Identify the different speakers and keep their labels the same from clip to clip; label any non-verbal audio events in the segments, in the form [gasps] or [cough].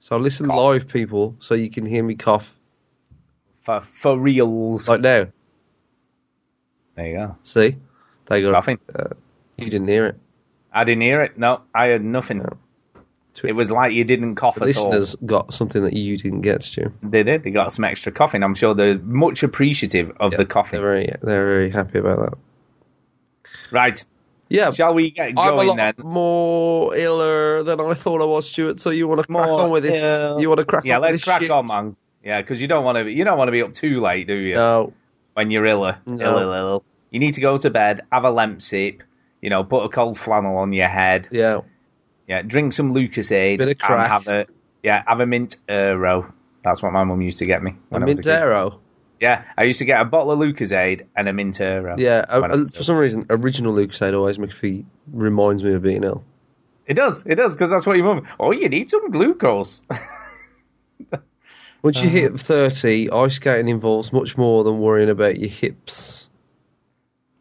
Speaker 1: So listen
Speaker 2: Cough.
Speaker 1: live, people, so you can hear me cough
Speaker 2: For, for reals.
Speaker 1: like now.
Speaker 2: There you go.
Speaker 1: See, they got.
Speaker 2: Coughing.
Speaker 1: Uh, you didn't hear it.
Speaker 2: I didn't hear it. No, I heard nothing.
Speaker 1: No.
Speaker 2: It was like you didn't cough
Speaker 1: The
Speaker 2: at
Speaker 1: listeners got something that you didn't get, Stu.
Speaker 2: all. They did. They got some extra coughing. I'm sure they're much appreciative of the
Speaker 1: They're
Speaker 2: coughing.
Speaker 1: very, they're very happy about that.
Speaker 2: Right.
Speaker 1: Yeah,
Speaker 2: Shall we get
Speaker 1: I'm a
Speaker 2: going
Speaker 1: lot
Speaker 2: then?
Speaker 1: more iller than I thought I was, Stuart. So you want to crack
Speaker 2: More
Speaker 1: on with this?
Speaker 2: ill.
Speaker 1: You want to crack
Speaker 2: Yeah,
Speaker 1: on? with
Speaker 2: let's
Speaker 1: this
Speaker 2: crack
Speaker 1: shit?
Speaker 2: on, man. Yeah, because you don't want to you don't want to be up too late, do you?
Speaker 1: No,
Speaker 2: When you're iller,
Speaker 1: No.
Speaker 2: ill, ill, ill. You need to go to bed, have a lamp sip, you know, put a cold flannel on your head,
Speaker 1: yeah,
Speaker 2: yeah, drink some Lucasade,
Speaker 1: Bit of crack.
Speaker 2: and have a yeah, have a mint euro. That's what my mum used to get me
Speaker 1: a
Speaker 2: when I was a kid.
Speaker 1: Mindero.
Speaker 2: Yeah, I used to get a bottle of Lucasade and a mint euro.
Speaker 1: Yeah, uh,
Speaker 2: When I
Speaker 1: uh,
Speaker 2: was
Speaker 1: for
Speaker 2: a-
Speaker 1: some reason, original Luke Sade always makes me reminds me of being ill.
Speaker 2: it does, it does, because that's what your mum. Oh, you need some glucose. [laughs]
Speaker 1: Once you
Speaker 2: Uh-huh.
Speaker 1: hit 30, ice skating involves much more than worrying about your hips.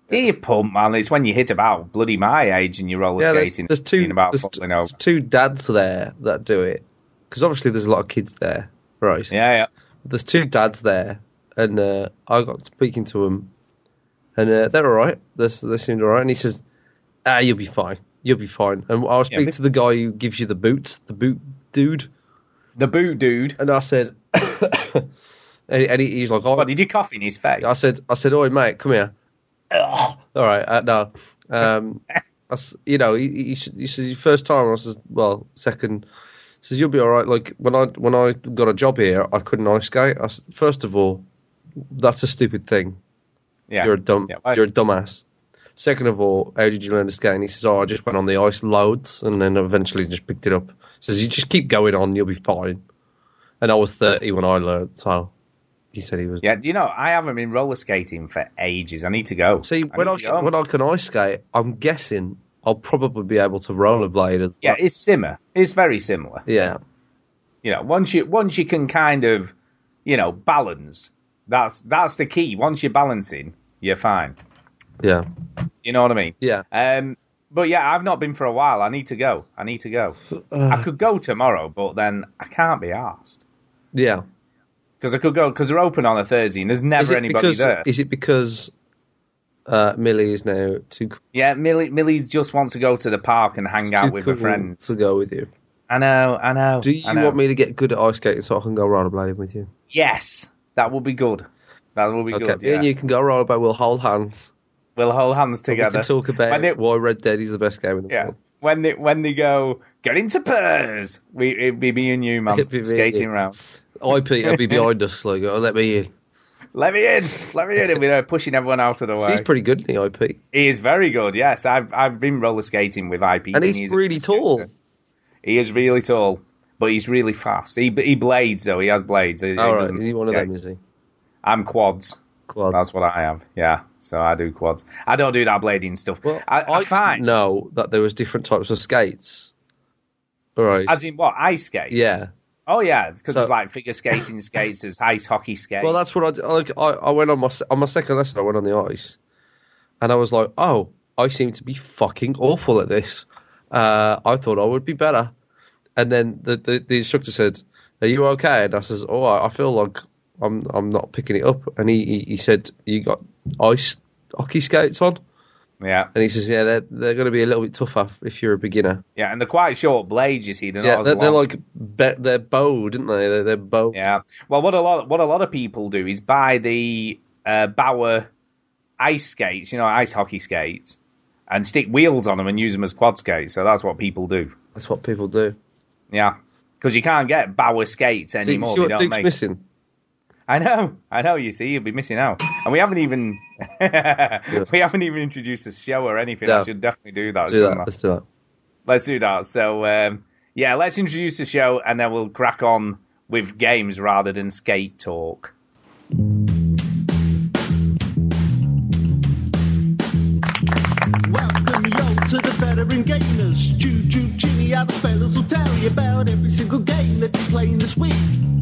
Speaker 2: Dear pump, man, it's when you hit about bloody my age and you're roller
Speaker 1: Yeah, there's,
Speaker 2: skating.
Speaker 1: there's two
Speaker 2: and about
Speaker 1: there's,
Speaker 2: falling over.
Speaker 1: there's two dads there that do it because obviously there's a lot of kids there, right?
Speaker 2: Yeah, yeah.
Speaker 1: There's two dads there, and uh, I got speaking to them, and uh, they're all right. They s- they seemed all right, and he says, "Ah, you'll be fine. You'll be fine." And I was
Speaker 2: Yeah,
Speaker 1: speaking
Speaker 2: but-
Speaker 1: to the guy who gives you the boots, the boot dude,
Speaker 2: The boot dude.
Speaker 1: and I said, [coughs] and, and he, he's like, "Oh,
Speaker 2: What, did you cough in his face?
Speaker 1: I said, I said, oi, mate, come here.
Speaker 2: Ugh.
Speaker 1: All right, uh, no. Um, I s you know, he, he, s- he says, your first time. I says, well, second. He says, you'll be all right. Like, when I when I got a job here, I couldn't ice skate. I s first of all, that's a stupid thing.
Speaker 2: Yeah.
Speaker 1: You're a dumb,
Speaker 2: Yeah, why-
Speaker 1: you're a dumbass. Second of all, how did you learn to skate? And he says, oh, I just went on the ice loads and then eventually just picked it up. He says, you just keep going on, you'll be fine. And I was 30 when I learned, so he said he was
Speaker 2: Yeah, do you know, I haven't been roller skating for ages. I need to go.
Speaker 1: See, when
Speaker 2: need
Speaker 1: I,
Speaker 2: to go.
Speaker 1: can, when I can ice skate, I'm guessing I'll probably be able to rollerblade as
Speaker 2: Yeah, it's similar. It's very similar.
Speaker 1: yeah,
Speaker 2: You know, once you once you can kind of, you know, balance. That's that's the key. Once you're balancing, you're fine.
Speaker 1: yeah,
Speaker 2: You know what I mean?
Speaker 1: yeah.
Speaker 2: Um, but yeah, I've not been for a while. I need to go. I need to go.
Speaker 1: Uh.
Speaker 2: I could go tomorrow, but then I can't be asked
Speaker 1: yeah.
Speaker 2: because I could go because they're open on a Thursday and there's
Speaker 1: Is
Speaker 2: never
Speaker 1: it
Speaker 2: anybody
Speaker 1: because
Speaker 2: there.
Speaker 1: is it because uh, Millie is now too c-
Speaker 2: Yeah, Millie Millie just wants to go to the park and hang out
Speaker 1: too
Speaker 2: with
Speaker 1: cool
Speaker 2: her friends.
Speaker 1: to go with you?
Speaker 2: I know, I know.
Speaker 1: Do you
Speaker 2: I know.
Speaker 1: want me to get good at ice skating so I can go rollerblading with you?
Speaker 2: Yes, that would be good. That would be
Speaker 1: Okay,
Speaker 2: good.
Speaker 1: me
Speaker 2: Yes.
Speaker 1: and you can go rollerblading. We'll hold hands.
Speaker 2: We'll hold hands
Speaker 1: and We
Speaker 2: together.
Speaker 1: can talk about
Speaker 2: when they,
Speaker 1: why Red Dead is the best game in the
Speaker 2: yeah
Speaker 1: world.
Speaker 2: when they when they go get into pairs. We it'd be me and you, man,
Speaker 1: It'd be me and
Speaker 2: skating
Speaker 1: you.
Speaker 2: around.
Speaker 1: IP will be behind us, like, oh, let me in.
Speaker 2: [laughs] Let me in, let me in, and we're pushing everyone out of the way.
Speaker 1: He's pretty good in the IP,
Speaker 2: He is very good. Yes, I've I've been roller skating with IP,
Speaker 1: and he's,
Speaker 2: a
Speaker 1: really
Speaker 2: good
Speaker 1: tall.
Speaker 2: skater. He is really tall, but he's really fast. He he blades though. He has blades. He, he
Speaker 1: All right,
Speaker 2: doesn't
Speaker 1: is he one of
Speaker 2: skate.
Speaker 1: them? Is he?
Speaker 2: I'm quads.
Speaker 1: Quad.
Speaker 2: That's what I am. Yeah. So I do quads. I don't do that blading stuff.
Speaker 1: Well,
Speaker 2: I, I, find
Speaker 1: know that there was different types of skates. All right.
Speaker 2: as in what ice skate.
Speaker 1: yeah.
Speaker 2: Oh yeah, because
Speaker 1: So-
Speaker 2: there's like figure skating skates, there's ice hockey skates.
Speaker 1: Well, that's what I did. Like, I, I went on my se- on my second lesson. I went on the ice, and I was like, "Oh, I seem to be fucking awful at this. Uh, I thought I would be better." And then the, the the instructor said, "Are you okay?" And I says, "Oh, I, I feel like I'm I'm not picking it up." And he, he he said, "You got ice hockey skates on?"
Speaker 2: yeah,
Speaker 1: And he says, "Yeah, they're they're going to be a little bit tougher if you're a beginner."
Speaker 2: yeah, and they're quite short blades. You see, they're
Speaker 1: Yeah,
Speaker 2: not
Speaker 1: they're,
Speaker 2: as
Speaker 1: they're
Speaker 2: long.
Speaker 1: like be- they're bowed, aren't they? They're, they're bowed.
Speaker 2: yeah. Well, what a lot what a lot of people do is buy the uh, Bauer ice skates, you know, ice hockey skates, and stick wheels on them and use them as quad skates. So that's what people do.
Speaker 1: That's what people do.
Speaker 2: Yeah, because you can't get Bauer skates
Speaker 1: See,
Speaker 2: anymore.
Speaker 1: see
Speaker 2: they
Speaker 1: what
Speaker 2: don't
Speaker 1: Duke's
Speaker 2: make.
Speaker 1: missing?
Speaker 2: I know, I know. You see, you'll be missing out, and we haven't even [laughs] we haven't even introduced the show or anything.
Speaker 1: No.
Speaker 2: I should definitely do that.
Speaker 1: Do
Speaker 2: shouldn't
Speaker 1: that.
Speaker 2: I?
Speaker 1: Let's do that.
Speaker 2: Let's do that. So um, yeah, let's introduce the show, and then we'll crack on with games rather than skate talk.
Speaker 3: Welcome yo to the veteran gamers. Juju, Jimmy, other fellas will tell you about every single game that they're playing this week.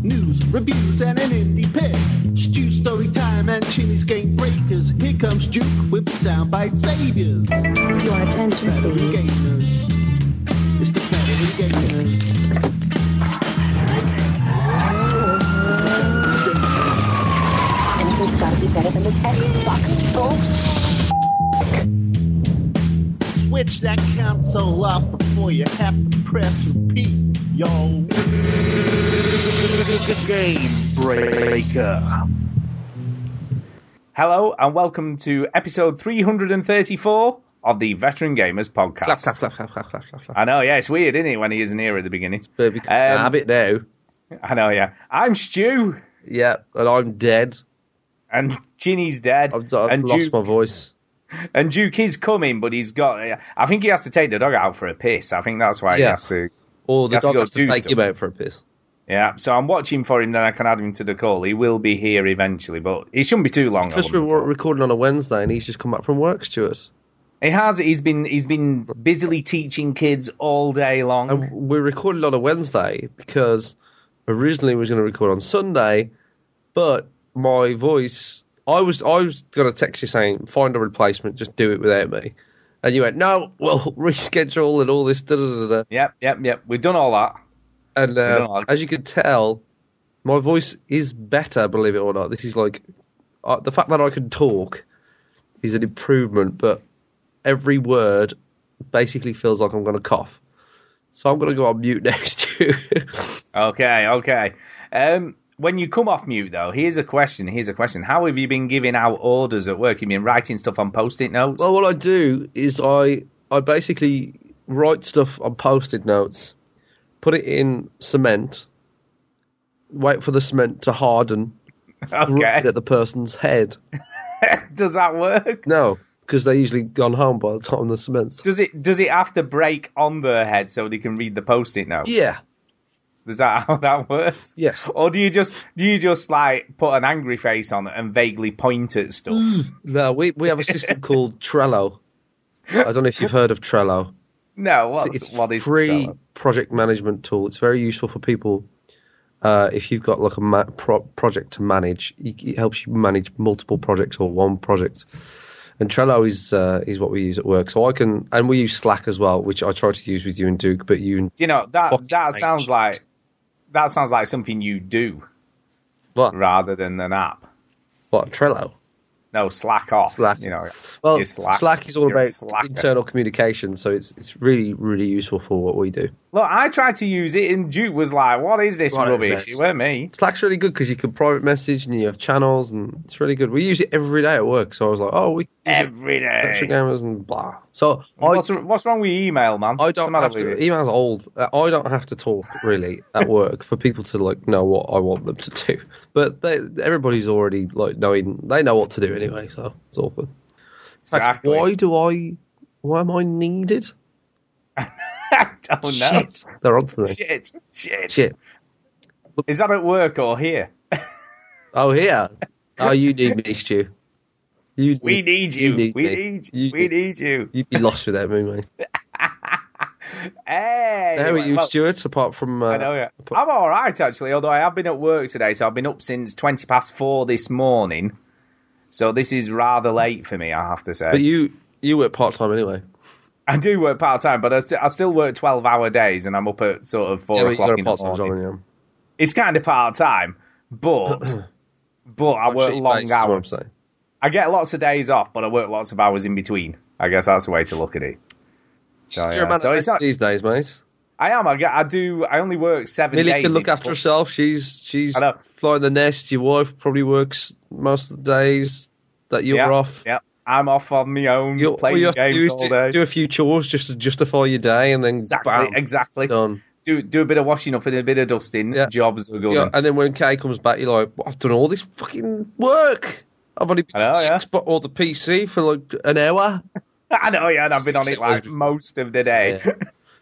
Speaker 3: News, reviews, and an indie pick. Stu's story time and Jimmy's game breakers. Here comes Duke with the soundbite saviors.
Speaker 4: Your attention,
Speaker 3: Veteran
Speaker 4: please.
Speaker 3: gamers. It's the veteran gamers. console off before you have to press repeat, yo.
Speaker 2: Game Breaker. Hello and welcome to episode 334 of the Veteran Gamers Podcast.
Speaker 1: Clap, clap, clap, clap, clap, clap, clap, clap.
Speaker 2: I know, yeah, it's weird, isn't it, when he isn't here at the beginning?
Speaker 1: Baby, can I
Speaker 2: Um,
Speaker 1: have it now.
Speaker 2: I know, yeah. I'm Stu,
Speaker 1: Yeah, and I'm dead.
Speaker 2: and Ginny's dead,
Speaker 1: I've, I've
Speaker 2: and,
Speaker 1: lost
Speaker 2: Duke,
Speaker 1: my voice.
Speaker 2: and Duke is coming, but he's got. I think he has to take the dog out for a piss. I think that's why he
Speaker 1: Yeah.
Speaker 2: has to.
Speaker 1: Or the
Speaker 2: Has to
Speaker 1: dog
Speaker 2: go
Speaker 1: has to
Speaker 2: do
Speaker 1: take
Speaker 2: stuff.
Speaker 1: him out for a piss.
Speaker 2: Yeah, so I'm watching for him, then I can add him to the call. He will be here eventually, but it shouldn't be too long. I
Speaker 1: Because we
Speaker 2: wouldn't
Speaker 1: were
Speaker 2: have
Speaker 1: recording on a Wednesday and he's just come back from work, Stuart.
Speaker 2: thought. He has. He's been he's been busily teaching kids all day long.
Speaker 1: And we recorded on a Wednesday because originally we was going to record on Sunday, but my voice, I was I was going to text you saying find a replacement, just do it without me, and you went no, we'll [laughs] reschedule and all this da da da da.
Speaker 2: Yep, yep, yep. We've done all that.
Speaker 1: And
Speaker 2: don't
Speaker 1: uh,
Speaker 2: like-
Speaker 1: as you can tell, my voice is better, believe it or not. This is like uh, the fact that I can talk is an improvement, but every word basically feels like I'm going to cough. So I'm going to go on mute [laughs] next to
Speaker 2: Okay, okay. Um, when you come off mute, though, here's a question. Here's a question. How have you been giving out orders at work? You been writing stuff on post-it notes?
Speaker 1: Well, what I do is I I basically write stuff on post-it notes, put it in cement, wait for the cement to harden, throw
Speaker 2: [laughs] okay.
Speaker 1: it at the person's head.
Speaker 2: Does that work?
Speaker 1: No, because they usually gone home by the time the cement's.
Speaker 2: Does it? Does it have to break on their head so they can read the post-it note?
Speaker 1: Yeah.
Speaker 2: Is that how [laughs] that works?
Speaker 1: Yes.
Speaker 2: Or do you just do you just like put an angry face on it and vaguely point at stuff?
Speaker 1: No, we we [laughs] have a system called Trello. I don't know if you've heard of Trello.
Speaker 2: no, what's,
Speaker 1: It's
Speaker 2: what is
Speaker 1: free
Speaker 2: that?
Speaker 1: project management tool. It's very useful for people. Uh, if you've got like a ma- pro- project to manage, it it helps you manage multiple projects or one project. And Trello is uh, is what we use at work. So I can, and we use Slack as well, which I try to use with you and Duke, but you and
Speaker 2: Do you know that
Speaker 1: Fucking
Speaker 2: that
Speaker 1: hate
Speaker 2: sounds
Speaker 1: shit.
Speaker 2: like that sounds like something you do
Speaker 1: what?
Speaker 2: rather than an app.
Speaker 1: What Trello?
Speaker 2: No, slack off.
Speaker 1: Slack.
Speaker 2: You know,
Speaker 1: Well,
Speaker 2: you're
Speaker 1: Slack, is all
Speaker 2: You're a
Speaker 1: about
Speaker 2: slacker.
Speaker 1: internal communication, so it's it's really really useful for what we do.
Speaker 2: Look, I tried to use it, and Duke was like, "What is this
Speaker 1: What is
Speaker 2: rubbish?"
Speaker 1: this?
Speaker 2: It weren't me.
Speaker 1: Slack's really good because you can private message and you have channels, and it's really good. We use it every day at work, so I was like, oh, we can
Speaker 2: Every
Speaker 1: use it
Speaker 2: day.
Speaker 1: gamers and blah. So I,
Speaker 2: What's, what's wrong with email, man?
Speaker 1: I
Speaker 2: What's the
Speaker 1: don't
Speaker 2: matter
Speaker 1: have to,
Speaker 2: with it?
Speaker 1: emails old. Uh, I don't have to talk really at work for people to like know what I want them to do. But they, everybody's already like knowing they know what to do anyway, so it's awkward. It's like,
Speaker 2: Exactly.
Speaker 1: why do I? Why am I needed?
Speaker 2: [laughs] I don't know.
Speaker 1: Shit, they're on to me.
Speaker 2: Shit. Shit.
Speaker 1: Shit.
Speaker 2: Is that at work or here?
Speaker 1: Oh, here. Oh, you need me, Stu. You
Speaker 2: We need you.
Speaker 1: need
Speaker 2: we
Speaker 1: me.
Speaker 2: need you.
Speaker 1: You
Speaker 2: We
Speaker 1: need-
Speaker 2: need you.
Speaker 1: You'd be lost without me,
Speaker 2: [laughs]
Speaker 1: mate.
Speaker 2: Hey.
Speaker 1: How are you,
Speaker 2: well,
Speaker 1: Stuart? Apart from uh,
Speaker 2: I know, yeah. I'm all right actually. Although I have been at work today, so I've been up since twenty past four this morning. So this is rather late for me, I have to say.
Speaker 1: but you you work part time anyway.
Speaker 2: I do work part time, but I, st- I still work twelve hour days, and I'm up at sort of four
Speaker 1: Yeah, but you
Speaker 2: o'clock
Speaker 1: got a
Speaker 2: in the
Speaker 1: part time
Speaker 2: morning.
Speaker 1: job, haven't
Speaker 2: It's kind of part time, but
Speaker 1: [clears throat]
Speaker 2: but I
Speaker 1: you?
Speaker 2: work
Speaker 1: Shit face
Speaker 2: long
Speaker 1: is what I'm
Speaker 2: hours.
Speaker 1: saying.
Speaker 2: I get lots of days off, but I work lots of hours in between. I guess that's the way to look at it. So,
Speaker 1: You're a
Speaker 2: yeah.
Speaker 1: man
Speaker 2: so
Speaker 1: of
Speaker 2: it's not.
Speaker 1: these days, mate.
Speaker 2: I am. I, get, I do. I only work seven
Speaker 1: Millie
Speaker 2: days.
Speaker 1: can look
Speaker 2: in-
Speaker 1: after herself. She's she's
Speaker 2: I know.
Speaker 1: flying the nest. Your wife probably works most of the days that you're
Speaker 2: Yeah,
Speaker 1: off.
Speaker 2: Yeah, I'm off on my own
Speaker 1: You're, all
Speaker 2: playing
Speaker 1: you have to
Speaker 2: games
Speaker 1: do is
Speaker 2: all
Speaker 1: do,
Speaker 2: day.
Speaker 1: do a few chores just to justify your day, and then
Speaker 2: exactly,
Speaker 1: bam,
Speaker 2: exactly.
Speaker 1: done.
Speaker 2: Do do a bit of washing up and a bit of dusting.
Speaker 1: Yeah.
Speaker 2: Jobs are good.
Speaker 1: Yeah, and then when Kay comes back, you're like, I've done all this fucking work. I've only been
Speaker 2: I know,
Speaker 1: to
Speaker 2: yeah.
Speaker 1: Xbox or the PC for like an hour.
Speaker 2: [laughs] I know, yeah, and I've been on
Speaker 1: Six
Speaker 2: it like
Speaker 1: hours.
Speaker 2: most of the day.
Speaker 1: Yeah.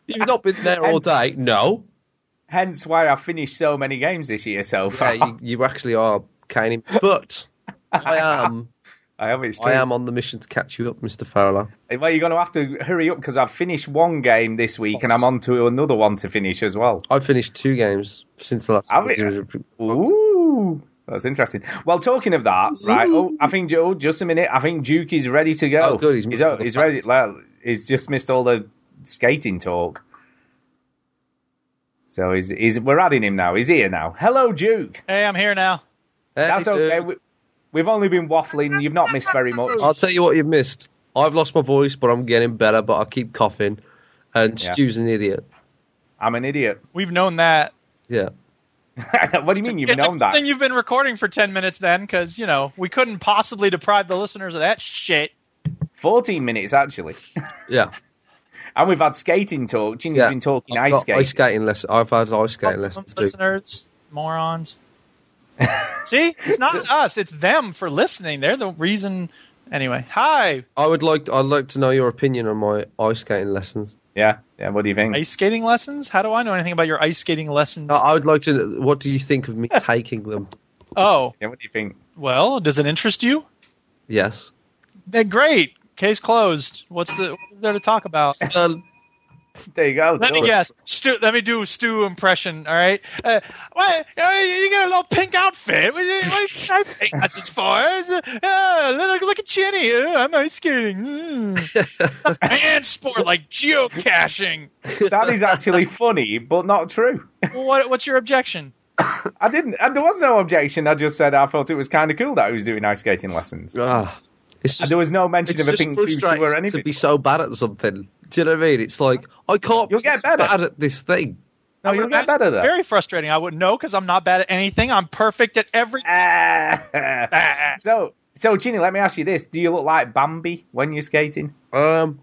Speaker 1: You've not been there all day. No.
Speaker 2: [laughs] Hence why I finished so many games this year so
Speaker 1: Yeah,
Speaker 2: far.
Speaker 1: you, you actually are caning. But I
Speaker 2: [laughs]
Speaker 1: am.
Speaker 2: [laughs] I am. It's true.
Speaker 1: I am on the mission to catch you up, Mr. Fowler.
Speaker 2: Well, you're going to have to hurry up because I've finished one game this week and I'm on to another one to finish as well.
Speaker 1: I've finished two games since the last.
Speaker 2: Have you? Ooh, that's interesting. Well, talking of that, right? Oh, I think Joe, just a minute. I think Duke is ready to go.
Speaker 1: Oh, good, he's
Speaker 2: he's,
Speaker 1: missed all
Speaker 2: out,
Speaker 1: the
Speaker 2: he's
Speaker 1: facts.
Speaker 2: ready. Well, he's just missed all the skating talk. So he's, he's, we're adding him now. He's here now. Hello, Duke.
Speaker 4: Hey, I'm here now.
Speaker 1: Hey,
Speaker 2: That's
Speaker 1: dude.
Speaker 2: okay. We, we've only been waffling. You've not missed very much.
Speaker 1: I'll tell you what you've missed. I've lost my voice, but I'm getting better. But I keep coughing, and
Speaker 2: Yeah.
Speaker 1: Stu's an idiot.
Speaker 2: I'm an idiot. [laughs]
Speaker 4: We've known that.
Speaker 1: Yeah.
Speaker 2: what do you mean you've
Speaker 4: it's a
Speaker 2: known
Speaker 4: good
Speaker 2: that?
Speaker 4: thing you've been recording for 10 minutes then, because, you know, we couldn't possibly deprive the listeners of that shit.
Speaker 2: 14 minutes, actually. [laughs]
Speaker 1: Yeah.
Speaker 2: and we've had skating talk. Ginny's
Speaker 1: yeah.
Speaker 2: been talking
Speaker 1: I've
Speaker 2: ice
Speaker 1: got
Speaker 2: skating.
Speaker 1: Ice skating lesson. I've had ice skating
Speaker 4: Fuck
Speaker 1: lessons
Speaker 4: them,
Speaker 1: too.
Speaker 4: listeners,
Speaker 2: [laughs]
Speaker 4: morons. See, it's not us; it's them for listening. They're the reason. Anyway, hi,
Speaker 1: I would like I'd like to know your opinion on my ice skating lessons.
Speaker 2: Yeah, yeah. What do you think?
Speaker 4: ice skating lessons. How do I know anything about your ice skating lessons?
Speaker 1: I- I would like to. What do you think of me taking them?
Speaker 4: oh,
Speaker 2: Yeah, what do you think?
Speaker 4: well, does it interest you?
Speaker 1: Yes.
Speaker 4: Then great. Case closed. What's the what is there to talk about?
Speaker 1: [laughs] Um,
Speaker 2: There you go.
Speaker 4: Let me
Speaker 2: Good.
Speaker 4: guess. Stu, let me do a Stu impression. All right. Uh, what, uh, you got a little pink outfit. What, you- what is that pink message for? Uh, look, look at Chinny. Uh, I'm ice skating.
Speaker 1: Ah,
Speaker 4: Mm. And sport like geocaching.
Speaker 2: That is actually funny, but not true.
Speaker 4: What, what's your objection?
Speaker 2: I didn't. I, there was no objection. I just said I thought it was kind of cool that he was doing ice skating lessons.
Speaker 1: ah, it's
Speaker 2: And
Speaker 1: just,
Speaker 2: there was no
Speaker 1: it's
Speaker 2: mention of a
Speaker 1: just
Speaker 2: pink tutu
Speaker 1: frustrating
Speaker 2: or
Speaker 1: to
Speaker 2: anything.
Speaker 1: be [laughs] so bad at something. Do you know what I mean? It's like I can't
Speaker 2: You'll
Speaker 1: be
Speaker 2: get
Speaker 1: this
Speaker 2: better.
Speaker 1: bad at this thing.
Speaker 2: no, you'll get better
Speaker 4: It's
Speaker 2: though.
Speaker 4: very frustrating. I wouldn't know because I'm not bad at anything. I'm perfect at every.
Speaker 2: Ah. [laughs] so, so Ginny, let me ask you this: Do you look like Bambi when you're skating?
Speaker 1: Um,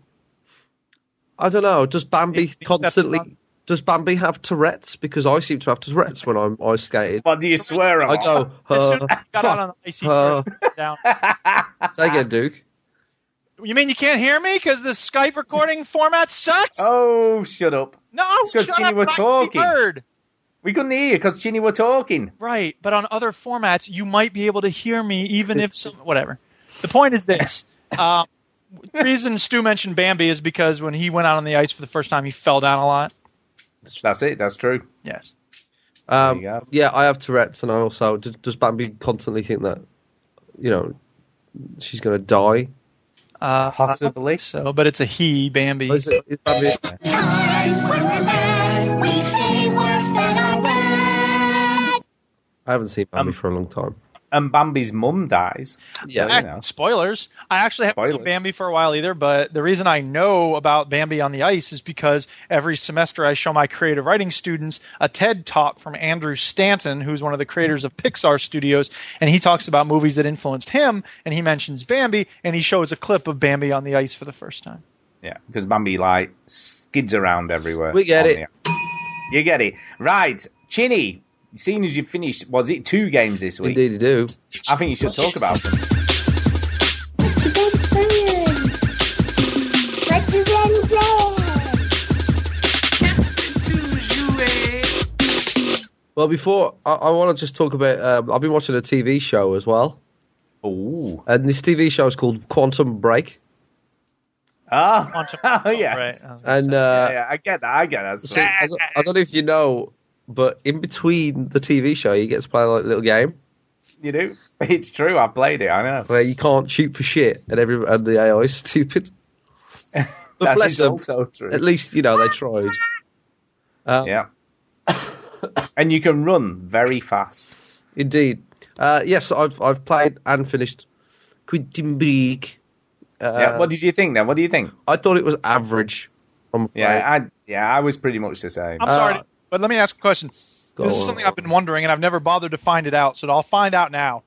Speaker 1: I don't know. Does
Speaker 4: You
Speaker 1: Bambi
Speaker 4: think that's
Speaker 1: constantly?
Speaker 4: fun?
Speaker 1: Does Bambi have Tourette's? Because I seem to have Tourette's when I'm ice skating.
Speaker 2: What do you swear on?
Speaker 1: I go,
Speaker 4: As soon as
Speaker 1: uh,
Speaker 4: I got out on
Speaker 1: fuck,
Speaker 4: the icy
Speaker 1: uh,
Speaker 4: surface, down.
Speaker 1: say again, Duke.
Speaker 4: You mean you can't hear me because the Skype recording format
Speaker 2: [laughs]
Speaker 4: sucks?
Speaker 2: Oh, shut up!
Speaker 4: no,
Speaker 2: because
Speaker 4: shut
Speaker 2: Ginny
Speaker 4: up.
Speaker 2: were
Speaker 4: I can be
Speaker 2: talking.
Speaker 4: heard.
Speaker 2: We couldn't hear you because Ginny were talking.
Speaker 4: Right, but on other formats, you might be able to hear me even if some whatever. The point is
Speaker 1: [laughs]
Speaker 4: this: um, the reason Stu mentioned Bambi is because when he went out on the ice for the first time, he fell down a lot.
Speaker 2: That's it. That's true.
Speaker 4: Yes.
Speaker 1: Um,
Speaker 2: There you go.
Speaker 1: yeah, I have Tourette's, and I also does, does Bambi constantly think that you know she's gonna die?
Speaker 4: Uh,
Speaker 2: Possibly.
Speaker 4: So, but it's a he, Bambi.
Speaker 1: Oh, Is it- is Bambi-
Speaker 5: Times when we're mad, we say words that are bad.
Speaker 1: I haven't seen Bambi
Speaker 2: Um,
Speaker 1: for a long time.
Speaker 2: And Bambi's mum dies.
Speaker 1: Yeah.
Speaker 2: you know.
Speaker 4: Spoilers. I actually haven't seen
Speaker 2: Spoilers.
Speaker 4: Bambi for a while either, but the reason I know about Bambi on the ice is because every semester I show my creative writing students a TED talk from Andrew Stanton, who's one of the creators of Pixar Studios, and he talks about movies that influenced him, and he mentions Bambi, and he shows a clip of Bambi on the ice for the first time.
Speaker 2: Yeah, because Bambi like skids around everywhere.
Speaker 1: We get
Speaker 2: on
Speaker 1: it.
Speaker 2: the- You get it. Right, Chinny. Seeing as you finished, was it two games this week?
Speaker 1: Indeed, you do.
Speaker 2: I think you should talk about them.
Speaker 5: Let's run playing. Let's run playing.
Speaker 1: Well, before I, I want to just talk about. Um, I've been watching a TV show as well,
Speaker 2: Ooh.
Speaker 1: and this TV show is called Quantum Break.
Speaker 2: Oh, [laughs]
Speaker 4: Quantum-
Speaker 2: [laughs] oh yes.
Speaker 4: Right. I was gonna
Speaker 1: And
Speaker 4: say.
Speaker 1: uh,
Speaker 2: yeah, yeah, I get that. I get that.
Speaker 1: so I, don't, I don't know if you know, but in between the TV show, you get to play like a little game
Speaker 2: you do. It's true. I've played it. I know.
Speaker 1: where you can't shoot for shit, and every and the AI is [laughs] stupid. But
Speaker 2: That
Speaker 1: bless
Speaker 2: is
Speaker 1: them.
Speaker 2: also true.
Speaker 1: At least you know they tried. Um,
Speaker 2: Yeah. and you can run very fast.
Speaker 1: Indeed. Uh, yes, I've I've played and finished Quantum Break. Uh,
Speaker 2: yeah. What did you think then? What do you think?
Speaker 1: I thought it was average. I'm afraid.
Speaker 2: Yeah, I yeah, I was pretty much the same.
Speaker 4: I'm sorry, but let me ask a question.
Speaker 1: Uh, Go
Speaker 4: this is
Speaker 1: on.
Speaker 4: something I've been wondering, and I've never bothered to find it out, so I'll find out now.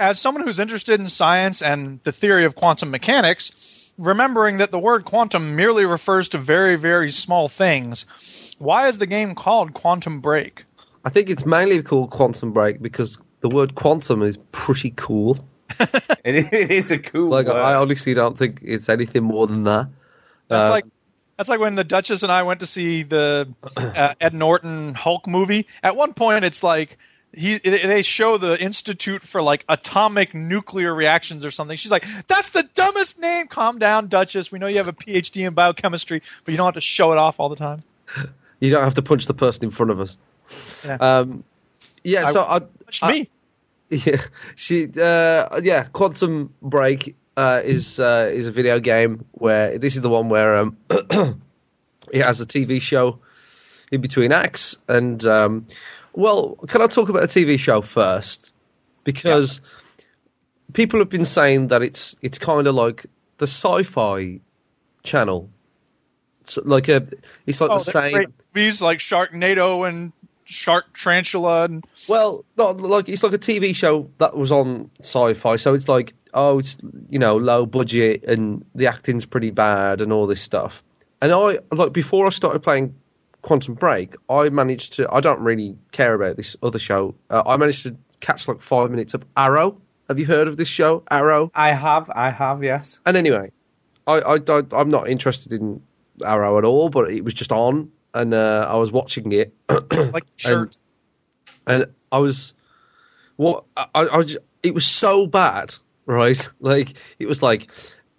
Speaker 4: As someone who's interested in science and the theory of quantum mechanics, remembering that the word quantum merely refers to very, very small things, why is the game called Quantum Break?
Speaker 1: I think it's mainly called Quantum Break because the word quantum is pretty cool.
Speaker 2: It, [laughs] it is a cool.
Speaker 1: Like
Speaker 2: word.
Speaker 1: I honestly don't think it's anything more than that.
Speaker 4: That's
Speaker 1: Uh,
Speaker 4: like that's like when the Duchess and I went to
Speaker 1: [clears throat]
Speaker 4: see the uh, Ed Norton Hulk movie. At one point, it's like he they show the Institute for like atomic nuclear reactions or something. She's like, "That's the dumbest name." Calm down, Duchess. We know you have a PhD in biochemistry, but you don't have to show it off all the time.
Speaker 1: you don't have to punch the person in front of us.
Speaker 4: Yeah.
Speaker 1: Um, yeah.
Speaker 4: I-
Speaker 1: so I,
Speaker 4: Much
Speaker 1: I-
Speaker 4: me.
Speaker 1: [laughs] Yeah, she. Uh, yeah, Quantum Break uh, is uh, is a video game where this is the one where um, [clears throat] it has a TV show in between acts, and um, well, can I talk about the TV show first? Because people have been saying that it's it's kind of like the Sci-Fi Channel s- like a it's like
Speaker 4: Oh,
Speaker 1: the
Speaker 4: they're
Speaker 1: same.
Speaker 4: great movies like Sharknado and Shark Tarantula and
Speaker 1: [clears throat] Well, not like it's like a TV show that was on sci-fi, so it's like oh, it's you know low budget and the acting's pretty bad and all this stuff. And I like before I started playing Quantum Break, I managed to I don't really care about this other show. Uh, I managed to catch like five minutes of Arrow. Have you heard of this show, Arrow?
Speaker 2: I have, I have, yes.
Speaker 1: And anyway, I, I don't, I'm not interested in Arrow at all, but it was just on, and uh, I was watching it,
Speaker 4: like shirts.
Speaker 1: and I was, what I, I, I ju- it was so bad, right? [laughs] Like it was like,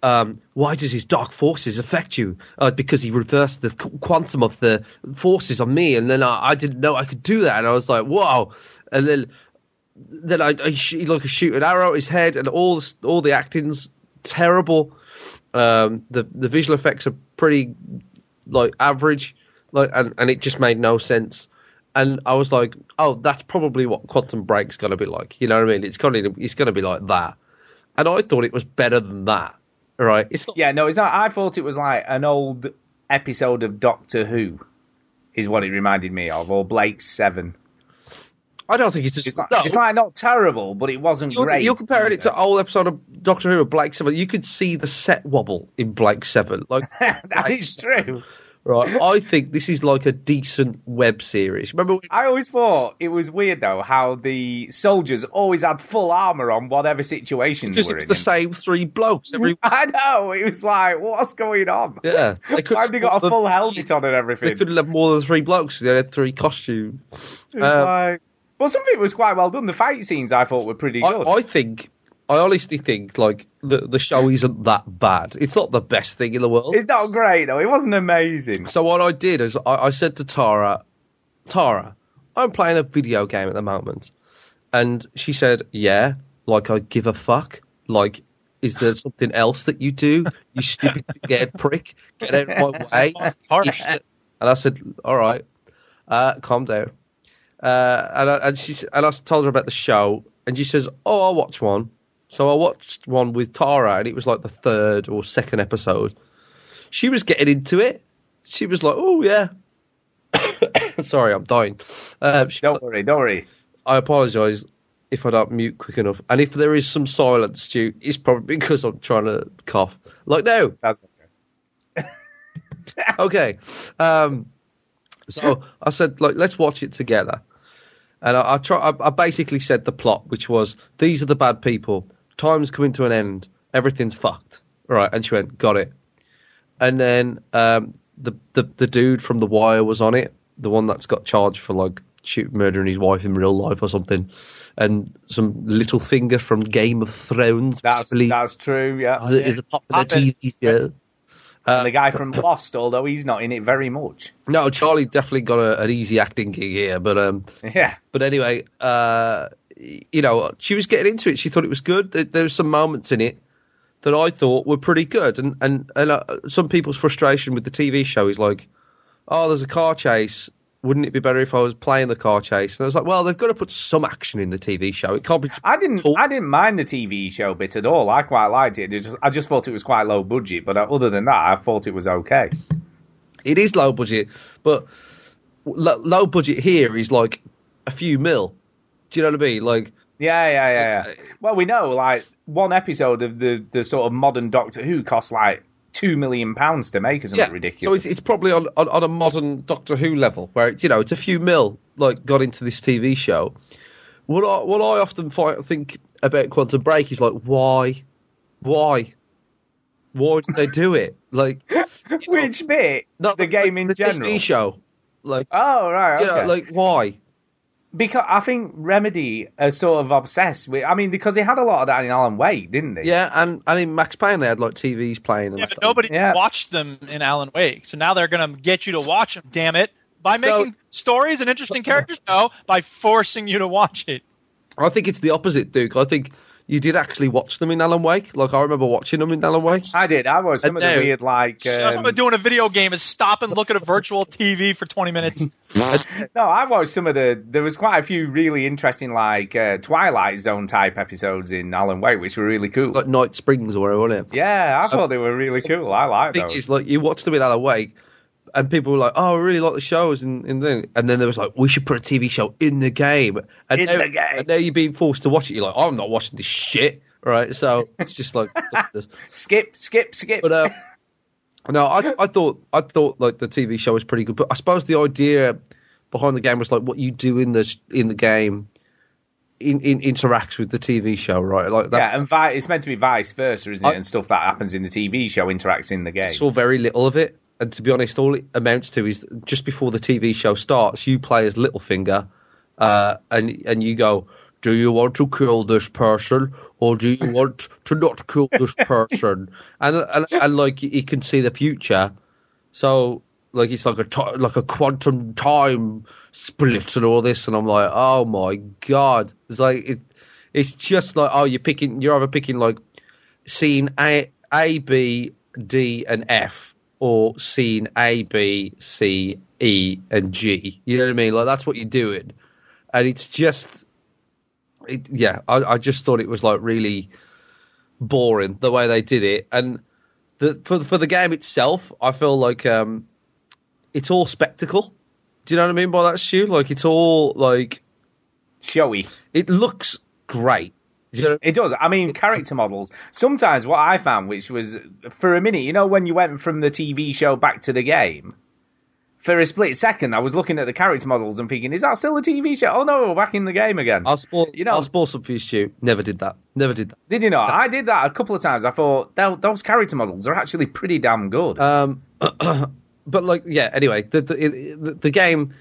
Speaker 1: um, why does his dark forces affect you? Uh, because he reversed the qu- quantum of the forces on me, and then I, I didn't know I could do that, and I was like, wow, and then then I, I sh- like a shoot an arrow at his head, and all the, s- all the acting's terrible. Um, the the visual effects are pretty like average, like and, and it just made no sense. And I was like, oh, that's probably what Quantum Break's gonna be like. You know what I mean? It's gonna it's gonna be like that. And I thought it was better than that. Right? It's not,
Speaker 2: Yeah, no, it's not. I thought it was like an old episode of Doctor Who, is what it reminded me of, or Blake Seven.
Speaker 1: I don't think it's just
Speaker 2: It's like,
Speaker 1: no,
Speaker 2: it's like not terrible, but it wasn't
Speaker 1: you're,
Speaker 2: great.
Speaker 1: you're comparing it to old episode of Doctor Who or Blake Seven. You could see the set wobble in Blake Seven. Like
Speaker 2: [laughs] [laughs] that is true.
Speaker 1: right, I think this is like a decent web series. Remember when
Speaker 2: I always thought it was weird though how the soldiers always had full armor on, whatever situation
Speaker 1: because
Speaker 2: they
Speaker 1: it
Speaker 2: were
Speaker 1: was
Speaker 2: in.
Speaker 1: the same three blokes every
Speaker 2: [laughs] I know. It was like, what's going on?
Speaker 1: yeah. They
Speaker 2: Why have they got a full
Speaker 1: helmet on?
Speaker 2: helmet on and
Speaker 1: They
Speaker 2: everything?
Speaker 1: couldn't have more than three blokes. They had three costumes.
Speaker 2: It's
Speaker 1: uh,
Speaker 2: like, well, some of it was quite well done. The fight scenes I thought were pretty
Speaker 1: I,
Speaker 2: good.
Speaker 1: I think, I honestly think, like the the show isn't that bad. It's not the best thing in the world.
Speaker 2: It's not great though. It wasn't amazing.
Speaker 1: So what I did is I, I said to Tara, Tara, I'm playing a video game at the moment, and she said, Yeah, like I give a fuck. Like, is there something else that you do? You stupid [laughs] scared prick, get out of my way.
Speaker 4: harsh.
Speaker 1: And I said, All right, uh, calm down. Uh, and I, and she s- and I told her about the show, and she says, "Oh, I'll watch one." So I watched one with Tara, and it was like the third or second episode. She was getting into it. She was like, "Oh yeah." [coughs] Sorry, I'm dying. Uh, she-
Speaker 2: Don't worry, don't worry.
Speaker 1: I apologise if I don't mute quick enough, and if there is some silence, Stu, it's probably because I'm trying to cough. Like no,
Speaker 2: That's okay.
Speaker 1: okay. Um, so I said, like, let's watch it together. And I, I try. I, I basically said the plot, which was these are the bad people. Time's coming to an end. Everything's fucked. Right. And she went, got it. And then um, the, the the dude from The Wire was on it, the one that's got charged for like shoot murdering his wife in real life or something, and some little finger from Game of Thrones.
Speaker 2: That's
Speaker 1: believe,
Speaker 2: that's true. Yeah.
Speaker 1: is, a- is a popular
Speaker 4: Happens.
Speaker 1: TV show.
Speaker 2: [laughs] And the guy from Lost, although he's not in it very much. [laughs]
Speaker 1: No, Charlie definitely got a, an easy acting gig here, but um,
Speaker 2: Yeah.
Speaker 1: but anyway, uh, you know, she was getting into it. She thought it was good. There, there were some moments in it that I thought were pretty good, and and and uh, some people's frustration with the TV show is like, oh, there's a car chase. Wouldn't it be better if I was playing the car chase? And I was like, well, they've got to put some action in the TV show. It can't be.
Speaker 2: I didn't.
Speaker 1: Cool.
Speaker 2: I didn't mind the TV show bit at all. I quite liked it. It just- I just thought it was quite low budget, but uh, other than that, I thought it was okay.
Speaker 1: It is low budget, but lo- low budget here is like a few mil. Do you know what I mean? Like.
Speaker 2: Yeah, yeah, yeah. yeah.
Speaker 1: Okay.
Speaker 2: Well, we know like one episode of the the sort of modern Doctor Who costs like two million pounds to make or something
Speaker 1: So
Speaker 2: ridiculous.
Speaker 1: it's, it's probably on, on, on a modern Doctor Who level, where it's you know it's a few mil like got into this TV show. What I what I often find, think about Quantum Break is like why, why, why did they do it?
Speaker 2: [laughs]
Speaker 1: Like
Speaker 2: Which bit?
Speaker 1: not
Speaker 2: the game in
Speaker 1: the
Speaker 2: general.
Speaker 1: TV show, like
Speaker 2: Oh right,
Speaker 1: you
Speaker 2: okay.
Speaker 1: know, like why?
Speaker 2: because I think Remedy are sort of obsessed with. I mean, because they had a lot of that in Alan Wake, didn't they?
Speaker 1: Yeah, and and in Max Payne they had like TVs playing. And
Speaker 4: Yeah,
Speaker 1: stuff.
Speaker 4: but nobody
Speaker 2: Yeah.
Speaker 4: watched them in Alan Wake, so now they're gonna get you to watch them. Damn it! By
Speaker 1: No.
Speaker 4: making stories and interesting characters, no, by forcing you to watch it.
Speaker 1: I think it's the opposite, Duke. I think you did actually watch them in Alan Wake. Like I remember watching them in Alan Wake.
Speaker 2: I did. I was some
Speaker 1: I
Speaker 2: of the
Speaker 1: know.
Speaker 2: weird like.
Speaker 4: So That's
Speaker 2: um,
Speaker 4: what I'm doing a video game is stop and look at a virtual TV for 20
Speaker 2: [laughs]
Speaker 4: minutes.
Speaker 2: No, I watched some of the. There was quite a few really interesting, like uh, Twilight Zone type episodes in Alan Wake, which were really cool.
Speaker 1: Like Night Springs or whatever, wasn't it?
Speaker 2: yeah, I thought they were really cool. I like
Speaker 1: thing
Speaker 2: those.
Speaker 1: is, like, you watch them in Alan Wake, and people were like, "Oh, I really like the shows," and and then and then there was like, "We should put a TV show in the game." And
Speaker 2: In
Speaker 1: now,
Speaker 2: the game.
Speaker 1: And now you're being forced to watch it. You're like, "I'm not watching this shit." Right, so it's just like, stop this.
Speaker 2: Skip, skip, skip.
Speaker 1: but uh, no, I I thought I thought like the TV show was pretty good, but I suppose the idea behind the game was like what you do in the in the game, in, in interacts with the TV show, right? Like that,
Speaker 2: yeah, and vi- it's meant to be vice versa, isn't it?
Speaker 1: I-
Speaker 2: and stuff that happens in the TV show interacts in the game.
Speaker 1: saw very little of it. And to be honest, all it amounts to is just before the TV show starts, you play as Littlefinger, uh, and and you go, "Do you want to kill this person, or do you want to not kill this person?" And and, and like he can see the future, so like it's like a ti like a quantum time split and all this, and I'm like, "Oh my god!" It's like it, it's just like, oh, you're picking, you're either picking like scene A, A, B, D, and F, or scene A, B, C, E, and G. You know what I mean? Like that's what you're doing, and it's just, it, yeah. I, I just thought it was like really boring the way they did it, and the for the- for the game itself, I feel like um, it's all spectacle. Do you know what I mean by that, Stu? Like it's all like
Speaker 2: Showy.
Speaker 1: it looks great. Do you know what I mean?
Speaker 2: It does. I mean, character models. Sometimes what I found, which was for a minute, you know, when you went from the TV show back to the game, for a split second, I was looking at the character models and thinking, is that still a TV show? Oh no, we're back in the game again.
Speaker 1: I'll spoil.
Speaker 2: You know-
Speaker 1: I'll spoil some for you, Stu. Never did that. Never did that.
Speaker 2: Did you know? I did that a couple of times. I thought "Tho- those character models are actually pretty damn good.
Speaker 1: Um, [clears throat] but like, yeah. Anyway, the the, it- the, the game,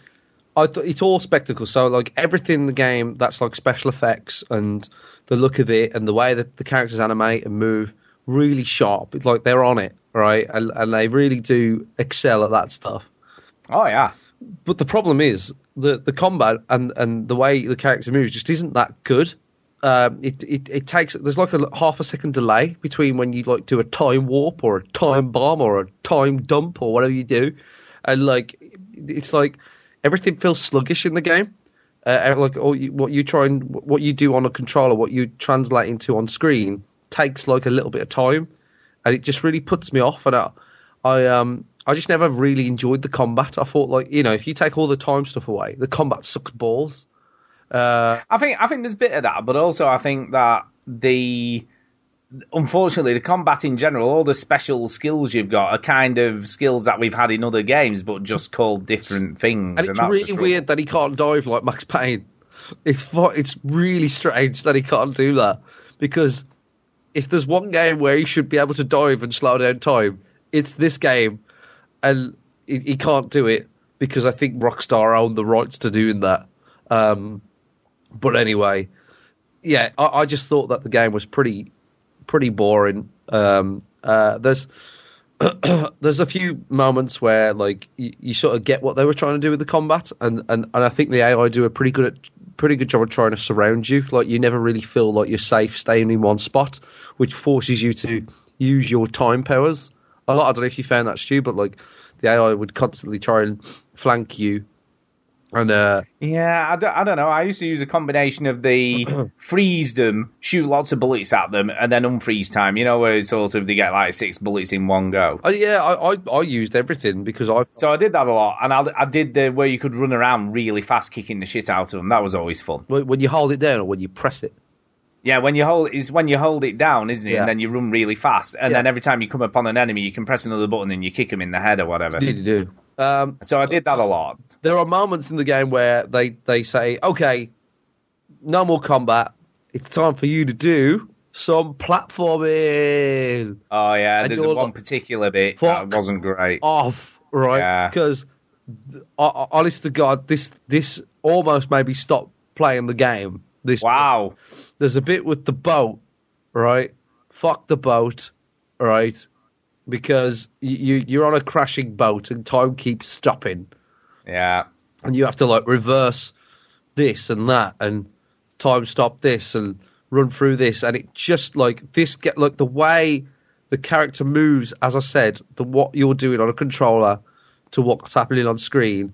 Speaker 1: I th- it's all spectacle. So like everything in the game that's like special effects and the look of it and the way that the characters animate and move really sharp. It's like they're on it, right? And and they really do excel at that stuff.
Speaker 2: oh yeah.
Speaker 1: But the problem is the the combat and and the way the character moves just isn't that good. Um, it, it it takes there's like a half a second delay between when you like do a time warp or a time bomb or a time dump or whatever you do, and like it's like everything feels sluggish in the game. Uh, and, like all you, what you try and what you do on a controller, what you translate into on screen takes like a little bit of time, and it just really puts me off. And I, I um I just never really enjoyed the combat. I thought like you know if you take all the time stuff away, the combat sucks balls. Uh,
Speaker 2: I think I think there's a bit of that, but also I think that the unfortunately the combat in general, all the special skills you've got are kind of skills that we've had in other games, but just called different
Speaker 1: and
Speaker 2: things. And,
Speaker 1: it's
Speaker 2: that's the
Speaker 1: really
Speaker 2: trouble.
Speaker 1: weird that he can't dive like Max Payne. It's fu- it's really strange that he can't do that because if there's one game where he should be able to dive and slow down time, it's this game, and he, he can't do it because I think Rockstar owned the rights to doing that. Um, but anyway, yeah, I, I just thought that the game was pretty pretty boring. Um, uh, there's [clears throat] there's a few moments where like you, you sort of get what they were trying to do with the combat, and, and, and I think the AI do a pretty good at, pretty good job of trying to surround you. Like you never really feel like you're safe staying in one spot, which forces you to use your time powers a lot. I don't know if you found that Stu, but like the AI would constantly try and flank you, and uh,
Speaker 2: Yeah, I don't, I don't know. I used to use a combination
Speaker 1: [clears throat]
Speaker 2: of the freeze them, shoot lots of bullets at them, and then unfreeze time. You know, where it's sort of they get like six bullets in one go.
Speaker 1: oh yeah, I, I I used everything because I
Speaker 2: So I did that a lot, and I, I did the where you could run around really fast, kicking the shit out of them. That was always fun.
Speaker 1: when you hold it down or when you press it.
Speaker 2: Yeah, when you hold is when you hold it down, isn't it?
Speaker 1: Yeah.
Speaker 2: And then you run really fast, and
Speaker 1: Yeah.
Speaker 2: then every time you come upon an enemy, you can press another button and you kick them in the head or whatever.
Speaker 1: Did you do? Um,
Speaker 2: So I did that a lot.
Speaker 1: there are moments in the game where they, they say, okay, no more combat. It's time for you to do some platforming
Speaker 2: Oh yeah,
Speaker 1: And
Speaker 2: there's
Speaker 1: you're
Speaker 2: one
Speaker 1: like,
Speaker 2: particular bit
Speaker 1: "Fuck
Speaker 2: that wasn't great.
Speaker 1: off, right?
Speaker 2: Yeah.
Speaker 1: Because, th- ho- ho- honest to God, this this almost made me stop playing the game. This
Speaker 2: Wow.
Speaker 1: there's a bit with the boat, right? Fuck the boat, right? Because you, you you're on a crashing boat and time keeps stopping.
Speaker 2: Yeah.
Speaker 1: and you have to like reverse this and that and time stop this and run through this and it just like this get like the way the character moves as i said the what you're doing on a controller to what's happening on screen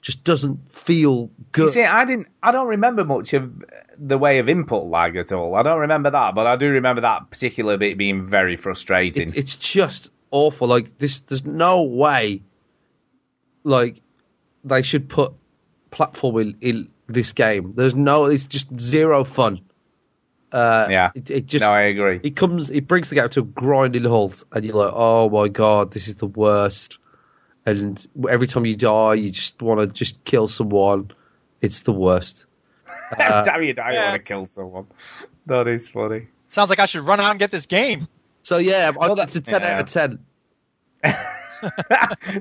Speaker 1: just doesn't feel good
Speaker 2: You see, I didn't. I don't remember much of the way of input lag at all. I don't remember that, but I do remember that particular bit being very frustrating.
Speaker 1: It- it's just awful. Like this, there's no way like they should put platforming in this game. There's no, it's just zero fun. Uh,
Speaker 2: Yeah.
Speaker 1: it, it just
Speaker 2: no, I agree. [laughs]
Speaker 1: it comes, it brings the game to a grinding halt, and you're like, oh my god, this is the worst. And every time you die, you just want to just kill someone. It's the worst. uh,
Speaker 2: Damn it, I
Speaker 4: yeah.
Speaker 2: want to kill someone. That is funny. [laughs]
Speaker 4: Sounds like I should run out and get this game.
Speaker 1: So yeah, I- it's a ten
Speaker 2: yeah.
Speaker 1: out of ten.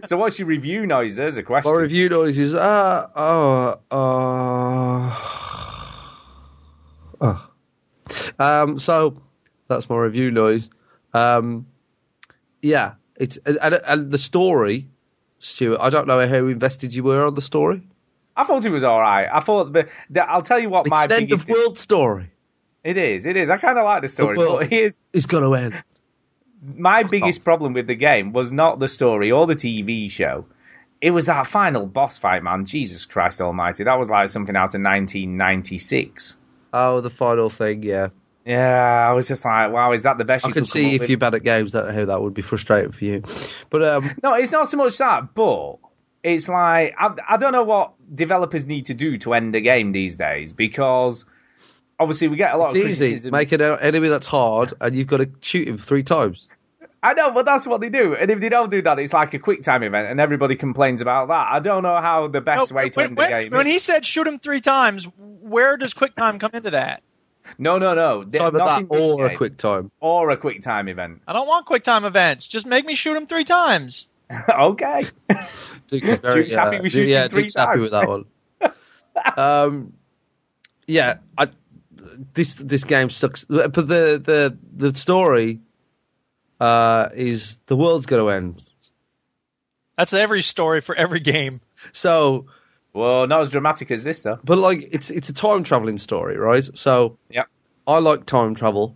Speaker 2: so what's your review noise? There's a question.
Speaker 1: My review noise is ah oh uh, oh. Um, so that's my review noise. Um, yeah, it's and, and- and the story, Stuart. I don't know how invested you were on the story.
Speaker 2: I thought it was all right. I thought, but the, I'll tell you what,
Speaker 1: It's
Speaker 2: my
Speaker 1: the end
Speaker 2: biggest
Speaker 1: of world story.
Speaker 2: it is, it is. I kind of like the story,
Speaker 1: world-
Speaker 2: but here's
Speaker 1: It's gonna end.
Speaker 2: my biggest problem with the game was not the story or the TV show. It was that final boss fight, man. Jesus Christ Almighty, that was like something out of 1996.
Speaker 1: Oh, the final thing. Yeah,
Speaker 2: Yeah, I was just like, wow, is that the best?
Speaker 1: I
Speaker 2: you
Speaker 1: could
Speaker 2: could come
Speaker 1: see
Speaker 2: up
Speaker 1: if
Speaker 2: with?
Speaker 1: you're bad at games, that how that would be frustrating for you. But [laughs] um,
Speaker 2: No, it's not so much that, but it's like I, I don't know what developers need to do to end a game these days because obviously we get a lot
Speaker 1: it's
Speaker 2: of
Speaker 1: easy.
Speaker 2: criticism.
Speaker 1: Make an enemy that's hard, and you've got to shoot him three times.
Speaker 2: I know, but that's what they do, and if they don't do that, it's like a quick time event, and everybody complains about that. I don't know how the best
Speaker 4: No,
Speaker 2: way to
Speaker 4: when,
Speaker 2: end
Speaker 4: when-
Speaker 2: the game.
Speaker 4: when
Speaker 2: is.
Speaker 4: he said shoot him three times, where does QuickTime come into that?
Speaker 2: no, no, no, They're
Speaker 1: time
Speaker 2: not
Speaker 1: at that
Speaker 2: in this
Speaker 1: or a
Speaker 2: game.
Speaker 1: quick [laughs] time.
Speaker 2: or a quick time event. [laughs]
Speaker 4: I don't want QuickTime events. Just make me shoot him three times.
Speaker 2: okay, [laughs]
Speaker 1: Duke is very, uh,
Speaker 2: Duke's happy we shoot
Speaker 1: yeah,
Speaker 2: you three
Speaker 1: Duke's happy with
Speaker 2: times.
Speaker 1: that one. [laughs] um, yeah, I, this this game sucks. But the the the story uh, is the world's going to end.
Speaker 4: That's every story for
Speaker 2: [laughs]
Speaker 4: every game.
Speaker 1: So,
Speaker 2: well, not as dramatic as this though.
Speaker 1: but like it's it's a time traveling story, right? So
Speaker 2: Yep.
Speaker 1: I like time travel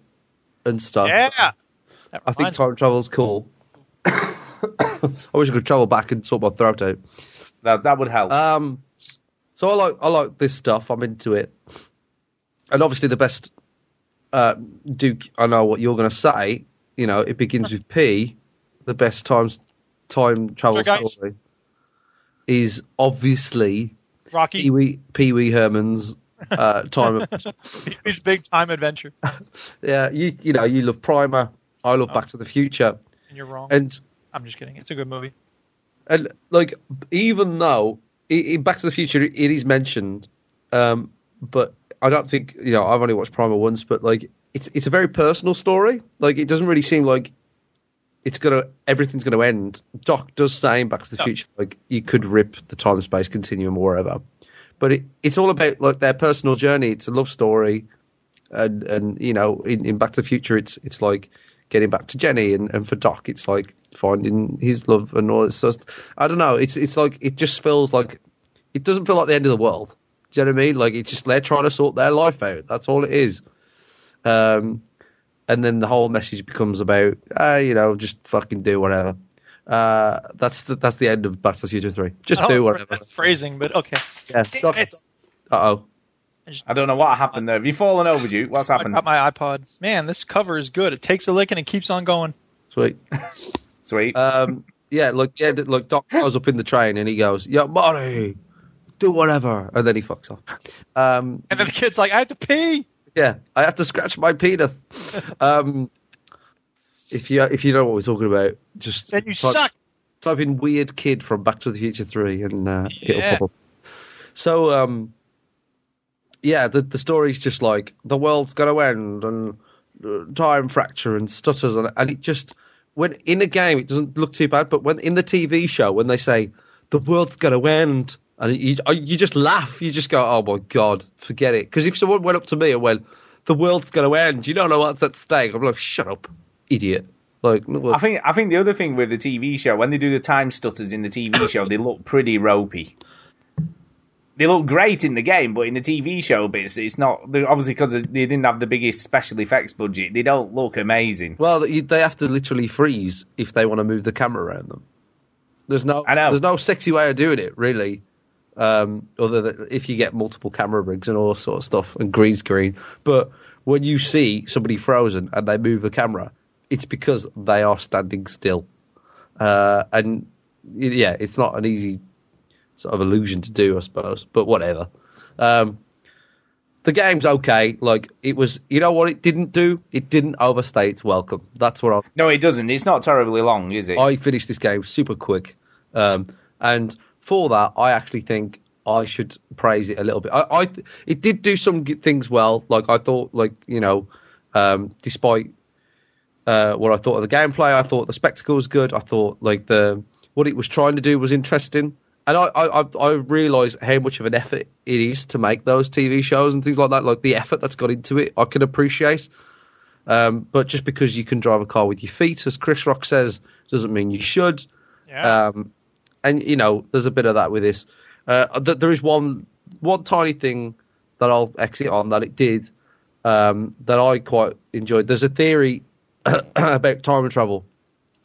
Speaker 1: and stuff.
Speaker 4: Yeah.
Speaker 1: I think time travel's cool. [coughs] I wish I could travel back and sort my throat out.
Speaker 2: That that would help.
Speaker 1: Um, so I like I like this stuff. I'm into it, and obviously the best uh, Duke. I know what you're going to say. You know, it begins with P. The best times time travel
Speaker 4: Sure, guys.
Speaker 1: story is obviously Pee
Speaker 4: Rocky, [laughs]
Speaker 1: Wee Pee Wee Herman's uh, time. of,
Speaker 4: his big time adventure.
Speaker 1: yeah, you you know you love Primer. I love Back to the Future,
Speaker 4: And you're wrong.
Speaker 1: and
Speaker 4: I'm just kidding. It's a good movie.
Speaker 1: And like, even though i- in Back to the Future it is mentioned, um, but I don't think you know I've only watched Primer once, but like it's it's a very personal story. Like it doesn't really seem like it's gonna everything's gonna end. Doc does say in Back to the
Speaker 4: Yeah.
Speaker 1: Future like you could rip the time space continuum or whatever, but it, it's all about like their personal journey. It's a love story, and and you know in, in Back to the Future it's it's like getting back to Jenny, and, and for Doc it's like finding his love and all this stuff. I don't know. It's it's like it just feels like it doesn't feel like the end of the world. Do you know what I mean? Like it's just they're trying to sort their life out. That's all it is. Um, and then the whole message becomes about, uh, you know, just fucking do whatever. Uh, that's the that's the end of Back to the Future Three. Just
Speaker 4: I [laughs]
Speaker 1: do
Speaker 4: don't
Speaker 1: whatever.
Speaker 4: remember that phrasing, but okay.
Speaker 1: Yeah.
Speaker 4: Oh, Damn it.
Speaker 1: Uh oh.
Speaker 2: I don't know what happened there. Have you fallen over, Duke? What's
Speaker 4: I
Speaker 2: happened?
Speaker 4: got my iPod. Man, this cover is good. It takes a lick and it keeps on going.
Speaker 1: Sweet.
Speaker 2: Sweet.
Speaker 1: Um, yeah, like yeah, like
Speaker 4: [laughs]
Speaker 1: Doc goes up in the train and he goes, "Yeah, Marty, do whatever," and then he fucks off. Um,
Speaker 4: And then the kid's like, I have to pee.
Speaker 1: yeah, I have to scratch my penis. Um, if you if you know what we're talking about, just
Speaker 4: Then you
Speaker 1: type,
Speaker 4: suck.
Speaker 1: type in "weird kid" from Back to the Future Three, and uh, it'll
Speaker 4: Yeah.
Speaker 1: pop up. So, um, yeah, the the story's just like the world's gonna end and uh, time fracture and stutters and and it just when in a game it doesn't look too bad, but when in the TV show when they say the world's gonna end and you you just laugh, you just go, oh my god, forget it. Because if someone went up to me and went, the world's gonna end, you don't know what's at stake. I'm like, shut up, idiot. Like, no,
Speaker 2: I think I think the other thing with the TV show when they do the time stutters in the TV show, they look pretty ropey. They look great in the game, but in the TV show bits, it's not they- obviously because they didn't have the biggest special effects budget. They don't look amazing.
Speaker 1: Well, they they have to literally freeze if they want to move the camera around them. There's no,
Speaker 2: I know.
Speaker 1: there's no sexy way of doing it, really. Um, other than if you get multiple camera rigs and all sort of stuff and green screen, but when you see somebody frozen and they move the camera, it's because they are standing still. Uh, and y- yeah, it's not an easy sort of illusion to do, I suppose. But whatever. Um, the game's okay. Like it was, you know what it didn't do? It didn't overstay its welcome. That's what I.
Speaker 2: No, it doesn't. It's not terribly long, is it?
Speaker 1: I finished this game super quick, um, and for that, I actually think I should praise it a little bit. I, I th- it did do some g- things well. Like I thought, like you know, um, despite uh, what I thought of the gameplay, I thought the spectacle was good. I thought like the what it was trying to do was interesting, and I I, I- I realised how much of an effort it is to make those TV shows and things like that. Like the effort that's got into it, I can appreciate. Um, but just because you can drive a car with your feet, as Chris Rock says, doesn't mean you should.
Speaker 4: Yeah.
Speaker 1: Um, and you know, there's a bit of that with this. Uh, th- there is one one tiny thing that I'll exit on that it did um, that I quite enjoyed. There's a theory [coughs] about time travel,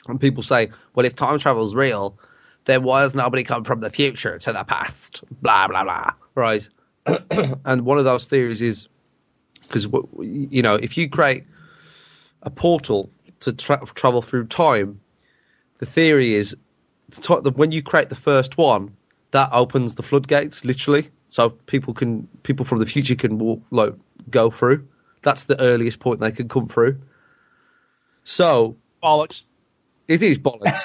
Speaker 1: and people say, well, if time travel's real, then why has nobody come from the future to the past? Blah blah blah. Right. [coughs] and one of those theories is because you know if you create a portal to tra- travel through time, the theory is the to- the, when you create the first one, that opens the floodgates literally, so people can people from the future can walk, like go through. That's the earliest point they can come through. So
Speaker 4: Bollocks.
Speaker 1: it is bollocks.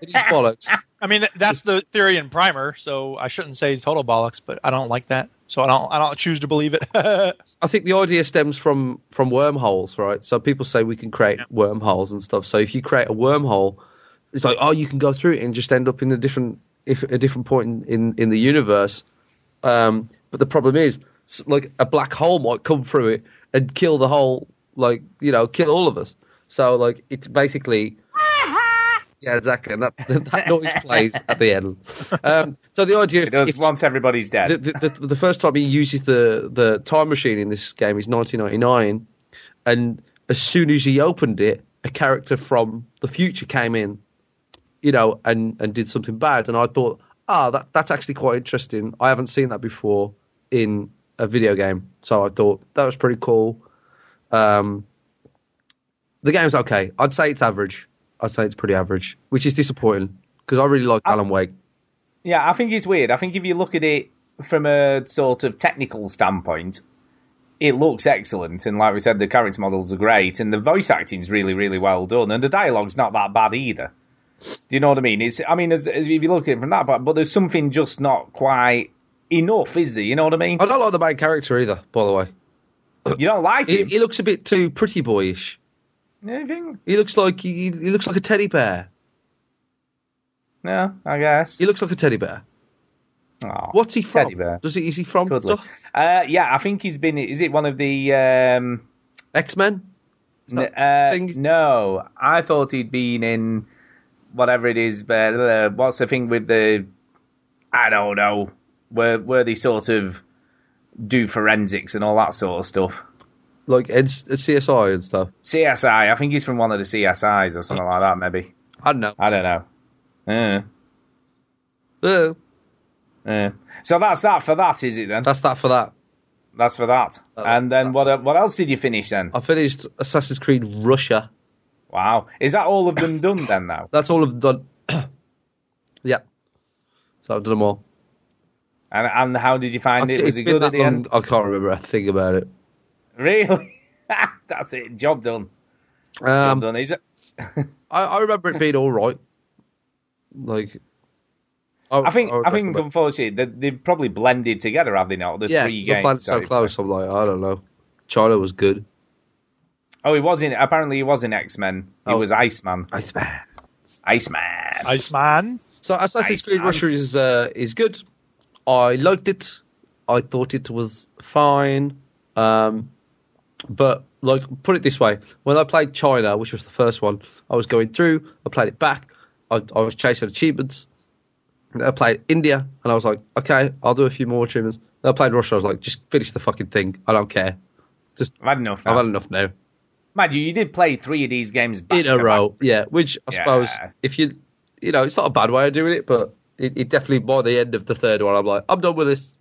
Speaker 1: it is bollocks.
Speaker 4: I mean, th- that's the theory in Primer, so I shouldn't say total bollocks, but I don't like that, so I don't. I don't choose to believe it. [laughs]
Speaker 1: I think the idea stems from from wormholes, right? So people say we can create wormholes and stuff. So if you create a wormhole, it's like oh, you can go through it and just end up in a different if a different point in in, in the universe. Um, but the problem is, s- like a black hole might come through it and kill the whole, like you know, kill all of us. So like it's basically. Yeah, exactly. And that, [laughs] that noise plays at the end. Um, so the idea is
Speaker 2: It does
Speaker 1: if-
Speaker 2: once everybody's dead.
Speaker 1: the, the, the, the first time he uses the, the time machine in this game is 1999, and as soon as he opened it, a character from the future came in, you know, and, and did something bad. And I thought, ah, that, that's actually quite interesting. I haven't seen that before in a video game, so I thought that was pretty cool. Um, the game's okay. I'd say it's average. I'd say it's pretty average, which is disappointing because I really like Alan Wake.
Speaker 2: Yeah, I think it's weird. I think if you look at it from a sort of technical standpoint, it looks excellent. And like we said, the character models are great, and the voice acting's really, really well done, and the dialogue's not that bad either. Do you know what I mean? It's, I mean, as, as if you look at it from that part, but there's something just not quite enough, is there? You know what I mean?
Speaker 1: I don't like the main character either, by the way.
Speaker 2: You don't like
Speaker 1: He,
Speaker 2: it.
Speaker 1: he looks a bit too pretty boyish.
Speaker 2: Anything?
Speaker 1: He looks like he, he looks like a teddy bear.
Speaker 2: No, I guess.
Speaker 1: He looks like a teddy bear.
Speaker 2: Aw,
Speaker 1: What's he from?
Speaker 2: Teddy bear.
Speaker 1: Does he is he from
Speaker 2: Cuddly.
Speaker 1: stuff?
Speaker 2: Uh, yeah, I think he's been. Is it one of the? Um,
Speaker 1: X Men.
Speaker 2: N- uh,
Speaker 1: things-
Speaker 2: No, I thought he'd been in whatever it is. But uh, what's the thing with the? I don't know. Where where they sort of do forensics and all that sort of stuff.
Speaker 1: Like uh, Ed, CSI and stuff.
Speaker 2: CSI. I think he's from one of the CSIs or something like that. Maybe
Speaker 1: I don't know.
Speaker 2: I don't know. Uh,
Speaker 1: Uh,
Speaker 2: uh. So that's that for that, is it then?
Speaker 1: that's that for that.
Speaker 2: That's for that. And then what? What else did you finish then?
Speaker 1: I finished Assassin's Creed Russia.
Speaker 2: Wow, is that all of them done then now?
Speaker 1: That's all I've done. [coughs] yeah. So I've done them all.
Speaker 2: And and how did you find it?
Speaker 1: It's
Speaker 2: Was it
Speaker 1: been
Speaker 2: good
Speaker 1: that
Speaker 2: at the
Speaker 1: long,
Speaker 2: end?
Speaker 1: I can't remember a thing about it.
Speaker 2: Really? [laughs] That's it. Job done. Job
Speaker 1: Um,
Speaker 2: done. Is it?
Speaker 1: I, I remember it being all right. Like,
Speaker 2: I think
Speaker 1: would
Speaker 2: I, think
Speaker 1: recommend-
Speaker 2: unfortunately they, they've probably blended together, have they not? The
Speaker 1: yeah,
Speaker 2: three
Speaker 1: 'cause the planet's
Speaker 2: games.
Speaker 1: so close. I'm like, I don't know. China was good.
Speaker 2: Oh, he was in. Apparently, he was in X Men. He
Speaker 1: Oh.
Speaker 2: was Iceman.
Speaker 1: I swear.
Speaker 2: Iceman.
Speaker 4: Iceman.
Speaker 1: So Assassin's
Speaker 2: Nice,
Speaker 1: Creed
Speaker 2: man.
Speaker 1: Russia is uh, is good. I liked it. I thought it was fine. Um, but like, put it this way: when I played China, which was the first one, I was going through. I played it back. I, I was chasing achievements. Then I played India, and I was like, okay, I'll do a few more achievements. Then I played Russia. I was like, just finish the fucking thing. I don't care. Just
Speaker 2: I've had enough.
Speaker 1: I've
Speaker 2: Now.
Speaker 1: had enough now.
Speaker 2: Mind you, you did play three of these games back
Speaker 1: in a
Speaker 2: to
Speaker 1: row. Yeah, which I
Speaker 2: Yeah.
Speaker 1: suppose if you, you know, it's not a bad way of doing it, but it, it definitely by the end of the third one, I'm like, I'm done with this.
Speaker 2: Back.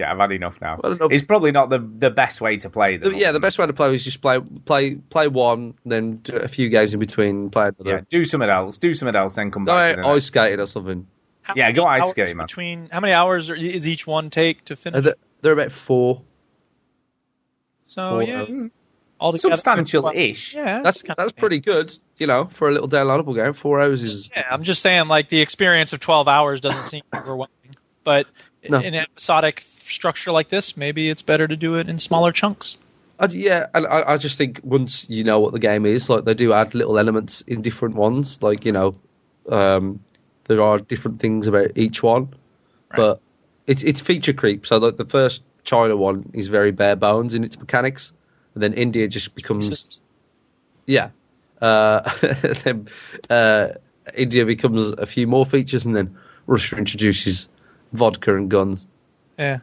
Speaker 2: Yeah, I've had enough now.
Speaker 1: Well enough.
Speaker 2: It's probably not the the best way to play
Speaker 1: The-
Speaker 2: them.
Speaker 1: yeah, the best way to play is just play play play one, then do a few games in between, play
Speaker 2: Yeah,
Speaker 1: another.
Speaker 2: do something else. Do something else, then come
Speaker 1: No,
Speaker 2: back. to the
Speaker 1: ice
Speaker 2: next.
Speaker 1: skating or something.
Speaker 4: How
Speaker 2: Yeah, go
Speaker 4: many
Speaker 2: ice
Speaker 4: hours
Speaker 2: skating, man.
Speaker 4: Between how many hours are, is each one take to
Speaker 1: Uh,
Speaker 4: finish?
Speaker 1: they're, they're about four.
Speaker 4: so
Speaker 1: four
Speaker 4: yeah,
Speaker 1: hours.
Speaker 4: all
Speaker 2: Substantial-ish.
Speaker 4: Yeah,
Speaker 1: That's
Speaker 4: kinda-
Speaker 1: that's pretty good, you know, for a little downloadable game. Four hours is
Speaker 4: Yeah, I'm just saying, like the experience of 12 hours doesn't seem overwhelming, but
Speaker 1: No.
Speaker 4: in an episodic structure like this, maybe it's better to do it in smaller chunks.
Speaker 1: I, yeah, and I, I just think once you know what the game is, like they do add little elements in different ones. Like you know, um, there are different things about each one, but it's it's feature creep. So like the first China one is very bare bones in its mechanics, and then India just becomes yeah. Uh, [laughs] then uh, India becomes a few more features, and then Russia introduces vodka and guns.
Speaker 4: Yeah,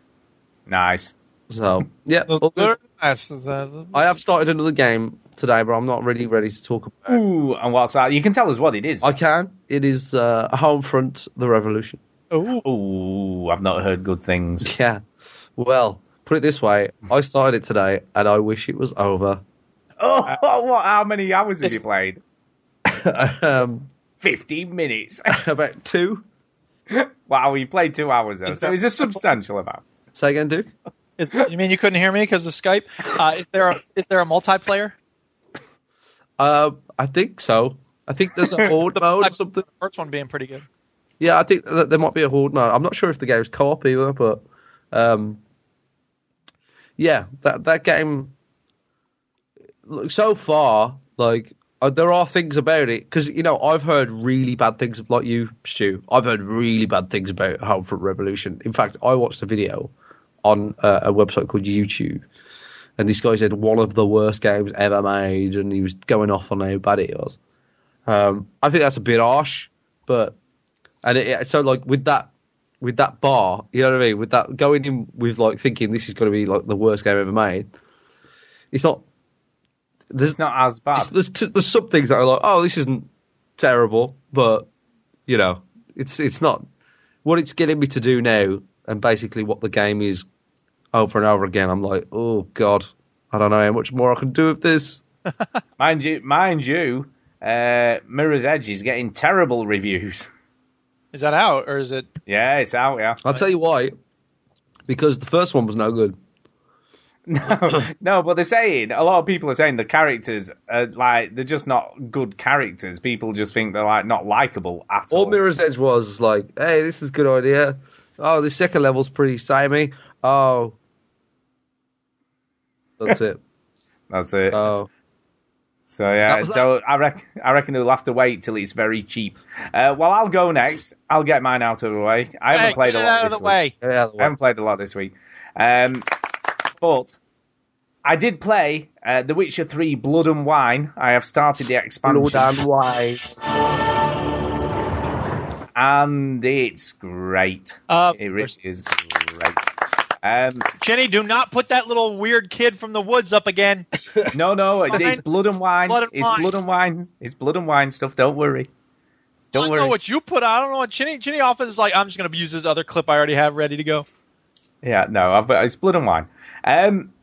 Speaker 2: Nice.
Speaker 1: So yeah, all good.
Speaker 4: Nice. Uh,
Speaker 1: I have started another game today, but I'm not really ready to talk about. it.
Speaker 2: Ooh, and what's that? You can tell us what it is.
Speaker 1: I can. It is uh, Homefront: The Revolution.
Speaker 4: ooh.
Speaker 2: Ooh, I've not heard
Speaker 1: [laughs]
Speaker 2: good things.
Speaker 1: Yeah. Well, put it this way: I started it today, and I wish it was over.
Speaker 2: Oh, [laughs] what? How many hours have you
Speaker 4: It's-
Speaker 2: played?
Speaker 1: um, [laughs]
Speaker 2: Fifteen minutes.
Speaker 1: about two.
Speaker 2: wow, you played two hours though, so it's a substantial amount.
Speaker 1: Say again, Duke.
Speaker 4: Is, you mean you couldn't hear me because of Skype? Uh, is there a, is there a multiplayer?
Speaker 1: Uh, I think so. I think there's
Speaker 4: [laughs]
Speaker 1: a horde mode or something.
Speaker 4: The first one being pretty good.
Speaker 1: Yeah, I think that there might be a horde mode. I'm not sure if the game's co-op either, but um, yeah, that that game. Look, so far, like uh, there are things about it because you know I've heard really bad things like you, Stu. I've heard really bad things about Homefront Revolution. In fact, I watched a video on uh, a website called YouTube, and this guy said one of the worst games ever made, and he was going off on how bad it was. Um, I think that's a bit harsh, but and it, it- so like with that with that bar, you know what I mean? With that going in with like thinking this is going to be like the worst game ever made. It's not. There's
Speaker 2: It's not as bad.
Speaker 1: it's- Ah, there's, t- there's some things that are like, oh, this isn't terrible, but you know, it's it's not what it's getting me to do now, and basically what the game is over and over again. I'm like, oh god, I don't know how much more I can do with this.
Speaker 2: Mind you, mind you, uh, Mirror's Edge is getting terrible reviews. [laughs]
Speaker 4: Is that out or is it?
Speaker 2: yeah, it's out. Yeah.
Speaker 1: I'll tell you why, because the first one was no good.
Speaker 2: No, no, but they're saying a lot of people are saying the characters are like they're just not good characters. People just think they're like not likable at all.
Speaker 1: All Mirror's Edge was like, hey, this is a good idea. Oh, the second level's pretty samey. Oh, that's it.
Speaker 2: That's it.
Speaker 1: Oh.
Speaker 2: so
Speaker 1: That
Speaker 2: yeah,
Speaker 1: was
Speaker 2: so I reckon I reckon they'll have to wait till it's very cheap. Uh, well, I'll go next. I'll get mine out of the way. I haven't
Speaker 4: Hey,
Speaker 2: played
Speaker 4: get
Speaker 2: a
Speaker 4: it
Speaker 2: lot
Speaker 4: out of
Speaker 2: this
Speaker 4: the
Speaker 2: week.
Speaker 4: way.
Speaker 1: Yeah,
Speaker 2: I haven't played a lot this week. Um, but I did play uh, The Witcher 3 Blood and Wine. I have started the expansion.
Speaker 1: why?
Speaker 2: And it's great.
Speaker 4: Of
Speaker 2: it
Speaker 4: course.
Speaker 2: really is great. Um,
Speaker 4: Uh, Jenny, do not put that little weird kid from the woods up again.
Speaker 2: no, no, it- it's Blood and Wine.
Speaker 4: Blood and
Speaker 2: it's
Speaker 4: Wine.
Speaker 2: Blood and Wine. It's Blood and Wine stuff. Don't worry.
Speaker 4: I
Speaker 2: Don't
Speaker 4: don't know
Speaker 2: worry.
Speaker 4: what you put out. I don't know what Jenny. Jenny often is like. I'm just gonna use this other clip I already have ready to go.
Speaker 2: Yeah, no, I've, it's Blood and Wine. Um,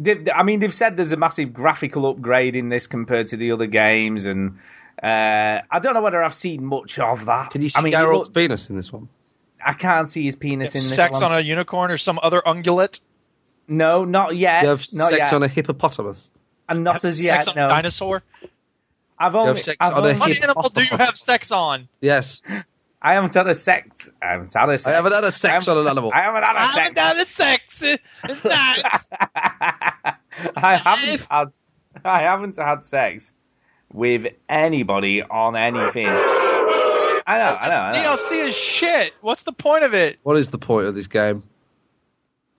Speaker 2: they, I mean, they've said there's a massive graphical upgrade in this compared to the other games, and uh, I don't know whether I've seen much of that.
Speaker 1: Can you see
Speaker 2: I mean,
Speaker 1: Geralt's
Speaker 2: look-
Speaker 1: penis in this one?
Speaker 2: I can't see his penis in this
Speaker 4: Sex
Speaker 2: one.
Speaker 4: on a unicorn or some other ungulate.
Speaker 2: No, not yet.
Speaker 1: You have
Speaker 2: not
Speaker 1: sex
Speaker 2: yet.
Speaker 1: on a hippopotamus.
Speaker 2: and not as
Speaker 4: sex
Speaker 2: yet.
Speaker 4: on
Speaker 2: No,
Speaker 4: a dinosaur.
Speaker 1: have
Speaker 2: I've only.
Speaker 1: sex
Speaker 2: I've
Speaker 1: on a
Speaker 2: only
Speaker 1: hip-
Speaker 4: What animal do you have
Speaker 1: [laughs]
Speaker 4: sex on?
Speaker 1: Yes,
Speaker 2: I haven't had a sex. I haven't had a sex.
Speaker 1: I haven't had a sex
Speaker 2: I'm-
Speaker 1: on an animal.
Speaker 2: I haven't had a
Speaker 4: I
Speaker 2: sex.
Speaker 4: haven't done a sex.
Speaker 2: [laughs]
Speaker 4: It's nice.
Speaker 2: I haven't
Speaker 4: If-
Speaker 2: had. I haven't had sex with anybody on anything. I know. I know. I know.
Speaker 4: DLC is shit. What's the point of it?
Speaker 1: What is the point of this game?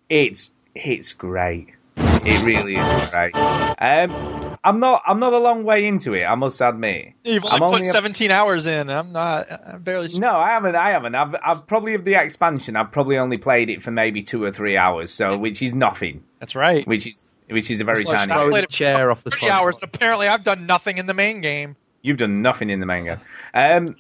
Speaker 2: It's it's great. It really is great. Um, I'm not. I'm not a long way into it. I must admit.
Speaker 4: You've
Speaker 2: I'm
Speaker 4: only put
Speaker 2: only a-
Speaker 4: 17 hours in. and I'm not. I'm barely.
Speaker 2: No, I haven't. I haven't. I've, I've probably of the expansion. I've probably only played it for maybe two or three hours. So, which is nothing.
Speaker 4: That's right.
Speaker 2: Which is which is a very
Speaker 4: It's like
Speaker 2: tiny.
Speaker 4: I
Speaker 1: Throw
Speaker 4: played
Speaker 1: the
Speaker 4: it for
Speaker 1: chair off the
Speaker 4: 30
Speaker 1: top.
Speaker 4: hours. And apparently, I've done nothing in the main game.
Speaker 2: You've done nothing in the manga. Um,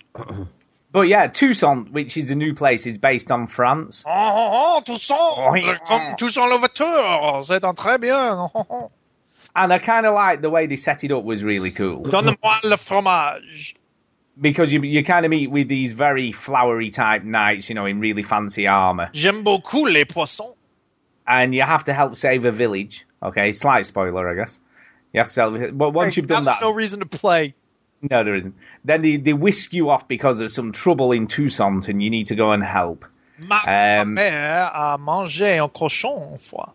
Speaker 2: but yeah, Tucson, which is a new place, is based on France.
Speaker 4: Oh, oh, oh
Speaker 2: Oh,
Speaker 4: Toussaint,
Speaker 2: yeah.
Speaker 4: comme Toussaint Louverture, c'est un très bien. Oh,
Speaker 2: [laughs]
Speaker 4: oh.
Speaker 2: And I kind of like the way they set it up was really cool.
Speaker 4: Donne-moi le fromage.
Speaker 2: because you you kind of meet with these very flowery type knights, you know, in really fancy armor,
Speaker 4: J'aime beaucoup les poissons.
Speaker 2: and you have to help save a village. Okay, slight spoiler, I guess. You have to sell, but once you've done
Speaker 4: Now
Speaker 2: that,
Speaker 4: there's no reason to play.
Speaker 2: no, there isn't. Then they, they whisk you off because there's some trouble in Toussaint, and you need to go and help.
Speaker 4: Ma
Speaker 2: Um,
Speaker 4: mère a mangé un cochon une fois.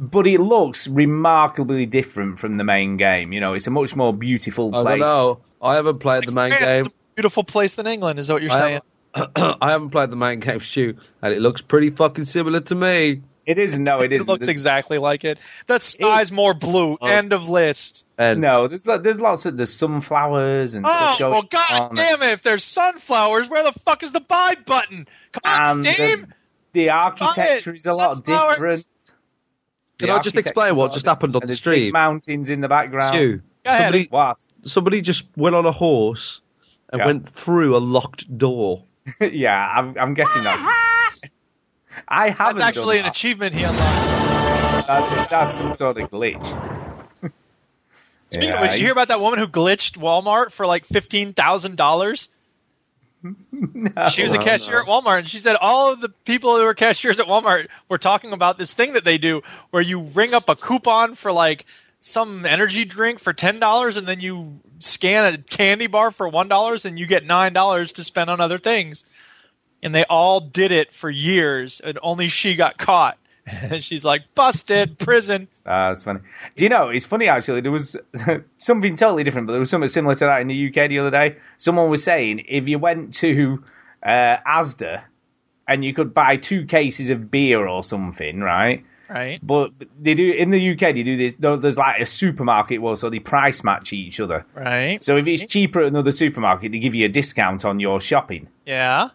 Speaker 2: But it looks remarkably different from the main game. You know, it's a much more beautiful
Speaker 1: I
Speaker 2: place.
Speaker 1: don't know. I haven't played the main
Speaker 4: Japan is
Speaker 1: game.
Speaker 4: a beautiful place than England, is that what you're
Speaker 1: I
Speaker 4: saying?
Speaker 1: haven't, [clears throat] I haven't played the main game, Stu, and it looks pretty fucking similar to me.
Speaker 2: It isn't. No, it
Speaker 4: It
Speaker 2: isn't.
Speaker 4: looks
Speaker 2: There's-
Speaker 4: exactly like it. That sky's more blue. End of list.
Speaker 1: And
Speaker 2: No, there's lo- there's lots of there's sunflowers and
Speaker 4: Oh,
Speaker 2: stuff going
Speaker 4: well, god
Speaker 2: on.
Speaker 4: damn it. If there's sunflowers, where the fuck is the buy button? Come on,
Speaker 2: And
Speaker 4: Steam!
Speaker 2: the, the architecture is a lot
Speaker 4: Sunflowers.
Speaker 2: different.
Speaker 1: Can
Speaker 2: The
Speaker 1: I just
Speaker 2: architecture's
Speaker 1: explain what
Speaker 2: all
Speaker 1: just
Speaker 2: different,
Speaker 1: happened on
Speaker 2: and
Speaker 1: the
Speaker 2: there's big
Speaker 1: stream?
Speaker 2: Mountains in the background.
Speaker 1: Stu,
Speaker 4: Go ahead.
Speaker 1: somebody,
Speaker 2: What? [laughs]
Speaker 1: somebody just went on a horse and
Speaker 2: Yeah.
Speaker 1: went through a locked door.
Speaker 2: yeah, I'm, I'm guessing
Speaker 4: [laughs]
Speaker 2: that's. [laughs] I haven't.
Speaker 4: That's actually
Speaker 2: done
Speaker 4: an
Speaker 2: that.
Speaker 4: achievement he unlocked.
Speaker 2: That's, that's some sort of glitch. [laughs]
Speaker 4: Speaking
Speaker 2: Yeah,
Speaker 4: of which, you
Speaker 2: he's-
Speaker 4: hear about that woman who glitched Walmart for like fifteen thousand dollars? She was a
Speaker 1: No,
Speaker 4: cashier
Speaker 1: no.
Speaker 4: at Walmart, and she said all of the people who were cashiers at Walmart were talking about this thing that they do, where you ring up a coupon for like some energy drink for ten dollars, and then you scan a candy bar for one dollars, and you get nine dollars to spend on other things. And they all did it for years, and only she got caught. [laughs] And she's like, "Busted, prison."
Speaker 2: Ah, that's funny. Do you know, it's funny actually, there was [laughs] something totally different, but there was something similar to that in the UK the other day. Someone was saying if you went to uh, Asda and you could buy two cases of beer or something, right?
Speaker 4: Right?
Speaker 2: But they do in the UK, they do this. there- There's like a supermarket war, so they price match each other.
Speaker 4: Right?
Speaker 2: So if it's cheaper at another supermarket, they give you a discount on your shopping.
Speaker 4: Yeah.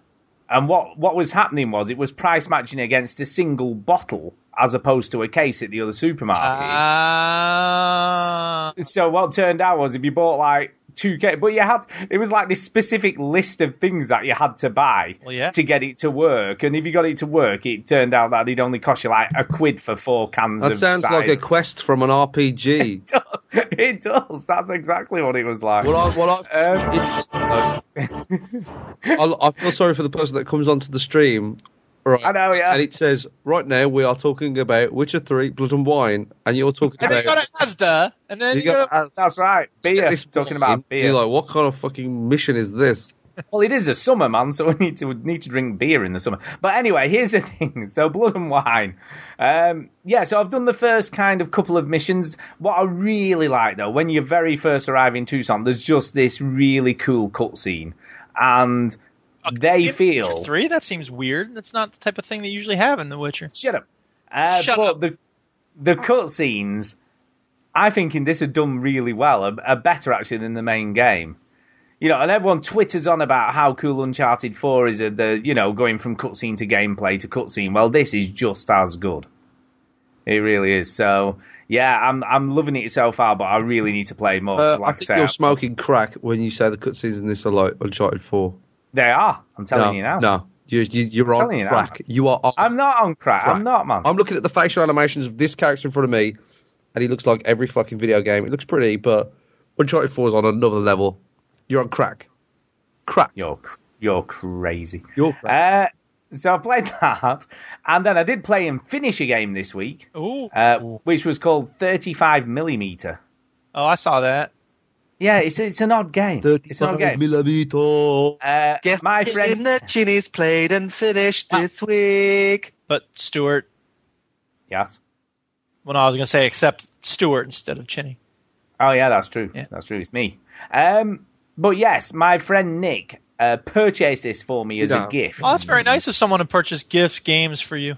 Speaker 2: And what what was happening was it was price matching against a single bottle as opposed to a case at the other supermarket.
Speaker 4: Ah.
Speaker 2: So what turned out was if you bought like two K, but you had it was like this specific list of things that you had to buy
Speaker 4: Well, yeah.
Speaker 2: to get it to work. And if you got it to work, it turned out that it'd only cost you like a quid for four cans.
Speaker 1: That
Speaker 2: of
Speaker 1: sounds like a
Speaker 2: [laughs] cider.
Speaker 1: quest from an
Speaker 2: [laughs]
Speaker 1: RPG.
Speaker 2: It does. It does. That's exactly what it was like.
Speaker 1: What I, what I,
Speaker 2: Um,
Speaker 1: interesting though,
Speaker 2: [laughs]
Speaker 1: I, I feel sorry for the person that comes onto the stream, right?
Speaker 2: I know, yeah.
Speaker 1: And it says, right now we are talking about Witcher Three, Blood and Wine, and you're talking
Speaker 4: And then
Speaker 1: about
Speaker 4: you go to Asda, and then
Speaker 1: you
Speaker 4: you go
Speaker 1: got
Speaker 4: to
Speaker 1: to
Speaker 2: That's right. Beer.
Speaker 1: this
Speaker 2: Talking
Speaker 1: game,
Speaker 2: about beer.
Speaker 1: You're like, what kind of fucking mission is this?
Speaker 2: Well, it is a summer, man, so [laughs] we need to we need to drink beer in the summer. But anyway, here's the [laughs] thing. So blood and wine. Um, yeah, so I've done the first kind of couple of missions. What I really like though, when you very first arrive in Tucson, there's just this really cool cutscene, and they
Speaker 4: Is it Witcher
Speaker 2: feel
Speaker 4: three. That seems weird. That's not the type of thing they usually have in The Witcher.
Speaker 2: shut up. Uh,
Speaker 4: Shut
Speaker 2: but
Speaker 4: up.
Speaker 2: The the cutscenes, I think in this are done really well. Are, are better actually than the main game. You know, and everyone twitters on about how cool Uncharted Four is. uh, The you know going from cutscene to gameplay to cutscene. Well, this is just as good. It really is. So yeah, I'm I'm loving it so far, but I really need to play more. 'cause
Speaker 1: Uh, I
Speaker 2: like I,
Speaker 1: think
Speaker 2: say,
Speaker 1: you're smoking crack when you say the cutscenes in this are like Uncharted Four.
Speaker 2: they are. I'm
Speaker 1: No,
Speaker 2: telling you now.
Speaker 1: no, you, you, you're on
Speaker 2: telling you now.
Speaker 1: crack. You are on
Speaker 2: I'm not on crack.
Speaker 1: crack.
Speaker 2: I'm not, man.
Speaker 1: I'm looking at the facial animations of this character in front of me, and he looks like every fucking video game. It looks pretty, but Uncharted 4 is on another level. You're on crack. Crack.
Speaker 2: You're cr- you're crazy.
Speaker 1: You're crack.
Speaker 2: Uh, so I played that, and then I did play and finish a game this week,
Speaker 4: Ooh.
Speaker 2: uh, which was called 35 Millimeter.
Speaker 4: oh, I saw that.
Speaker 2: Yeah, it's it's an odd game. It's an
Speaker 1: 35
Speaker 2: odd game.
Speaker 1: millimeter.
Speaker 2: Uh,
Speaker 6: Guess
Speaker 2: my
Speaker 6: the game
Speaker 2: friend,
Speaker 6: that Ginny's played and finished
Speaker 2: Ah.
Speaker 6: this week.
Speaker 4: But Stuart.
Speaker 2: yes.
Speaker 4: Well, no, I was gonna say except Stuart instead of Chinny.
Speaker 2: Oh yeah, that's true.
Speaker 4: Yeah.
Speaker 2: That's true. It's me. Um, but yes, my friend Nick uh, purchased this for me as
Speaker 1: No.
Speaker 2: a gift.
Speaker 4: Oh, that's very nice of someone to purchase gifts, games for you.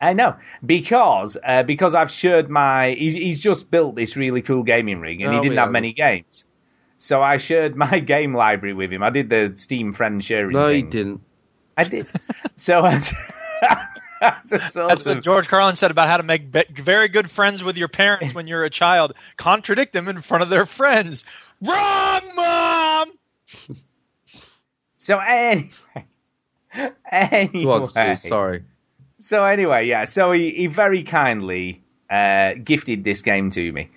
Speaker 2: I know because uh, because I've shared my. He's, he's just built this really cool gaming rig, and
Speaker 1: No,
Speaker 2: he
Speaker 1: we
Speaker 2: didn't have
Speaker 1: haven't.
Speaker 2: many games. So I shared [laughs] my game library with him. I did the Steam friend sharing.
Speaker 1: No,
Speaker 2: thing.
Speaker 1: he didn't.
Speaker 2: I did. so [laughs] I. that's a sort
Speaker 4: That's
Speaker 2: of-
Speaker 4: what George Carlin said about how to make be- very good friends with your parents when you're a child. Contradict them in front of their friends. Wrong, mom.
Speaker 2: So anyway, [laughs]
Speaker 1: Go on,
Speaker 2: anyway.
Speaker 1: Stu, sorry.
Speaker 2: So anyway, yeah. So he, he very kindly uh, gifted this game to me.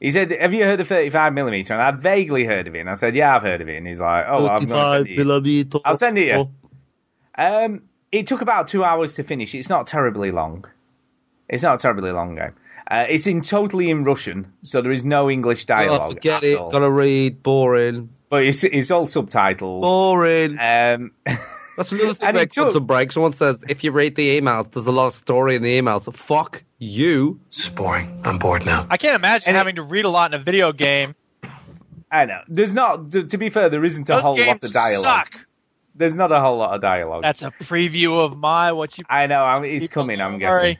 Speaker 2: He said, "Have you heard of 35 millimeter?" And I vaguely heard of it, and I said, "Yeah, I've heard of it." And he's like, "Oh, I've not sent it." to you."
Speaker 7: millimeter.
Speaker 2: I'll send it you. Um, it took about two hours to finish. It's not terribly long. It's not a terribly long game. Uh, it's in totally in Russian, so there is no English dialogue.
Speaker 1: Oh, forget
Speaker 2: at
Speaker 1: it.
Speaker 2: all.
Speaker 1: Gotta read. Boring.
Speaker 2: But it's it's all subtitled.
Speaker 1: Boring.
Speaker 2: Um, [laughs]
Speaker 1: That's another thing
Speaker 2: and
Speaker 1: that
Speaker 2: it took-
Speaker 1: comes and breaks. Someone says, if you read the emails, there's a lot of story in the emails. Fuck you.
Speaker 8: It's boring. I'm bored now.
Speaker 4: I can't imagine
Speaker 2: And it-
Speaker 4: having to read a lot in a video game.
Speaker 2: I know. There's not. To, to be fair, there isn't a
Speaker 4: Those
Speaker 2: whole lot
Speaker 4: games
Speaker 2: of dialogue.
Speaker 4: suck.
Speaker 2: There's not a whole lot of dialogue.
Speaker 4: That's a preview of my what you.
Speaker 2: I know. I'm, it's
Speaker 4: people-
Speaker 2: coming. I'm
Speaker 4: don't
Speaker 2: guessing.
Speaker 4: worry.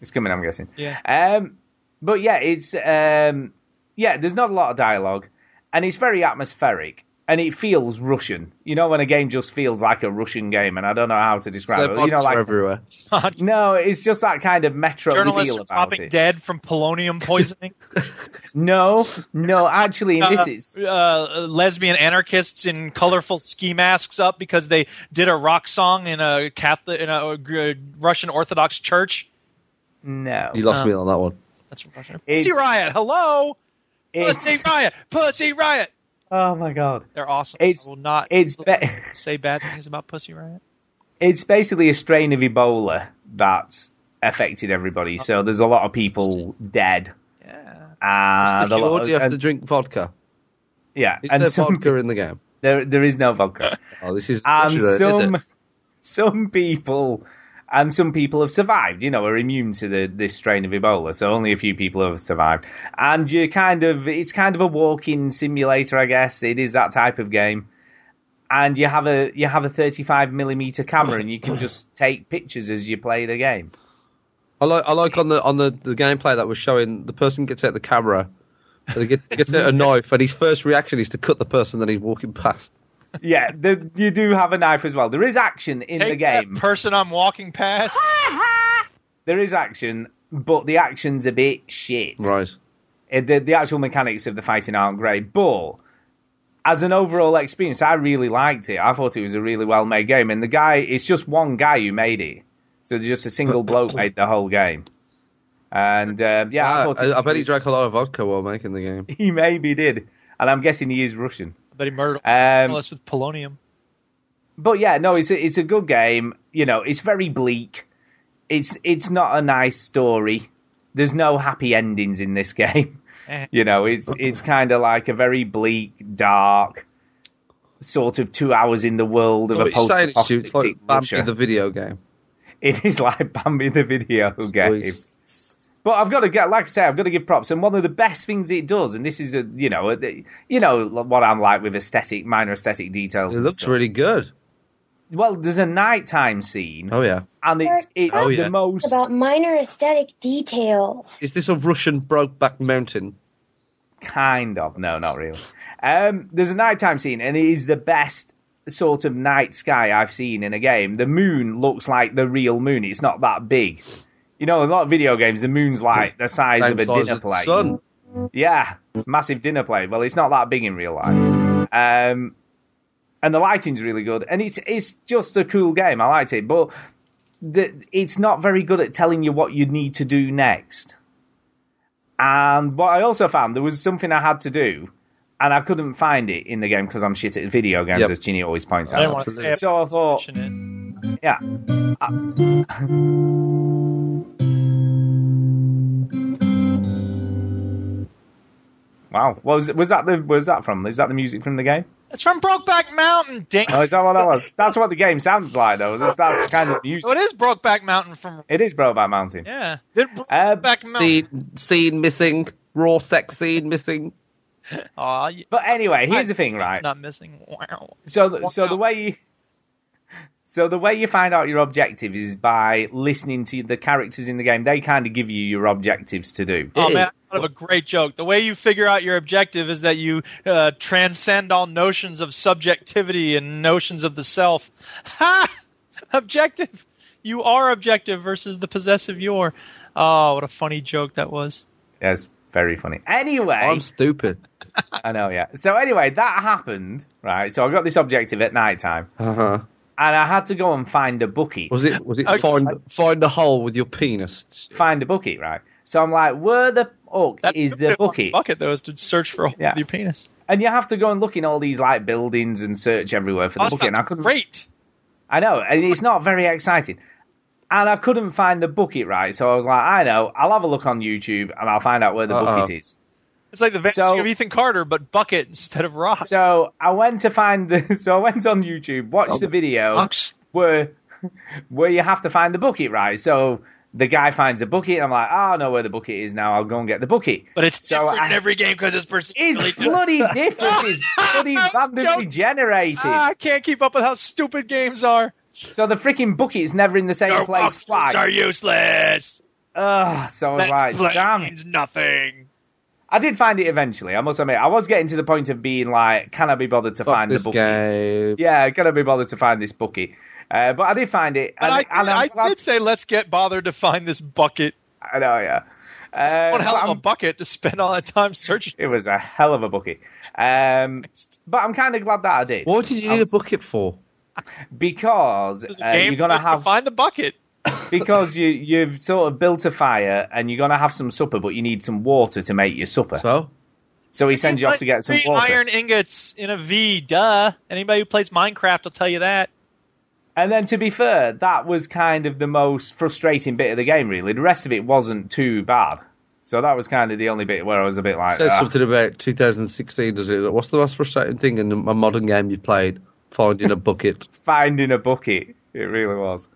Speaker 2: It's coming. I'm guessing.
Speaker 4: Yeah.
Speaker 2: Um, but yeah, it's um, yeah. There's not a lot of dialogue, and it's very atmospheric, and it feels Russian. You know, when a game just feels like a Russian game, and I don't know how to
Speaker 1: Their
Speaker 2: describe it. You know,
Speaker 1: bugs are
Speaker 2: like
Speaker 1: everywhere.
Speaker 2: no, it's just that kind of metro feel
Speaker 4: Journalists
Speaker 2: about
Speaker 4: dropping
Speaker 2: it.
Speaker 4: dead from polonium poisoning.
Speaker 2: No, no, actually, in [laughs]
Speaker 4: uh,
Speaker 2: this
Speaker 4: [laughs]
Speaker 2: is
Speaker 4: uh, lesbian anarchists in colorful ski masks up because they did a rock song in a Catholic in a uh, Russian Orthodox church.
Speaker 2: no.
Speaker 1: You lost
Speaker 4: Uh,
Speaker 1: me on that one.
Speaker 4: That's Russian.
Speaker 2: It's-
Speaker 4: Pussy riot. Hello,
Speaker 2: It's-
Speaker 4: pussy riot. Pussy riot.
Speaker 2: oh my god,
Speaker 4: They're awesome.
Speaker 2: It's-
Speaker 4: I will not
Speaker 2: it's be-
Speaker 4: say bad things about Pussy Riot.
Speaker 2: [laughs] it's basically a strain of Ebola that's affected everybody. So there's a lot of people dead.
Speaker 4: Yeah.
Speaker 2: And
Speaker 1: the
Speaker 2: a lot
Speaker 1: cure,
Speaker 2: of,
Speaker 1: do you have to
Speaker 2: Uh, and-
Speaker 1: drink vodka?
Speaker 2: yeah,
Speaker 1: Is
Speaker 2: and
Speaker 1: there
Speaker 2: some
Speaker 1: vodka in the game?
Speaker 2: [laughs] There, there is no vodka.
Speaker 1: Oh, this is.
Speaker 2: And
Speaker 1: Russia, is
Speaker 2: some,
Speaker 1: it?
Speaker 2: some people, and some people have survived. You know, are immune to the this strain of Ebola. So only a few people have survived. And you kind of, it's kind of a walking simulator, I guess. It is that type of game. And you have a you have a 35 millimeter camera, and you can just take pictures as you play the game.
Speaker 1: I like I like on the on the, the gameplay that was showing the person gets out the camera, and he gets, gets
Speaker 2: [laughs]
Speaker 1: out a knife, and his first reaction is to cut the person that he's walking past.
Speaker 2: Yeah, the, you do have a knife as well. There is action in the
Speaker 4: Take that
Speaker 2: game.
Speaker 4: person I'm
Speaker 2: [laughs]
Speaker 4: walking past.
Speaker 2: there is action, but the action's a bit shit.
Speaker 1: Right.
Speaker 2: Uh, the, the actual mechanics of the fighting aren't great, but as an overall experience, I really liked it. I thought it was a really well made game, and the guy, it's just one guy who made it, so there's just
Speaker 1: [laughs]
Speaker 2: a single bloke made the whole game. And uh, yeah, I
Speaker 1: Ah,
Speaker 2: thought
Speaker 1: I,
Speaker 2: it-
Speaker 1: I bet he drank a lot of vodka while making the game.
Speaker 2: [laughs] he maybe did, and I'm guessing he is Russian.
Speaker 4: But he murdered all
Speaker 2: Um,
Speaker 4: of us with polonium.
Speaker 2: but yeah, no, it's a, it's a good game. You know, it's very bleak. It's it's not a nice story. There's no happy endings in this [laughs] game.
Speaker 4: Eh.
Speaker 2: you know, it's it's kind of like a very bleak, dark sort of two hours in the world
Speaker 1: So
Speaker 2: of a
Speaker 1: what you're saying is you- it's
Speaker 2: post-apocalyptic
Speaker 1: like Bambi
Speaker 2: Russia.
Speaker 1: the video game.
Speaker 2: It is like Bambi the video game.
Speaker 1: Boys.
Speaker 2: But I've got to get, like I say, I've got to give props. And one of the best things it does, and this is a, you know, a, you know what I'm like with aesthetic, minor aesthetic details.
Speaker 1: It
Speaker 2: and
Speaker 1: looks
Speaker 2: stuff.
Speaker 1: really good.
Speaker 2: well. There's a nighttime scene,
Speaker 1: Oh yeah.
Speaker 2: and it's it's
Speaker 1: Oh, yeah.
Speaker 2: the most
Speaker 9: about minor aesthetic details.
Speaker 1: Is this a Russian Brokeback Mountain?
Speaker 2: kind of no, not really. Um, there's a nighttime scene, and it is the best sort of night sky I've seen in a game. The moon looks like the real moon. It's not that big. You know, in a lot of video games, the moon's like the size
Speaker 1: Same
Speaker 2: of a
Speaker 1: size
Speaker 2: dinner
Speaker 1: as the
Speaker 2: plate.
Speaker 1: sun.
Speaker 2: Yeah, massive dinner plate. Well, it's not that big in real life. Um, and the lighting's really good, and it's it's just a cool game. I liked it, but the, it's not very good at telling you what you need to do next. And what I also found there was something I had to do, and I couldn't find it in the game because I'm shit at video games,
Speaker 1: Yep.
Speaker 2: as Ginny always points
Speaker 4: I didn't
Speaker 2: out.
Speaker 4: want to say it.
Speaker 2: So I thought,
Speaker 4: mention it.
Speaker 2: yeah, Uh, wow. What was was that the was that from? Is that the music from the game?
Speaker 4: It's from Brokeback Mountain. Dang.
Speaker 2: Oh, is that what that
Speaker 4: [laughs]
Speaker 2: was? That's what the game sounds like, though. That's, that's kind of music.
Speaker 4: What Oh, is Brokeback Mountain from?
Speaker 2: It is Brokeback Mountain.
Speaker 4: Yeah. Did
Speaker 2: Uh,
Speaker 4: Brokeback Mountain?
Speaker 1: Scene, scene missing. Raw sex scene missing.
Speaker 4: Aw, yeah,
Speaker 2: But anyway, here's the thing, right?
Speaker 4: It's not missing. Wow.
Speaker 2: So, so the way you, so the way you find out your objective is by listening to the characters in the game. They kind of give you your objectives to do.
Speaker 4: Oh
Speaker 1: It
Speaker 4: man,
Speaker 1: is.
Speaker 4: I thought of a great joke. The way you figure out your objective is that you uh, transcend all notions of subjectivity and notions of the self. [laughs] Ha! Objective. You are objective versus the possessive your. Oh, what a funny joke that was.
Speaker 2: That's very funny. Anyway,
Speaker 4: Oh,
Speaker 1: I'm stupid.
Speaker 2: I know, yeah. So anyway, that happened, right? So I got this objective at night time,
Speaker 1: Uh huh.
Speaker 2: and I had to go and find a bucket.
Speaker 1: Was it was it
Speaker 4: Okay.
Speaker 1: find find a hole with your penis?
Speaker 2: find a bucket, right? So I'm like, where the fuck
Speaker 4: That
Speaker 2: is the bucket?
Speaker 4: Bucket though is to search for a hole
Speaker 2: Yeah.
Speaker 4: with your penis.
Speaker 2: And you have to go and look in all these like buildings and search everywhere for the
Speaker 4: Oh,
Speaker 2: bucket. And I
Speaker 4: sounds
Speaker 2: couldn't.
Speaker 4: great.
Speaker 2: I know, and it's not very exciting. And I couldn't find the bucket right, so I was like, I know, I'll have a look on YouTube and I'll find out where the
Speaker 1: Uh-oh.
Speaker 2: bucket is.
Speaker 4: It's like the vanishing
Speaker 2: So-
Speaker 4: of Ethan Carter, but bucket instead of rocks.
Speaker 2: So I went to find the. [laughs] So I went on YouTube,
Speaker 1: Oh,
Speaker 2: watched the video
Speaker 1: Rocks.
Speaker 2: where where you have to find the bucket right. So the guy finds the bucket. And I'm like, oh, I know where the bucket is now. I'll go and get the bucket.
Speaker 4: but it's
Speaker 2: so
Speaker 4: different in
Speaker 2: I-
Speaker 4: every game because it's
Speaker 2: It's
Speaker 4: personally [laughs]
Speaker 2: bloody different. It's bloody
Speaker 4: I was
Speaker 2: randomly
Speaker 4: joking.
Speaker 2: generated.
Speaker 4: Ah, I can't keep up with how stupid games are.
Speaker 2: So the freaking bucket's never in the same
Speaker 4: Your
Speaker 2: place
Speaker 4: rocks
Speaker 2: twice.
Speaker 4: are useless.
Speaker 2: Ugh, so I was
Speaker 4: That's
Speaker 2: like, damn it.
Speaker 4: means nothing.
Speaker 2: I did find it eventually. I must admit, I was getting to the point of being like, can I be bothered to
Speaker 1: Fuck
Speaker 2: find
Speaker 1: this
Speaker 2: the bucket?
Speaker 1: game.
Speaker 2: Yeah, can I be bothered to find this bucket? Uh, but I did find it,
Speaker 4: And, I,
Speaker 2: and I'm
Speaker 4: I,
Speaker 2: glad-
Speaker 4: did say, let's get bothered to find this bucket.
Speaker 2: I know, yeah. Uh,
Speaker 4: What a hell
Speaker 2: but
Speaker 4: of a
Speaker 2: I'm-
Speaker 4: bucket to spend all that time searching.
Speaker 2: it was a hell of a bucket. Um, but I'm kind of glad that I did
Speaker 1: What did you need a bucket for?
Speaker 2: because
Speaker 4: There's a
Speaker 2: uh,
Speaker 4: game
Speaker 2: you're gonna
Speaker 4: to
Speaker 2: have
Speaker 4: [laughs] find the bucket.
Speaker 2: because you you've sort of built a fire and you're gonna have some supper, but you need some water to make your supper. So,
Speaker 1: So
Speaker 2: he sends you off to get some
Speaker 4: Three
Speaker 2: water.
Speaker 4: iron ingots in a V. Duh. Anybody who plays Minecraft will tell you that.
Speaker 2: And then, to be fair, that was kind of the most frustrating bit of the game, really. The rest of it wasn't too bad. So that was kind of the only bit where I was a bit like,
Speaker 1: says
Speaker 2: "Ah."
Speaker 1: something about 2016, does it? What's the most frustrating thing in a modern game you played? Finding a bucket.
Speaker 2: finding a bucket. It really was.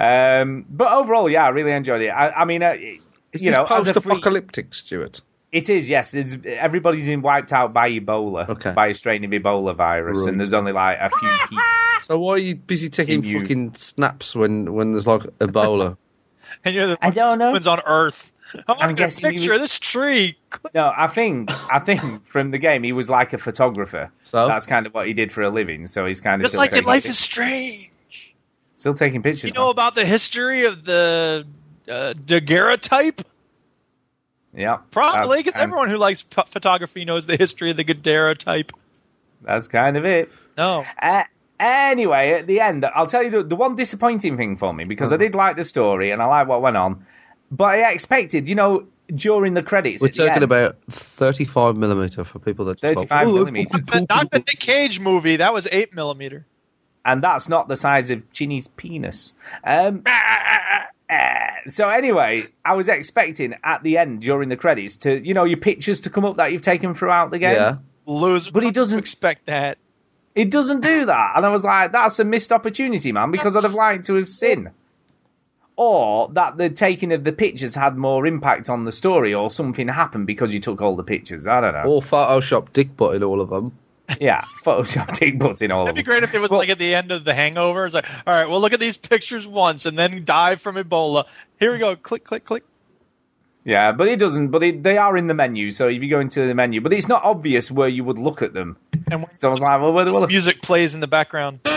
Speaker 2: Um, but overall, yeah, I really enjoyed it. I, I mean, uh, it-
Speaker 1: Is
Speaker 2: [laughs] you
Speaker 1: this
Speaker 2: know, as a free-
Speaker 1: post-apocalyptic, Stuart?
Speaker 2: it is. Yes, there's, everybody's been wiped out by Ebola,
Speaker 1: Okay.
Speaker 2: by a strain of Ebola virus,
Speaker 1: Right.
Speaker 2: and there's only like a
Speaker 4: [laughs]
Speaker 2: few people.
Speaker 1: So why are you busy taking
Speaker 2: In you.
Speaker 1: fucking snaps when, when there's like
Speaker 2: [laughs]
Speaker 1: Ebola?
Speaker 4: And you're the
Speaker 2: I don't know.
Speaker 4: ones on Earth. I'm
Speaker 2: I'm
Speaker 4: looking at a
Speaker 2: guessing you-
Speaker 4: picture of this tree.
Speaker 2: No, I think I think from the game he was like a photographer.
Speaker 1: So?
Speaker 2: that's kind of what he did for a living. So he's kind of
Speaker 4: Just
Speaker 2: still
Speaker 4: like in
Speaker 2: taking
Speaker 4: Life
Speaker 2: pic-
Speaker 4: is Strange.
Speaker 2: still taking pictures.
Speaker 4: You know
Speaker 2: man.
Speaker 4: about the history of the uh, daguerreotype?
Speaker 2: Yeah, That's
Speaker 4: Probably, because
Speaker 2: kind-
Speaker 4: everyone who likes p- photography knows the history of the daguerreotype.
Speaker 2: That's kind of it.
Speaker 4: No.
Speaker 2: Uh, anyway, at the end, I'll tell you the, the one disappointing thing for me because I
Speaker 1: Uh-huh.
Speaker 2: did like the story and I like what went on, but I expected, you know, during the credits,
Speaker 1: We're
Speaker 2: at the
Speaker 1: talking
Speaker 2: end-
Speaker 1: about 35 millimeter for people that just
Speaker 2: 35
Speaker 1: like, "Ooh,
Speaker 2: millimeters.
Speaker 1: cool, cool,
Speaker 4: Not the
Speaker 1: cool,
Speaker 4: Nick Cage movie. That was 8 millimeter.
Speaker 2: and that's not the size of Ginny's penis. Um, eh, so anyway, I was expecting at the end during the credits to, you know, your pictures to come up that you've taken throughout the
Speaker 1: cool."
Speaker 2: game.
Speaker 1: Yeah.
Speaker 4: Loser.
Speaker 2: But he
Speaker 4: Don't
Speaker 2: doesn't-
Speaker 4: expect that.
Speaker 2: It doesn't do that. And I was like, that's a missed opportunity, man, because I'd have liked to have seen. Or that the taking of the pictures had more impact on the story, or something happened because you took all the pictures. I don't know.
Speaker 1: Or Photoshop dick butt in all of them.
Speaker 2: Yeah, [laughs] Photoshop dick butts in all of
Speaker 4: It'd be
Speaker 2: them.
Speaker 4: great if it was
Speaker 2: Well-
Speaker 4: like at the end of The Hangover. It's like, all right, well, look at these pictures once and then die from Ebola. Here we go. Click, click, click.
Speaker 2: Yeah, but it doesn't. But it, they are in the menu, so if you go into the menu, but it's not obvious where you would look at them.
Speaker 4: And when
Speaker 2: So I was like, well, where the
Speaker 4: this
Speaker 2: well,
Speaker 4: music plays in the background. [laughs]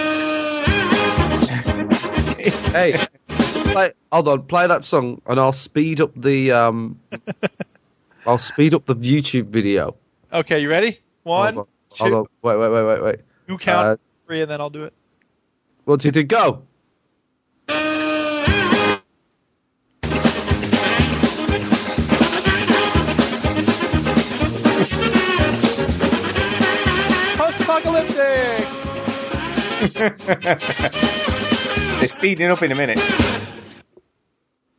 Speaker 1: Hey, play, hold on, play that song, and I'll speed up the
Speaker 4: [laughs]
Speaker 1: um, I'll speed up the YouTube video.
Speaker 4: Okay, you ready? One,
Speaker 1: hold
Speaker 4: two,
Speaker 1: on, hold on, wait, wait, wait, wait, wait.
Speaker 4: you count
Speaker 1: Uh,
Speaker 4: three, and then I'll do it.
Speaker 1: One, two, three, go.
Speaker 4: Post-apocalyptic.
Speaker 2: [laughs] they're speeding up in a minute.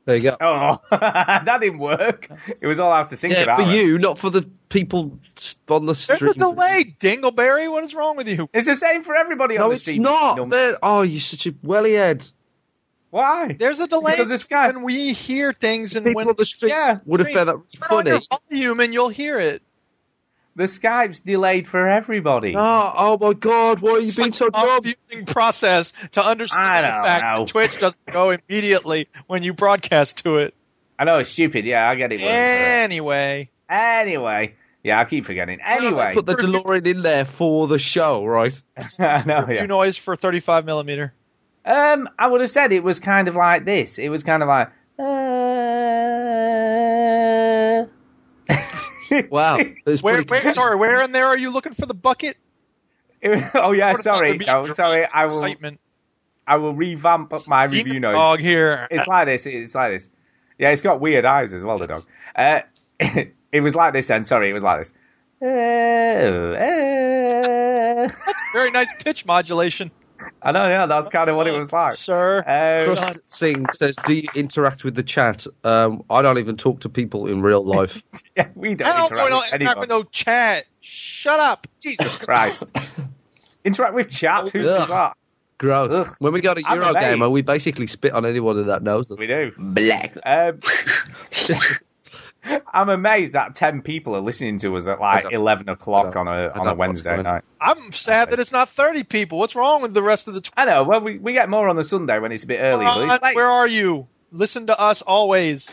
Speaker 1: There you go.
Speaker 2: Oh, [laughs] that didn't work. It was all out to sync
Speaker 1: yeah,
Speaker 2: about
Speaker 1: for
Speaker 2: it.
Speaker 1: you, not for the people s- on the street.
Speaker 4: There's a delay, Dingleberry. What is wrong with you?
Speaker 2: It's the same for everybody on
Speaker 1: No,
Speaker 2: the
Speaker 1: it's
Speaker 2: street.
Speaker 1: not.
Speaker 2: Num-
Speaker 1: There- Oh, you're such a welly head.
Speaker 2: Why?
Speaker 4: There's a delay
Speaker 2: Because of Skype.
Speaker 4: when we hear things and
Speaker 1: People
Speaker 4: when
Speaker 1: on the street
Speaker 2: yeah,
Speaker 1: would have
Speaker 4: Great.
Speaker 1: found that really
Speaker 4: turn on your
Speaker 1: funny.
Speaker 4: volume and you'll hear it.
Speaker 2: The Skype's delayed for everybody.
Speaker 1: No, oh my god, why are you
Speaker 4: It's
Speaker 1: being
Speaker 4: like
Speaker 1: so
Speaker 4: a
Speaker 1: dumb?
Speaker 4: confusing process to
Speaker 2: I
Speaker 4: understand the
Speaker 2: don't
Speaker 4: fact
Speaker 2: know.
Speaker 4: that Twitch doesn't go immediately when you broadcast to it.
Speaker 2: I know it's stupid. Yeah, I get it. Yeah.
Speaker 4: Anyway,
Speaker 2: Anyway, yeah, I keep forgetting. Anyway, [laughs]
Speaker 4: [laughs]
Speaker 1: Put the DeLorean in there for the show, right?
Speaker 2: I know,
Speaker 4: you
Speaker 2: Oh, yeah.
Speaker 4: noise for 35 millimeter.
Speaker 2: Um, I would have said it was kind of like this. It was kind of like. Uh...
Speaker 4: [laughs]
Speaker 2: [laughs]
Speaker 1: Wow. It's
Speaker 4: Where,
Speaker 1: pretty
Speaker 4: where, sorry, where in there are you looking for the bucket?
Speaker 2: It was- [laughs] oh yeah,
Speaker 4: What about
Speaker 2: sorry,
Speaker 4: the
Speaker 2: no,
Speaker 4: music?
Speaker 2: sorry. I will,
Speaker 4: Excitement.
Speaker 2: I will revamp up my
Speaker 4: Demon
Speaker 2: review notes.
Speaker 4: Dog here.
Speaker 2: It's like this. It's like this. Yeah, it's got weird eyes as well, the dog. Uh, [laughs] it was like this then. Sorry, it was like this. [laughs]
Speaker 4: That's very nice
Speaker 2: [laughs]
Speaker 4: pitch modulation,
Speaker 2: I know, yeah, that's kind of what it was like.
Speaker 4: sir.
Speaker 2: Uh,
Speaker 4: God.
Speaker 1: Trust Singh says, "Do you interact with the chat?" Um, I don't even talk to people in real life.
Speaker 2: [laughs] yeah, we don't,
Speaker 4: I don't
Speaker 2: interact
Speaker 4: want
Speaker 2: with
Speaker 4: to interact
Speaker 2: anyone.
Speaker 4: with no chat. Shut up.
Speaker 2: Jesus Christ. interact with chat? Who does
Speaker 1: Ugh.
Speaker 2: that?
Speaker 1: [laughs] Gross.
Speaker 2: Ugh.
Speaker 1: when we go to
Speaker 2: I'm
Speaker 1: Eurogamer,
Speaker 2: amazed.
Speaker 1: we basically spit on anyone that knows us.
Speaker 2: We do.
Speaker 7: Black.
Speaker 2: Um, [laughs] I'm amazed that ten people are listening to us at like
Speaker 1: don't-
Speaker 2: eleven o'clock
Speaker 1: I
Speaker 2: on
Speaker 1: don't-
Speaker 2: a
Speaker 1: I
Speaker 2: on a
Speaker 1: don't
Speaker 2: Wednesday
Speaker 1: watch mine.
Speaker 2: night.
Speaker 4: I'm sad that it's not 30 people. What's wrong with the rest of the 20?
Speaker 2: I know. Well, we, we get more on the Sunday when it's a bit early, but it's late.
Speaker 4: Where are you? Listen to us always.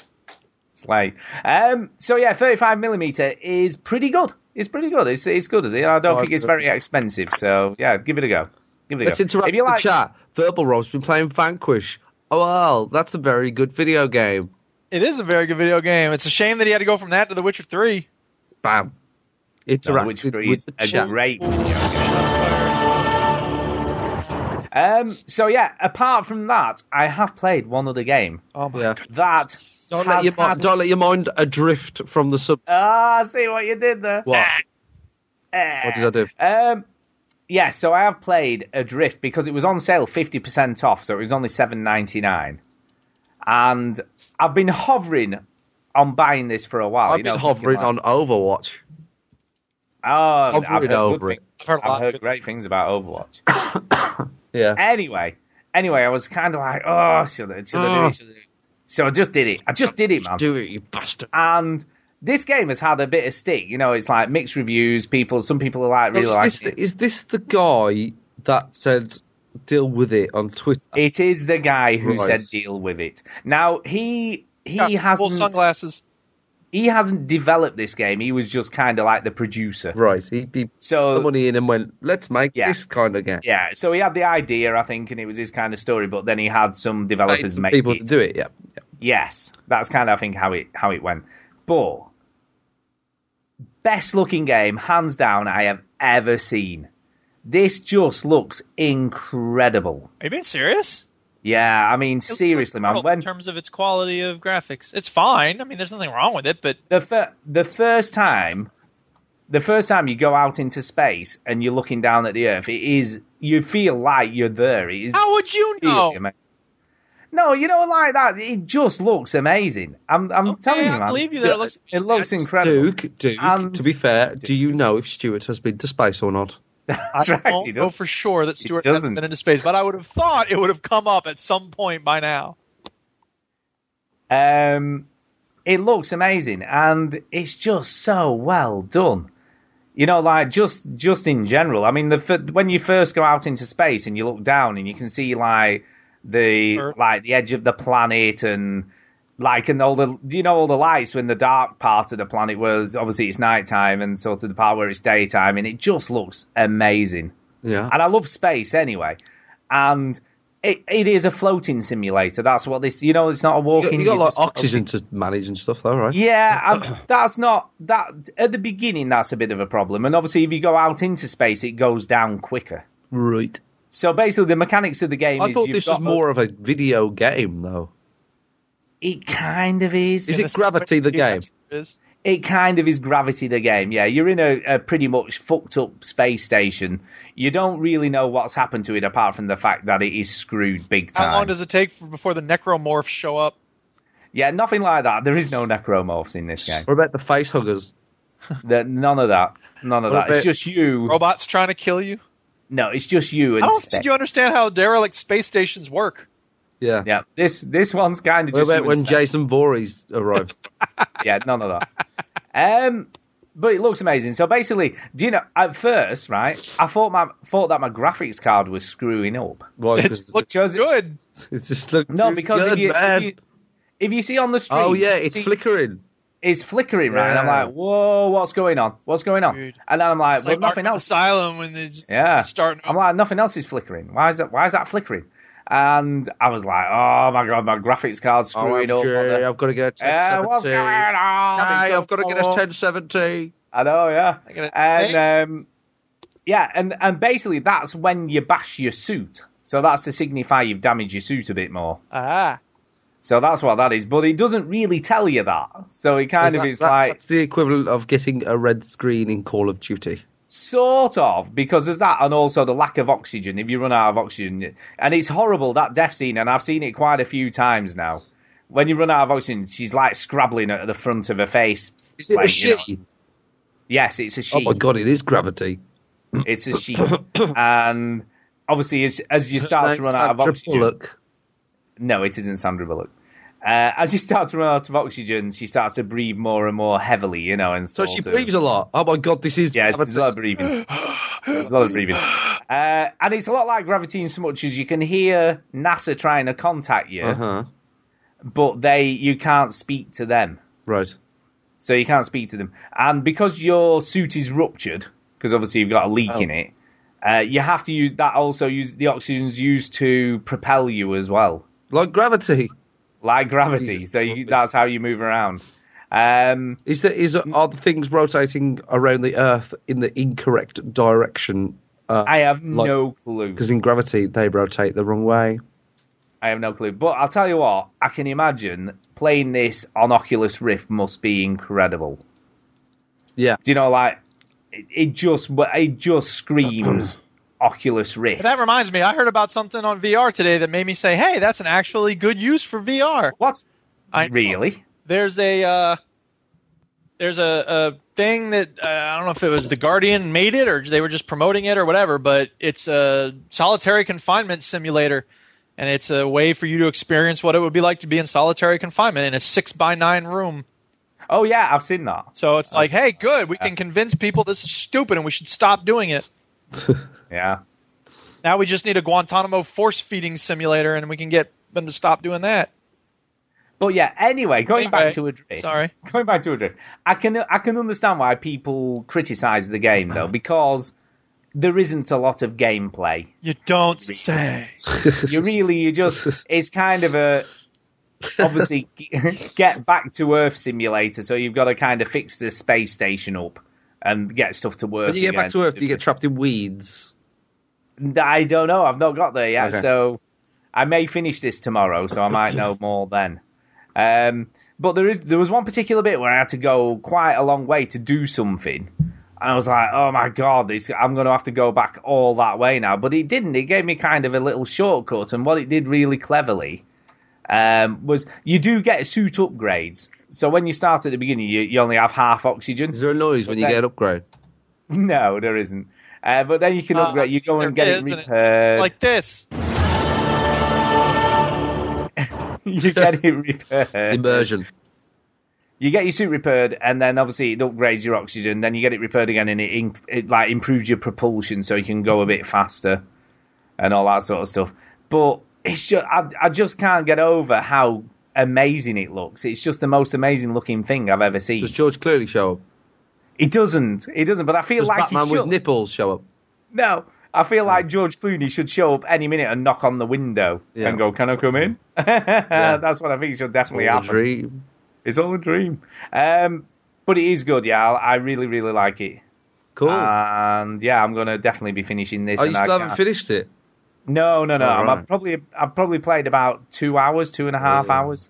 Speaker 2: It's late. Um, so yeah, 35 millimeter is pretty good. It's pretty good. It's it's good. I don't
Speaker 1: Oh,
Speaker 2: think it's
Speaker 1: it's good.
Speaker 2: very expensive. So yeah, give it a go. Give it a
Speaker 1: Let's
Speaker 2: go.
Speaker 1: interact
Speaker 2: If you
Speaker 1: with
Speaker 2: like,
Speaker 1: the chat. Verbal Rob's been playing Vanquish. Oh, well, that's a very good video game.
Speaker 4: It is a very good video game. It's a shame that he had to go from that to The Witcher 3.
Speaker 1: Bam.
Speaker 2: No,
Speaker 1: Interact
Speaker 2: which
Speaker 1: with,
Speaker 2: three is
Speaker 1: the
Speaker 2: a
Speaker 1: chat.
Speaker 2: great video game. Um, so yeah, apart from that, I have played one other game
Speaker 4: Oh my
Speaker 1: Yeah.
Speaker 4: god.
Speaker 2: that
Speaker 1: Don't
Speaker 2: has
Speaker 1: let, your,
Speaker 2: had-
Speaker 1: mind don't let your mind adrift from the sub.
Speaker 2: Ah, I see what you did there.
Speaker 1: What?
Speaker 2: Eh.
Speaker 1: What did I do?
Speaker 2: Um, yeah, so I have played Adrift because it was on sale fifty percent off, so it was only seven ninety nine, and I've been hovering on buying this for a while.
Speaker 1: I've
Speaker 2: you
Speaker 1: been
Speaker 2: know,
Speaker 1: hovering
Speaker 2: thinking
Speaker 1: on Overwatch.
Speaker 2: like, oh, I've
Speaker 1: hovering
Speaker 2: heard, good
Speaker 1: over it.
Speaker 2: thing-
Speaker 4: I've heard a
Speaker 2: I've
Speaker 4: lot.
Speaker 2: heard great things about Overwatch.
Speaker 1: Yeah.
Speaker 2: anyway, anyway, I was kind of like, oh, should I, should I do it? Should I do it? So I just did it. I just did it, man.
Speaker 1: Do it, you bastard.
Speaker 2: And this game has had a bit of stick. You know, it's like mixed reviews. People, some people are like really
Speaker 1: is,
Speaker 2: like
Speaker 1: this,
Speaker 2: it.
Speaker 1: the- is this the guy that said deal with it on Twitter?
Speaker 2: It is the guy who
Speaker 1: Right.
Speaker 2: said deal with it. Now he he
Speaker 4: Got full
Speaker 2: hasn't
Speaker 4: sunglasses.
Speaker 2: he hasn't developed this game. He was just kind of like the producer.
Speaker 1: right. He, he put the
Speaker 2: So
Speaker 1: money in and went, let's make
Speaker 2: Yeah.
Speaker 1: this kind of game.
Speaker 2: yeah, so he had the idea, I think, and it was his kind of story. But then he had some
Speaker 1: Paid
Speaker 2: developers
Speaker 1: some
Speaker 2: make
Speaker 1: people
Speaker 2: it.
Speaker 1: to do it, yeah. yeah.
Speaker 2: Yes, that's kind of I think how it how it went. But best looking game, hands down, I have ever seen. This just looks incredible.
Speaker 4: Are you being serious?
Speaker 2: Yeah, I mean,
Speaker 7: looks
Speaker 2: seriously, man.
Speaker 7: incredible
Speaker 2: When
Speaker 4: In terms of its quality of graphics, it's fine. I mean, there's nothing wrong with it, but
Speaker 2: the fir- the first time the first time you go out into space and you're looking down at the earth it is you feel like you're there it is
Speaker 4: how would you
Speaker 2: really
Speaker 4: know?
Speaker 2: amazing. no you don't like that it just looks amazing i'm i'm
Speaker 4: Okay,
Speaker 2: telling you
Speaker 4: Oh, I
Speaker 2: man
Speaker 4: believe you that it looks
Speaker 2: it looks
Speaker 4: I just-
Speaker 2: incredible [laughs] Um,
Speaker 1: Duke, Duke,
Speaker 2: And-
Speaker 1: to be fair, do you know if Stuart has been to space or not?
Speaker 2: that's
Speaker 4: I
Speaker 2: right
Speaker 4: don't
Speaker 2: he
Speaker 4: know
Speaker 2: does.
Speaker 4: for sure that Stuart
Speaker 2: doesn't.
Speaker 4: hasn't been into space, but I would have thought it would have come up at some point by now.
Speaker 2: um it looks amazing and it's just so well done you know like just just in general i mean the fir- when you first go out into space and you look down and you can see like the
Speaker 4: Earth.
Speaker 2: like the edge of the planet and like and all the you know all the lights when the dark part of the planet was obviously it's nighttime and sort of the part where it's daytime and it just looks amazing
Speaker 1: Yeah.
Speaker 2: and I love space anyway. And it, it is a floating simulator. That's what this. You know, it's not a
Speaker 1: You got,
Speaker 2: walking.
Speaker 1: you got like
Speaker 2: just-
Speaker 1: oxygen to manage and stuff, though, right? [coughs]
Speaker 2: Yeah, and that's not that at the beginning. That's a bit of a problem. And obviously, if you go out into space, it goes down quicker.
Speaker 1: Right.
Speaker 2: So basically, the mechanics of the game.
Speaker 1: I
Speaker 2: is
Speaker 1: thought
Speaker 2: you've
Speaker 1: this was
Speaker 2: got a-
Speaker 1: more of a video game, though.
Speaker 2: It kind of is.
Speaker 1: Is it Gravity the game?
Speaker 4: It is.
Speaker 2: it kind of is gravity the game. Yeah, you're in a, a pretty much fucked up space station. You don't really know what's happened to it apart from the fact that it is screwed big time.
Speaker 4: How long does it take for, before the necromorphs show up?
Speaker 2: Yeah, nothing like that. There is no necromorphs in this game.
Speaker 1: What about the face huggers?
Speaker 2: That none of that. None of
Speaker 1: What
Speaker 2: that. It's
Speaker 1: about-
Speaker 2: just you.
Speaker 4: Robots trying to kill you?
Speaker 2: No, it's just you and
Speaker 4: I don't
Speaker 2: space.
Speaker 4: think you understand how derelict space stations work.
Speaker 1: Yeah.
Speaker 2: Yeah, this this one's kind of
Speaker 1: What
Speaker 2: just you
Speaker 1: about
Speaker 2: and
Speaker 1: when
Speaker 2: space.
Speaker 1: Jason Voorhees arrives?
Speaker 2: [laughs] yeah, none of that. Um, but it looks amazing. So basically, do you know? At first, right, I thought my thought that my graphics card was screwing up.
Speaker 1: Why?
Speaker 4: It
Speaker 1: 'Cause
Speaker 4: looks
Speaker 2: Because-
Speaker 4: good.
Speaker 1: it's just look
Speaker 2: No, because
Speaker 1: good,
Speaker 2: if, you,
Speaker 1: man.
Speaker 2: if you if you see on the street,
Speaker 1: oh yeah, it's
Speaker 2: see-
Speaker 1: flickering.
Speaker 2: it's flickering, right? And I'm
Speaker 1: Yeah.
Speaker 2: like, whoa, what's going on? What's going on?
Speaker 4: Dude.
Speaker 2: And then I'm like,
Speaker 4: It's
Speaker 2: well,
Speaker 4: like
Speaker 2: nothing
Speaker 4: Arkham
Speaker 2: else.
Speaker 4: Asylum when they just
Speaker 2: Yeah.
Speaker 4: start.
Speaker 2: I'm like, nothing else is flickering. Why is that? Why is that flickering? And I was like, oh my god, my graphics card's
Speaker 1: Oh,
Speaker 2: screwing
Speaker 1: I'm
Speaker 2: up. on
Speaker 1: sure.
Speaker 2: the-
Speaker 1: I've got to get a
Speaker 2: Eh, what's
Speaker 1: 1070.
Speaker 2: going on?
Speaker 1: Hey,
Speaker 2: It's
Speaker 1: I've got to get a
Speaker 2: all-
Speaker 1: 1070.
Speaker 2: I know, yeah.
Speaker 4: I gotta-
Speaker 2: And um, yeah, and and basically that's when you bash your suit. So that's to signify you've damaged your suit a bit more.
Speaker 4: ah,
Speaker 2: So that's what that is. But it doesn't really tell you that. So it kind
Speaker 1: Is
Speaker 2: of
Speaker 1: that-
Speaker 2: is
Speaker 1: that-
Speaker 2: like
Speaker 1: that's the equivalent of getting a red screen in Call of Duty.
Speaker 2: Sort of, because there's that, and also the lack of oxygen. If you run out of oxygen, and it's horrible that death scene, and I've seen it quite a few times now. When you run out of oxygen, she's like scrabbling at the front of her face.
Speaker 1: Is it
Speaker 2: like,
Speaker 1: a
Speaker 2: you know.
Speaker 1: sheet?
Speaker 2: Yes, it's a
Speaker 1: Oh
Speaker 2: sheep.
Speaker 1: my god, it is gravity.
Speaker 2: It's a sheep, [coughs] and obviously, as, as you start to run out of
Speaker 1: Sandra
Speaker 2: oxygen,
Speaker 1: Bullock.
Speaker 2: no, it isn't Sandra Bullock. Uh, as you start to run out of oxygen, she starts to breathe more and more heavily, you know, and
Speaker 1: So
Speaker 2: sort
Speaker 1: she
Speaker 2: of-
Speaker 1: breathes a lot. Oh my god, this is
Speaker 2: Yeah, it's,
Speaker 1: gravity.
Speaker 2: a lot
Speaker 1: [gasps]
Speaker 2: of breathing. It's a lot of breathing. Uh, and it's a lot like gravity in so much as you can hear NASA trying to contact you,
Speaker 1: Uh-huh.
Speaker 2: but they you can't speak to them.
Speaker 1: Right.
Speaker 2: So you can't speak to them. And because your suit is ruptured, because obviously you've got a
Speaker 1: Oh.
Speaker 2: leak in it, uh, you have to use that also use the oxygen's used to propel you as well.
Speaker 1: Like gravity.
Speaker 2: Like gravity.
Speaker 1: Jesus
Speaker 2: so you,
Speaker 1: Christ.
Speaker 2: that's how you move around. Um,
Speaker 1: Is there is are the things rotating around the Earth in the incorrect direction? Uh,
Speaker 2: I have
Speaker 1: Like-
Speaker 2: no clue.
Speaker 1: because in gravity they rotate the wrong way.
Speaker 2: I have no clue. But I'll tell you what, I can imagine playing this on Oculus Rift must be incredible.
Speaker 1: Yeah.
Speaker 2: Do you know, like it, it just, it just screams [clears throat] Oculus Rift.
Speaker 4: That reminds me, I heard about something on VR today that made me say, "Hey, that's an actually good use for VR."
Speaker 2: What?
Speaker 4: I-
Speaker 2: really?
Speaker 4: There's a uh, there's a, a thing that uh, I don't know if it was the Guardian made it or they were just promoting it or whatever, but it's a solitary confinement simulator, and it's a way for you to experience what it would be like to be in solitary confinement in a six by nine room.
Speaker 2: Oh yeah, I've seen that.
Speaker 4: So it's like, hey, good, we can convince people this is stupid and we should stop doing it.
Speaker 2: Yeah.
Speaker 4: Now we just need a Guantanamo force feeding simulator, and we can get them to stop doing that.
Speaker 2: But yeah, anyway, going back
Speaker 4: Anyway,
Speaker 2: to Adrift.
Speaker 4: sorry.
Speaker 2: [laughs] Going back to Adrift. I can I can understand why people criticize the game
Speaker 4: [sighs]
Speaker 2: though because there isn't a lot of gameplay.
Speaker 4: You don't say.
Speaker 1: [laughs]
Speaker 2: you really you just it's kind of a
Speaker 1: [laughs]
Speaker 2: obviously get back to earth simulator so you've got to kind of fix the space station up and get stuff to work
Speaker 1: When you get back
Speaker 2: again.
Speaker 1: to Earth, do you get trapped in weeds?
Speaker 2: i don't know i've not got there yet
Speaker 1: Okay.
Speaker 2: so i may finish this tomorrow so i might know more then um but there is there was one particular bit where i had to go quite a long way to do something and I was like, "Oh my god, this, I'm going to have to go back all that way now." But it didn't. It gave me kind of a little shortcut, and what it did really cleverly um, was you do get suit upgrades. So when you start at the beginning, you, you only have half oxygen. [laughs]
Speaker 1: Is there a noise when you
Speaker 2: Okay.
Speaker 1: get an upgrade?
Speaker 2: No, there isn't. Uh, but then you can upgrade. [laughs] you go and get
Speaker 4: Ah, There
Speaker 2: it
Speaker 4: is, and it's-
Speaker 2: repaired.
Speaker 4: It's like this.
Speaker 2: you get it repaired.
Speaker 1: Immersion.
Speaker 2: you get your suit repaired, and then obviously it upgrades your oxygen. Then you get it repaired again, and it, in, it like improves your propulsion, so you can go a bit faster, and all that sort of stuff. But it's just I, I just can't get over how amazing it looks. It's just the most amazing looking thing I've ever seen.
Speaker 1: Does George Clooney show up?
Speaker 2: It doesn't. It doesn't. But I feel
Speaker 1: Does
Speaker 2: like
Speaker 1: Batman
Speaker 2: he
Speaker 1: with
Speaker 2: should.
Speaker 1: nipples show up?
Speaker 2: no, I feel like George Clooney should show up any minute and knock on the window
Speaker 1: Yeah.
Speaker 2: and go, "Can I come in?" [laughs] That's what I think should definitely
Speaker 1: Or
Speaker 2: happen.
Speaker 1: the dream?
Speaker 2: It's all a dream. Um, but it is good, yeah. I I really, really like it.
Speaker 1: Cool.
Speaker 2: Ah, And yeah, I'm gonna definitely be finishing this.
Speaker 1: oh, you
Speaker 2: and I
Speaker 1: still haven't
Speaker 2: can't-
Speaker 1: finished it?
Speaker 2: No, no, no.
Speaker 1: Oh,
Speaker 2: I'm,
Speaker 1: right.
Speaker 2: I've probably I've probably played about two hours, two and a half
Speaker 1: Oh.
Speaker 2: hours,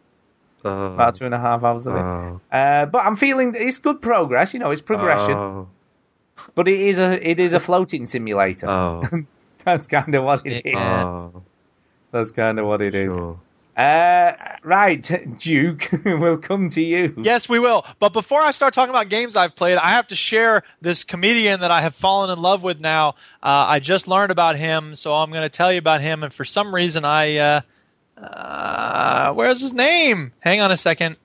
Speaker 1: Oh,
Speaker 2: about two and a half hours of it.
Speaker 1: oh,
Speaker 2: Uh, but I'm feeling it's good progress. You know, it's progression.
Speaker 1: Oh,
Speaker 2: But it is a it is a floating simulator.
Speaker 1: oh,
Speaker 2: [laughs] That's kind of what it is.
Speaker 4: Yeah.
Speaker 1: oh,
Speaker 2: That's kind of what it is.
Speaker 1: sure.
Speaker 2: Uh, right, Duke, [laughs] we'll come to you.
Speaker 4: Yes, we will. But before I start talking about games I've played, I have to share this comedian that I have fallen in love with now. Uh, I just learned about him, so I'm going to tell you about him. And for some reason, I uh, uh, where's his name? Hang on a second.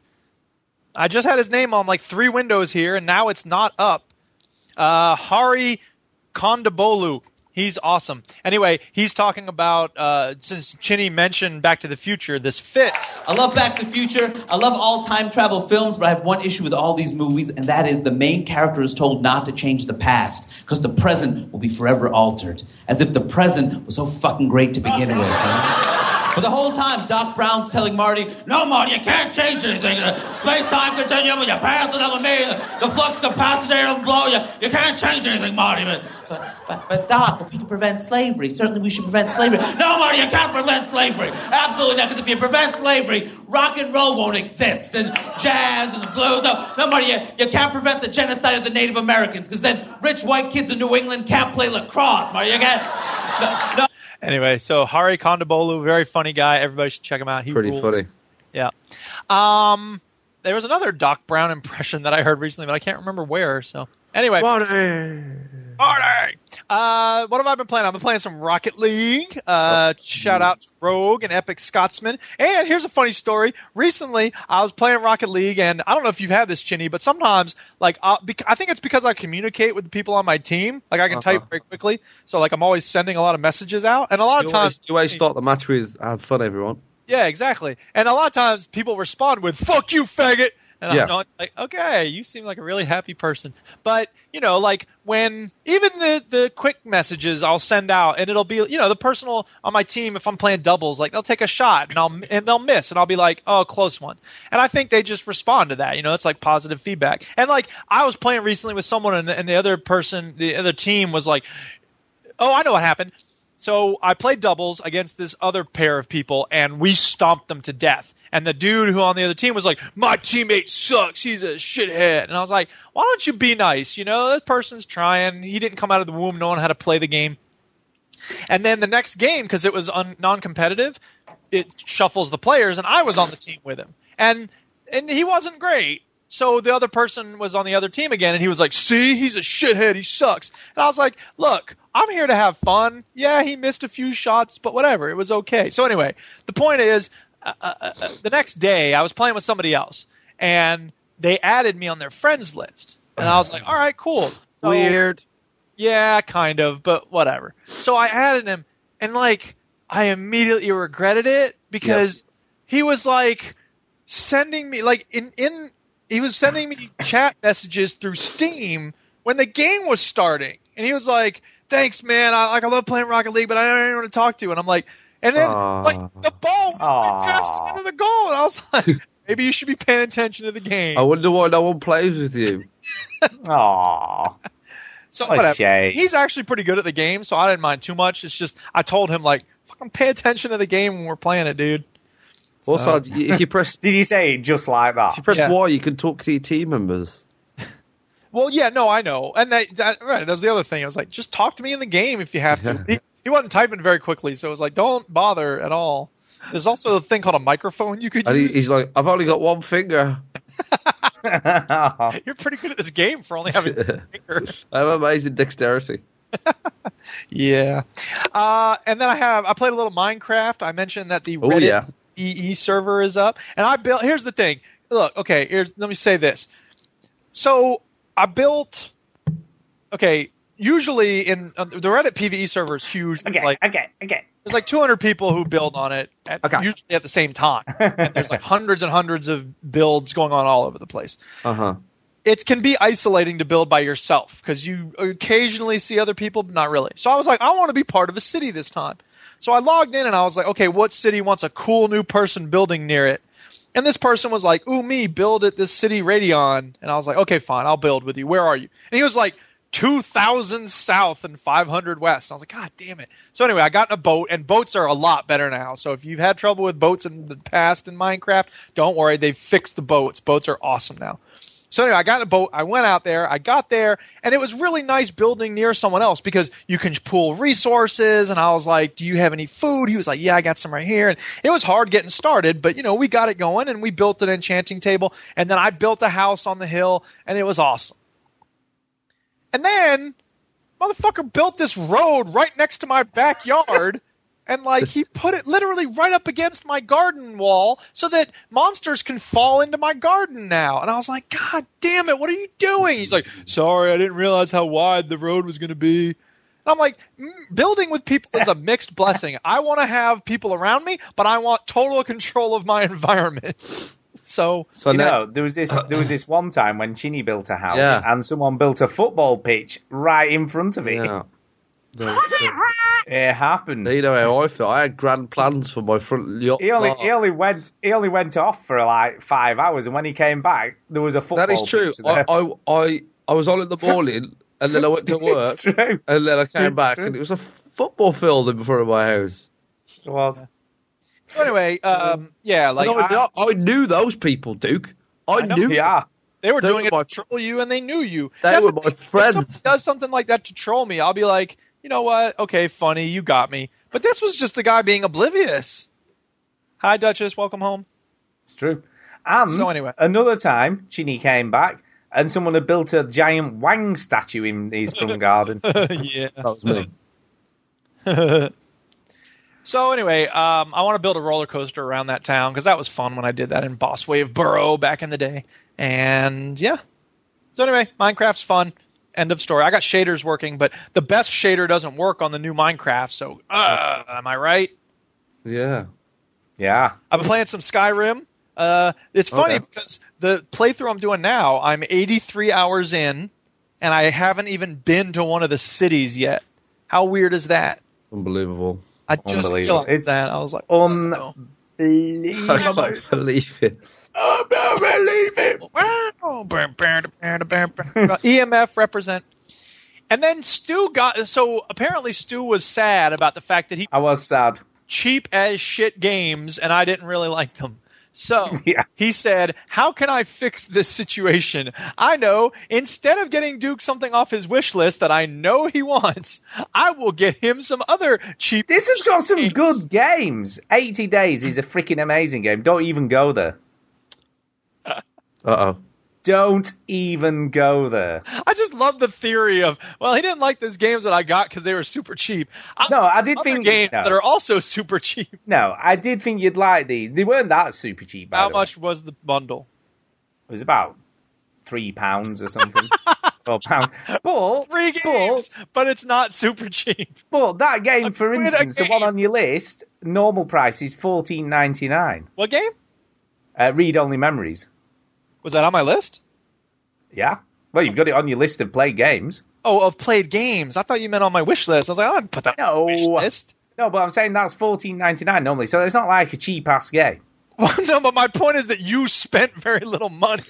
Speaker 4: I just had his name on like three windows here, and now it's not up. Uh, Hari Kondabolu. He's awesome. Anyway, he's talking about uh, since Chinny mentioned Back to the Future, this fits.
Speaker 7: I love Back to the Future. I love all time travel films, but I have one issue with all these movies, and that is the main character is told not to change the past because the present will be forever altered, as if the present was so fucking great to begin with. huh? But the whole time, Doc Brown's telling Marty, no, Marty, you can't change anything. The space-time continuum, your parents will never meet. The flux capacitor will blow you. You can't change anything, Marty. But, but, but, but Doc, if we can prevent slavery, certainly we should prevent slavery. No, Marty, you can't prevent slavery. Absolutely not, because if you prevent slavery, rock and roll won't exist, and jazz and the blues. No, no Marty, you, you can't prevent the genocide of the Native Americans, because then rich white kids in New England can't play lacrosse, Marty. You can't. No, no.
Speaker 4: Anyway, so Hari Kondabolu, very funny guy. Everybody should check him out. He
Speaker 1: Pretty
Speaker 4: rules.
Speaker 1: funny.
Speaker 4: Yeah. Um, there was another Doc Brown impression that I heard recently, but I can't remember where. So anyway, all right. Uh, what have I been playing? I've been playing some Rocket League. Uh, shout out to Rogue and Epic Scotsman. And here's a funny story. Recently, I was playing Rocket League, and I don't know if you've had this, Chinny, but sometimes, like, i bec- I think it's because I communicate with the people on my team. Like, I can
Speaker 1: Uh-huh.
Speaker 4: type very quickly, so like I'm always sending a lot of messages out, and a lot
Speaker 1: You
Speaker 4: of
Speaker 1: always,
Speaker 4: times
Speaker 1: you always start the match with "Have fun, everyone."
Speaker 4: yeah, exactly. And a lot of times people respond with "fuck you, faggot," and
Speaker 1: Yeah.
Speaker 4: I'm not like, okay, you seem like a really happy person. But you know, like when even the the quick messages I'll send out, and it'll be you know the personal on my team if I'm playing doubles, like they'll take a shot and I'll and they'll miss, and I'll be like, oh, close one. And I think they just respond to that. You know, it's like positive feedback. And like I was playing recently with someone, and the, and the other person, the other team was like, oh, I know what happened. So I played doubles against this other pair of people, and we stomped them to death. And the dude who on the other team was like, "My teammate sucks. He's a shithead." And I was like, "Why don't you be nice? You know, this person's trying. He didn't come out of the womb knowing how to play the game." And then the next game, because it was un- non-competitive, it shuffles the players, and I was on the team with him, and and he wasn't great. So the other person was on the other team again, and he was like, "See, he's a shithead. He sucks." And I was like, "Look, I'm here to have fun. Yeah, he missed a few shots, but whatever. It was okay." So anyway, the point is, uh, uh, uh, the next day I was playing with somebody else, and they added me on their friends list, and I was like, "All right, cool." So-
Speaker 1: Weird.
Speaker 4: yeah, kind of, but whatever. So I added him, and like I immediately regretted it because he was like sending me like in in he was sending me chat messages through Steam when the game was starting, and he was like, "Thanks, man. I like I love playing Rocket League, but I don't have anyone to talk to." And I'm like, and then
Speaker 1: Aw.
Speaker 4: like the ball
Speaker 2: Aw.
Speaker 4: went past him into the goal, and I was like, [laughs] maybe you should be paying attention to the game.
Speaker 1: I wonder why no one plays with
Speaker 2: [laughs]
Speaker 1: you.
Speaker 2: Aww.
Speaker 4: So
Speaker 2: What a
Speaker 4: whatever.
Speaker 2: shame.
Speaker 4: He's actually pretty good at the game, so I didn't mind too much. It's just I told him like, fucking pay attention to the game when we're playing it, dude.
Speaker 1: Also, if you press
Speaker 2: Did you say it just like
Speaker 1: if you
Speaker 2: that? [laughs]
Speaker 1: press
Speaker 4: Yeah.
Speaker 1: Y, you can talk to your team members.
Speaker 4: Well, yeah, no, I know, and that, that right. That was the other thing. I was like, just talk to me in the game if you have
Speaker 2: [laughs]
Speaker 4: to. he, he wasn't typing very quickly, so it was like, don't bother at all. There's also a thing called a microphone you could
Speaker 1: And he,
Speaker 4: use.
Speaker 1: he's like, "I've only got one finger.
Speaker 4: [laughs]
Speaker 2: [laughs]
Speaker 4: You're pretty good at this game for only having. one finger.
Speaker 1: I have amazing dexterity."
Speaker 4: Yeah. Uh, and then I have I played a little Minecraft. I mentioned that the
Speaker 1: Oh,
Speaker 4: Reddit
Speaker 1: yeah.
Speaker 4: EE server is up, and I built. Here's the thing. Look, okay. Here's let me say this. So I built. Okay. Usually in uh, the Reddit PVE server is huge. There's
Speaker 2: okay,
Speaker 4: like
Speaker 2: okay, okay.
Speaker 4: there's like 200 people who build on it, at,
Speaker 1: Okay.
Speaker 4: usually at the same time. And there's
Speaker 1: [laughs]
Speaker 4: like hundreds and hundreds of builds going on all over the place
Speaker 1: Uh huh.
Speaker 4: it can be isolating to build by yourself because you occasionally see other people, but not really. So I was like, I want to be part of a city this time. So I logged in and I was like, okay, what city wants a cool new person building near it? And this person was like, ooh, me, build at this city, Radeon. And I was like, okay, fine, I'll build with you. Where are you? And he was like, 2,000 south and 500 west. And I was like, God damn it. So anyway, I got in a boat, and boats are a lot better now. So if you've had trouble with boats in the past in Minecraft, don't worry. They've fixed the boats. Boats are awesome now. So anyway, I got in a boat. I went out there. I got there, and it was really nice building near someone else because you can pool resources. And I was like, "Do you have any food?" He was like, "Yeah, I got some right here." And it was hard getting started, but you know, we got it going, and we built an enchanting table, and then I built a house on the hill, and it was awesome. And then, motherfucker built this road right next to my backyard. And like he put it literally right up against my garden wall so that monsters can fall into my garden now. And I was like, God damn it, what are you doing? He's like, Sorry, I didn't realize how wide the road was going to be. And I'm like, "Mm, Building with people is a mixed blessing. I want to have people around me, but I want total control of my [laughs] environment. So,
Speaker 1: So
Speaker 2: you
Speaker 1: now,
Speaker 2: know, there
Speaker 1: [clears throat]
Speaker 2: was this there was this one time when Chinny built a house
Speaker 1: Yeah.
Speaker 2: and someone built a football pitch right in front of it.
Speaker 1: yeah.
Speaker 2: [laughs] It happened.
Speaker 1: You know how I feel. I had grand plans for my front yacht.
Speaker 2: He only,
Speaker 1: bar.
Speaker 2: he only went he only went off for like five hours, and when he came back, there was a football.
Speaker 1: that is true.
Speaker 2: pitch
Speaker 1: I,
Speaker 2: there.
Speaker 1: I, I, I was on in the
Speaker 2: [laughs]
Speaker 1: morning, and then I went to work,
Speaker 2: It's true.
Speaker 1: and then I came
Speaker 2: It's
Speaker 1: back,
Speaker 2: true.
Speaker 1: and it was a football field in front of my house.
Speaker 2: It was.
Speaker 4: So anyway, um, yeah, like
Speaker 1: No, I,
Speaker 4: I-
Speaker 1: I knew those people, Duke. I,
Speaker 4: know.
Speaker 1: knew.
Speaker 2: Yeah.
Speaker 4: they were
Speaker 1: they
Speaker 4: doing
Speaker 1: were
Speaker 4: it
Speaker 1: my-
Speaker 4: to troll you, and they knew you.
Speaker 1: They
Speaker 4: That's
Speaker 1: were
Speaker 4: the
Speaker 1: my
Speaker 4: thing.
Speaker 1: friends.
Speaker 4: If somebody does something like that to troll me, I'll be like, you know what? Okay, funny, you got me. But this was just the guy being oblivious. Hi, Duchess.
Speaker 1: [laughs]
Speaker 4: Welcome home.
Speaker 2: It's true. And
Speaker 4: So anyway.
Speaker 2: another time, Chinny came back, and someone had built a giant Wang statue in his front garden.
Speaker 4: yeah.
Speaker 1: That was me.
Speaker 4: So anyway, um, I want to build a roller coaster around that town because that was fun when I did that in Boss Wave Borough back in the day. And yeah. So anyway, Minecraft's fun. End of story. I got shaders working, but the best shader doesn't work on the new Minecraft. So uh, am I right?
Speaker 1: Yeah.
Speaker 2: Yeah.
Speaker 4: I've been playing some Skyrim. Uh, it's funny
Speaker 1: Okay.
Speaker 4: because the playthrough I'm doing now, I'm 83 hours in, and I haven't even been to one of the cities yet. How weird is that?
Speaker 1: Unbelievable.
Speaker 4: I just
Speaker 2: Unbelievable.
Speaker 4: realized
Speaker 2: It's
Speaker 4: that. I was like,
Speaker 2: un-
Speaker 4: oh,
Speaker 1: [laughs] I can't believe it.
Speaker 4: Wow. Bam, bam, bam, bam, bam. [laughs] EMF represent. And then Stu got so apparently Stu was sad about the fact that he
Speaker 2: [laughs] I was sad.
Speaker 4: cheap as shit games and I didn't really like them. So
Speaker 2: [laughs] Yeah.
Speaker 4: he said, How can I fix this situation? I know instead of getting Duke something off his wish list that I know he wants, I will get him some other cheap.
Speaker 2: This has got some
Speaker 4: games."
Speaker 2: good games. 80 Days is a freaking amazing game. Don't even go there.
Speaker 1: Uh oh.
Speaker 2: Don't even go there.
Speaker 4: I just love the theory of, well, he didn't like those games that I got because they were super cheap. I'll
Speaker 2: No,
Speaker 4: get
Speaker 2: I
Speaker 4: some
Speaker 2: did
Speaker 4: other
Speaker 2: think-
Speaker 4: games
Speaker 2: no.
Speaker 4: that are also super cheap.
Speaker 2: No, I did think you'd like these. They weren't that super cheap. By
Speaker 4: How
Speaker 2: the way.
Speaker 4: much was the bundle?
Speaker 2: It was about three pounds or
Speaker 4: [laughs]
Speaker 2: something. Four pounds. But,
Speaker 4: Three games, but, it's not super cheap.
Speaker 2: but but that game, for
Speaker 4: Win a
Speaker 2: instance, the one
Speaker 4: game.
Speaker 2: on your list, normal price is fourteen ninety nine.
Speaker 4: What game
Speaker 2: Uh, Read only memories.
Speaker 4: was that on my list?
Speaker 2: Yeah. Well, you've got it on your list of play games.
Speaker 4: Oh, of played games. I thought you meant on my wish list. I was like, I didn't put that on
Speaker 2: No.
Speaker 4: my wish list. [laughs]
Speaker 2: No, but I'm saying that's fourteen ninety nine normally, so it's not like a cheap ass game.
Speaker 4: Well, no, but my point is that you spent [laughs] very little money.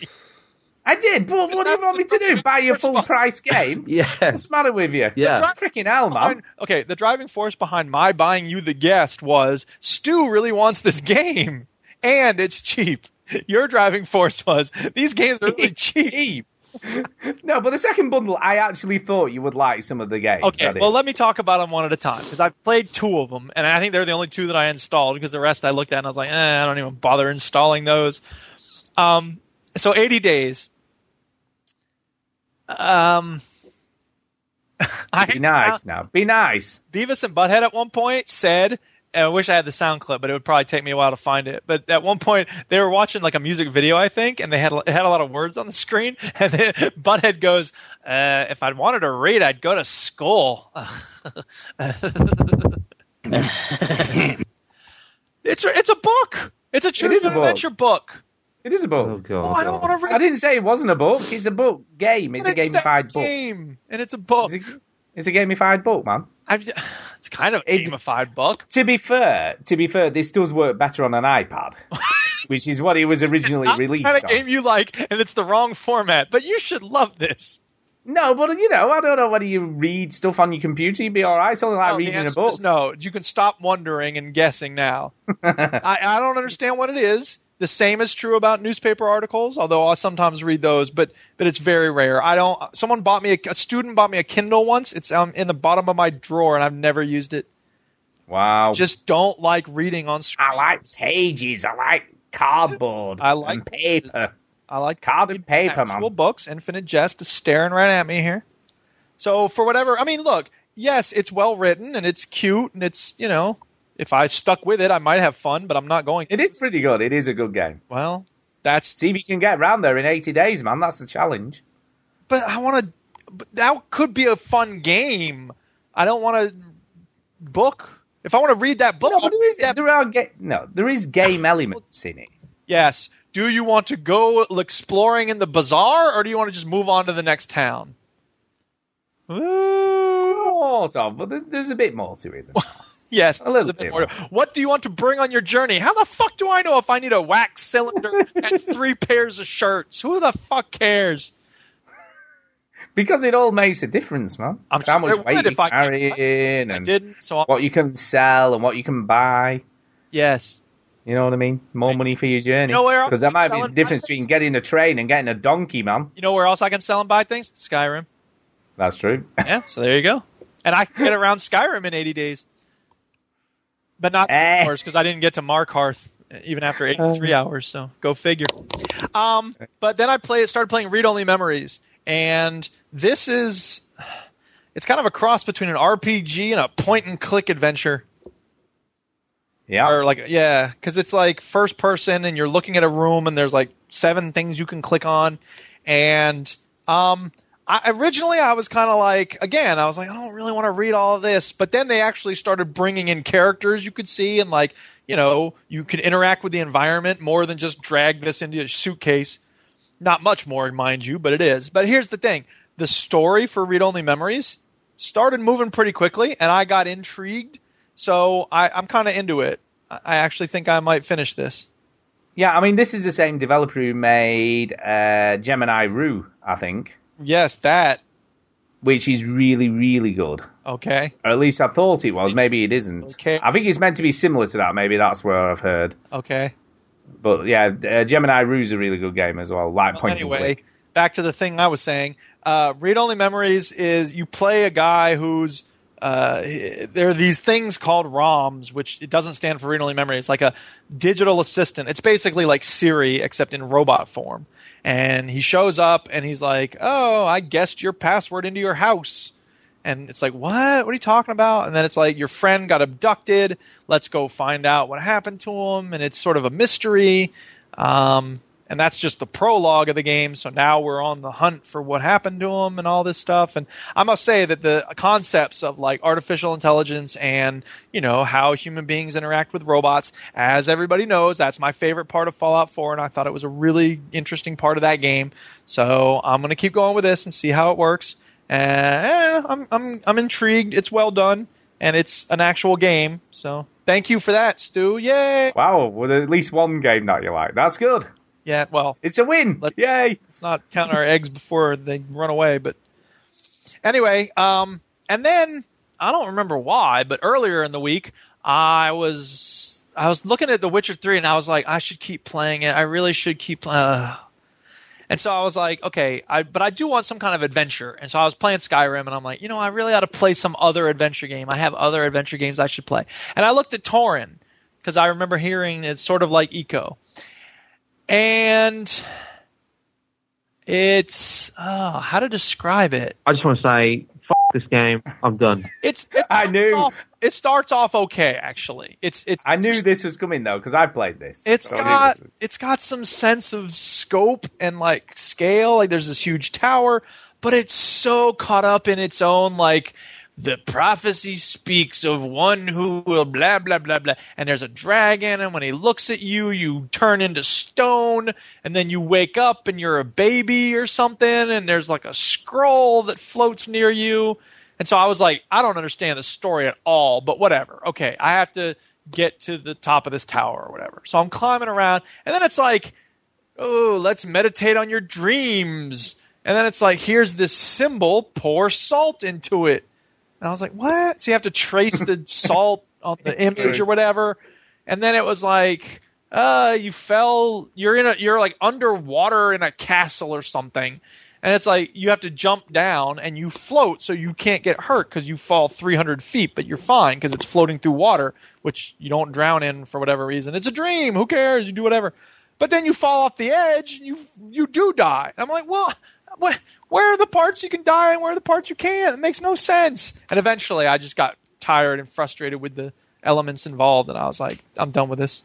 Speaker 2: I did, but what do you
Speaker 4: [laughs] That's
Speaker 2: want me to
Speaker 4: the-
Speaker 2: do? Buy your full price
Speaker 4: [laughs]
Speaker 2: game?
Speaker 1: Yes.
Speaker 2: What's the matter with you?
Speaker 1: Yeah.
Speaker 2: Freaking hell, man.
Speaker 4: Okay, the driving force behind my buying you the guest was Stu really wants this game, and it's cheap. [laughs] Your driving force was these games are really cheap.
Speaker 2: No, but the second bundle, I actually thought you would like some of the games. I
Speaker 4: Okay,
Speaker 2: did.
Speaker 4: well let me talk about them one at a time because I've played two of them, and I think they're the only two that I installed because the rest I looked at and I was like, eh, I don't even bother installing those. Um, so 80 days. Um, [laughs] I
Speaker 2: be nice now. Be nice.
Speaker 4: Beavis and Butthead at one point said, and I wish I had the sound clip, but it would probably take me a while to find it. But at one point, they were watching like a music video, I think, and they had it had a lot of words on the screen. [laughs] And then Butthead goes, uh, "If I wanted to read, I'd go to school." it's a- it's a book. It's a true
Speaker 2: is a book.
Speaker 4: adventure book.
Speaker 2: It is a book.
Speaker 1: Oh god.
Speaker 4: Oh, I don't want to read.
Speaker 2: I didn't say it wasn't a book. It's a book game. It's a
Speaker 4: it. It says
Speaker 2: gamified book.
Speaker 4: game, and it's a book.
Speaker 2: It's a, it's a gamified book, man.
Speaker 4: I'm j- [sighs] it's kind of a
Speaker 2: It-
Speaker 4: gamified book. [laughs]
Speaker 2: To be fair, to be fair, this does work better on an iPad, which is what it
Speaker 4: [laughs]
Speaker 2: was originally
Speaker 4: It's not
Speaker 2: released
Speaker 4: The kind of
Speaker 2: on.
Speaker 4: game you like, and it's the wrong format. But you should love this.
Speaker 2: No, but you know, I don't know whether you read stuff on your computer, you'd be all right. Something like
Speaker 4: No, the
Speaker 2: reading a
Speaker 4: answer
Speaker 2: book.
Speaker 4: is no. You can stop wondering and guessing now. I, I don't understand what it is. The same is true about newspaper articles, although I sometimes read those, but but it's very rare. I don't. Someone bought me a, a student bought me a Kindle once. It's um, in the bottom of my drawer, and I've never used it.
Speaker 2: [laughs] Wow.
Speaker 4: Just don't like reading on screen.
Speaker 2: Oh. I like pages. I like cardboard.
Speaker 4: I like
Speaker 2: and paper.
Speaker 4: I like
Speaker 2: Card and paper, man.
Speaker 4: actual books. Infinite Jest is staring right at me here. So for whatever, I mean, look, yes, it's well written and it's cute and it's you know, if I stuck with it, I might have fun, but I'm not going.
Speaker 2: It is pretty good. It is a good game.
Speaker 4: Well, that's.
Speaker 2: See if you can get around there in 80 days, man. That's the challenge.
Speaker 4: But I want to. That could be a fun game. I don't want to book. If I want to read that book,
Speaker 2: No, but there is
Speaker 4: that-
Speaker 2: there are ga- no there is
Speaker 4: [laughs]
Speaker 2: game elements in it.
Speaker 4: yes. Do you want to go exploring in the bazaar, or do you want to just move on to the next town? Ooh.
Speaker 2: sort of, but there's, there's a bit more to it. Than that.
Speaker 4: Yes,
Speaker 2: A little
Speaker 4: it's
Speaker 2: bit
Speaker 4: more. What do you want to bring on your journey? How the fuck do I know if I need a wax cylinder
Speaker 2: [laughs]
Speaker 4: and three pairs of shirts? Who the fuck cares?
Speaker 2: because it all makes a difference, man.
Speaker 4: I'm
Speaker 2: How
Speaker 4: sure
Speaker 2: much
Speaker 4: it
Speaker 2: weight
Speaker 4: would
Speaker 2: you're
Speaker 4: if I-
Speaker 2: carrying
Speaker 4: I
Speaker 2: and
Speaker 4: didn't. So I'm,
Speaker 2: what you can sell and what you can buy.
Speaker 4: yes,
Speaker 2: You know what I mean? More money for your journey.
Speaker 4: You know where else
Speaker 2: Because there might be a
Speaker 4: selling
Speaker 2: difference between
Speaker 4: blankets?
Speaker 2: getting a train and getting a donkey, man.
Speaker 4: you know where else I can sell and buy things? Skyrim.
Speaker 2: That's true. [laughs]
Speaker 4: Yeah, so there you go. And I can get around Skyrim in 80 days, but not
Speaker 2: Eh.
Speaker 4: hours because I didn't get to Markarth even after 83 hours. So go figure. Um, but then I play started playing Read Only Memories, and this is it's kind of a cross between an RPG and a point and click adventure.
Speaker 2: Yeah.
Speaker 4: or like yeah because it's like first person and you're looking at a room and there's like seven things you can click on and um I, originally i was kind of like again i was like i don't really want to read all of this but then they actually started bringing in characters you could see and like you know you could interact with the environment more than just drag this into a suitcase not much more mind you but it is but here's the thing the story for read only memories started moving pretty quickly and i got intrigued so I, I'm kind of into it. I I actually think I might finish this.
Speaker 2: Yeah, I mean, this is the same developer who made uh, Gemini Rue, I think,
Speaker 4: Yes, that.
Speaker 2: which is really, really good.
Speaker 4: Okay.
Speaker 2: Or at least I thought it was. Maybe it isn't.
Speaker 4: Okay.
Speaker 2: I think it's meant to be similar to that. Maybe that's where I've heard.
Speaker 4: Okay.
Speaker 2: But yeah, uh, Gemini Rue's a really good game as well. Like
Speaker 4: Well,
Speaker 2: point and
Speaker 4: anyway,
Speaker 2: click.
Speaker 4: back to the thing I was saying. Uh, Read Only Memories is you play a guy who's uh, he- there are these things called ROMs, which it doesn't stand for Read Only Memory. It's like a digital assistant. It's basically like Siri except in robot form. And he shows up and he's like, "Oh, I guessed your password into your house." and it's like what what are you talking about and then it's like your friend got abducted let's go find out what happened to him and it's sort of a mystery um, and that's just the prologue of the game so now we're on the hunt for what happened to him and all this stuff and i must say that the concepts of like artificial intelligence and you know how human beings interact with robots as everybody knows that's my favorite part of fallout 4 and i thought it was a really interesting part of that game so i'm going to keep going with this and see how it works and eh, I'm I'm I'm intrigued. It's well done, and it's an actual game. So thank you for that, Stu. Yay!
Speaker 2: Wow, with at least one game that you like. That's good.
Speaker 4: Yeah, well,
Speaker 2: It's a win.
Speaker 4: Let's-
Speaker 2: Yay.
Speaker 4: let's not count our eggs before they run away. But anyway, um, and then I don't remember why, but earlier in the week I was I was looking at The Witcher Three, and I was like, I should keep playing it. I really should keep. Uh. And so I was like, okay, I but I do want some kind of adventure. And so I was playing Skyrim, and I'm like, you know, I really ought to play some other adventure game. I have other adventure games I should play. And I looked at Torin because I remember hearing it's sort of like Eco. And it's oh, how to describe it.
Speaker 8: I just want to say, f this game. I'm done.
Speaker 4: It's it
Speaker 2: I
Speaker 4: starts
Speaker 2: knew.
Speaker 4: off- it starts off okay actually. It's it's
Speaker 2: I knew this was coming though because I played this.
Speaker 4: It's
Speaker 2: So I knew
Speaker 4: got
Speaker 2: this was-
Speaker 4: it's got some sense of scope and like scale. Like there's this huge tower, but it's so caught up in its own like the prophecy speaks of one who will blah blah blah blah and there's a dragon and when he looks at you you turn into stone and then you wake up and you're a baby or something and there's like a scroll that floats near you and so I was like, I don't understand the story at all, but whatever. Okay, I have to get to the top of this tower or whatever. So I'm climbing around, and then it's like, oh, let's meditate on your dreams. And then it's like, here's this symbol, pour salt into it. And I was like, what? So you have to trace the salt on the image or whatever. And then it was like, uh, you fell, you're in a, you're like underwater in a castle or something. And it's like, you have to jump down and you float so you can't get hurt because you fall 300 feet, but you're fine because it's floating through water, which you don't drown in for whatever reason. It's a dream. Who cares? You do whatever. But then you fall off the edge and you, you do die. And I'm like, well, what, where are the parts you can die and where are the parts you can't? It makes no sense. And eventually, I just got tired and frustrated with the elements involved, and I was like, I'm done with this.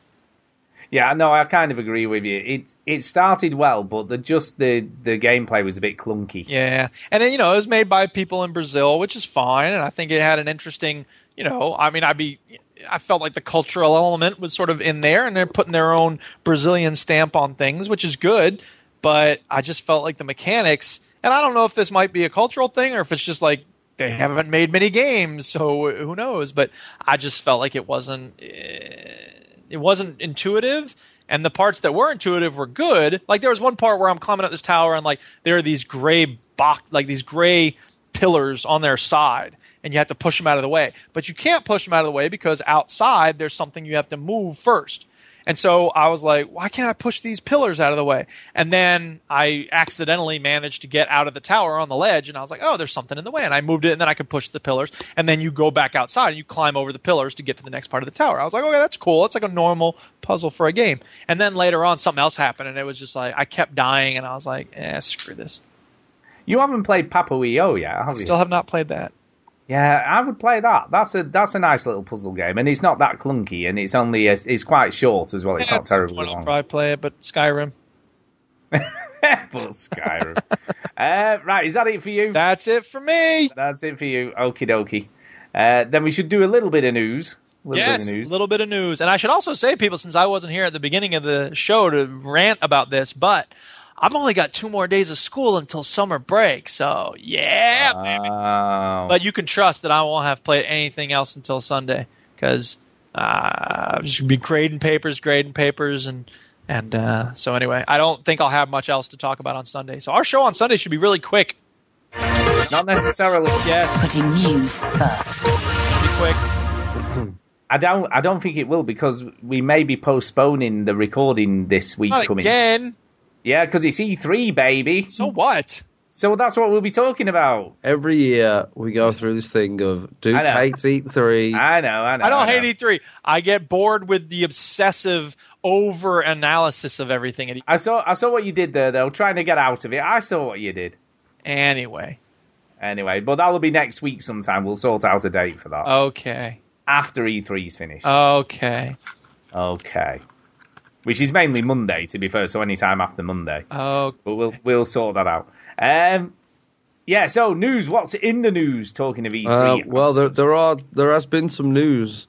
Speaker 2: Yeah, no, I kind of agree with you. It it started well, but the just the the gameplay was a bit clunky.
Speaker 4: Yeah, and then you know it was made by people in Brazil, which is fine, and I think it had an interesting, you know, I mean, I'd be, I felt like the cultural element was sort of in there, and they're putting their own Brazilian stamp on things, which is good, but I just felt like the mechanics, and I don't know if this might be a cultural thing or if it's just like they haven't made many games, so who knows? But I just felt like it wasn't eh, it wasn't intuitive. And the parts that were intuitive were good. Like there was one part where I'm climbing up this tower and like there are these gray box, like these gray pillars on their side, and you have to push them out of the way. But you can't push them out of the way because outside there's something you have to move first. And so I was like, why can't I push these pillars out of the way? And then I accidentally managed to get out of the tower on the ledge, and I was like, oh, there's something in the way. And I moved it, and then I could push the pillars. And then you go back outside and you climb over the pillars to get to the next part of the tower. I was like, okay, that's cool. It's like a normal puzzle for a game. And then later on, something else happened, and it was just like, I kept dying, and I was like, eh, screw this.
Speaker 2: You haven't played Papa EO yet, have you?
Speaker 4: Still have not played that.
Speaker 2: Yeah, I would play that. That's a that's a nice little puzzle game, and it's not that clunky, and it's only a, it's quite short as well. It's
Speaker 4: Yeah,
Speaker 2: not terribly
Speaker 4: one I'll
Speaker 2: long. [laughs]
Speaker 4: probably play it, but Skyrim.
Speaker 2: But
Speaker 4: [laughs]
Speaker 2: Skyrim. uh, right, is that it for you?
Speaker 4: That's it for me.
Speaker 2: That's it for you. Okie dokie. Uh, then we should do a little bit of news. A little
Speaker 4: yes,
Speaker 2: bit of news.
Speaker 4: little bit of news. And I should also say, people, since I wasn't here at the beginning of the show to rant about this, but I've only got two more days of school until summer break. So
Speaker 2: Ah.
Speaker 4: yeah, baby.
Speaker 2: Oh.
Speaker 4: But you can trust that I won't have played anything else until Sunday because uh, I'm just gonna be grading papers, grading papers, and and uh, so anyway, I don't think I'll have much else to talk about on Sunday. So our show on Sunday should be really quick.
Speaker 2: not necessarily.
Speaker 4: Yes,
Speaker 10: Putting news first.
Speaker 4: be quick.
Speaker 2: I don't. I don't think it will because we may be postponing the recording this week
Speaker 4: Not
Speaker 2: coming.
Speaker 4: again.
Speaker 2: Yeah, because it's E3, baby.
Speaker 4: So what?
Speaker 2: So that's what we'll be talking about.
Speaker 1: Every year we go through this thing of Duke
Speaker 2: I know.
Speaker 1: hates eat three.
Speaker 2: I know. I know.
Speaker 4: I don't
Speaker 2: know.
Speaker 4: hate E3. I get bored with the obsessive over analysis of everything. at E-
Speaker 2: I saw. I saw what you did there, though. Trying to get out of it. I saw what you did.
Speaker 4: Anyway,
Speaker 2: Anyway, but that'll be next week sometime. We'll sort out a date for
Speaker 1: Oh.
Speaker 2: that
Speaker 4: okay,
Speaker 2: after E3's finished.
Speaker 4: okay,
Speaker 2: okay. Which is mainly Monday, to be fair. So any time after Monday,
Speaker 1: Oh.
Speaker 4: okay.
Speaker 2: but we'll we'll sort that out. Um, yeah. So news. What's in the news? Talking of E
Speaker 1: Uh,
Speaker 2: E3.
Speaker 1: well, there there are there has been some news.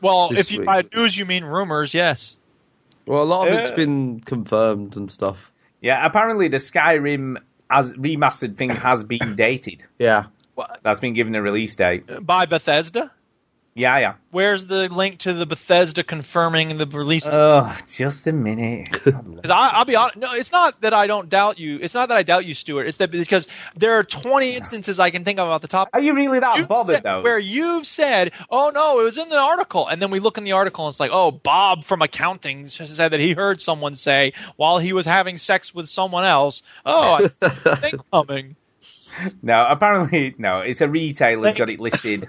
Speaker 4: Well,
Speaker 1: This
Speaker 4: if you
Speaker 1: week.
Speaker 4: by news you mean rumors, yes.
Speaker 1: Well, a lot of it's
Speaker 2: Uh.
Speaker 1: been confirmed and stuff.
Speaker 2: Yeah. Apparently, the Skyrim as remastered thing has been [laughs] dated.
Speaker 1: Yeah, [laughs]
Speaker 2: That's been given a release date.
Speaker 4: By Bethesda.
Speaker 2: Yeah. Yeah.
Speaker 4: Where's the link to the Bethesda confirming the release?
Speaker 1: Uh.
Speaker 4: Because
Speaker 2: Oh, just
Speaker 1: [laughs]
Speaker 2: a minute.
Speaker 4: I'll be honest. No, it's not that I don't doubt you. It's not that I doubt you, Stuart. It's that because there are 20 instances I can think of off the top.
Speaker 2: Are you really that
Speaker 4: You've
Speaker 2: bothered
Speaker 4: said-
Speaker 2: though?
Speaker 4: Where you've said, "Oh no, it was in the article," and then we look in the article and it's like, "Oh, Bob from accounting said that he heard someone say while he was having sex with someone else." Oh, I
Speaker 2: [laughs]
Speaker 4: think coming.
Speaker 2: No, apparently no. It's a retailer's got it
Speaker 4: [laughs]
Speaker 2: listed.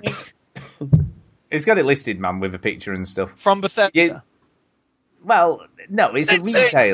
Speaker 2: it's got it listed, man, with a picture and stuff.
Speaker 4: from Bethesda.
Speaker 2: You, well, no, it's a retailer.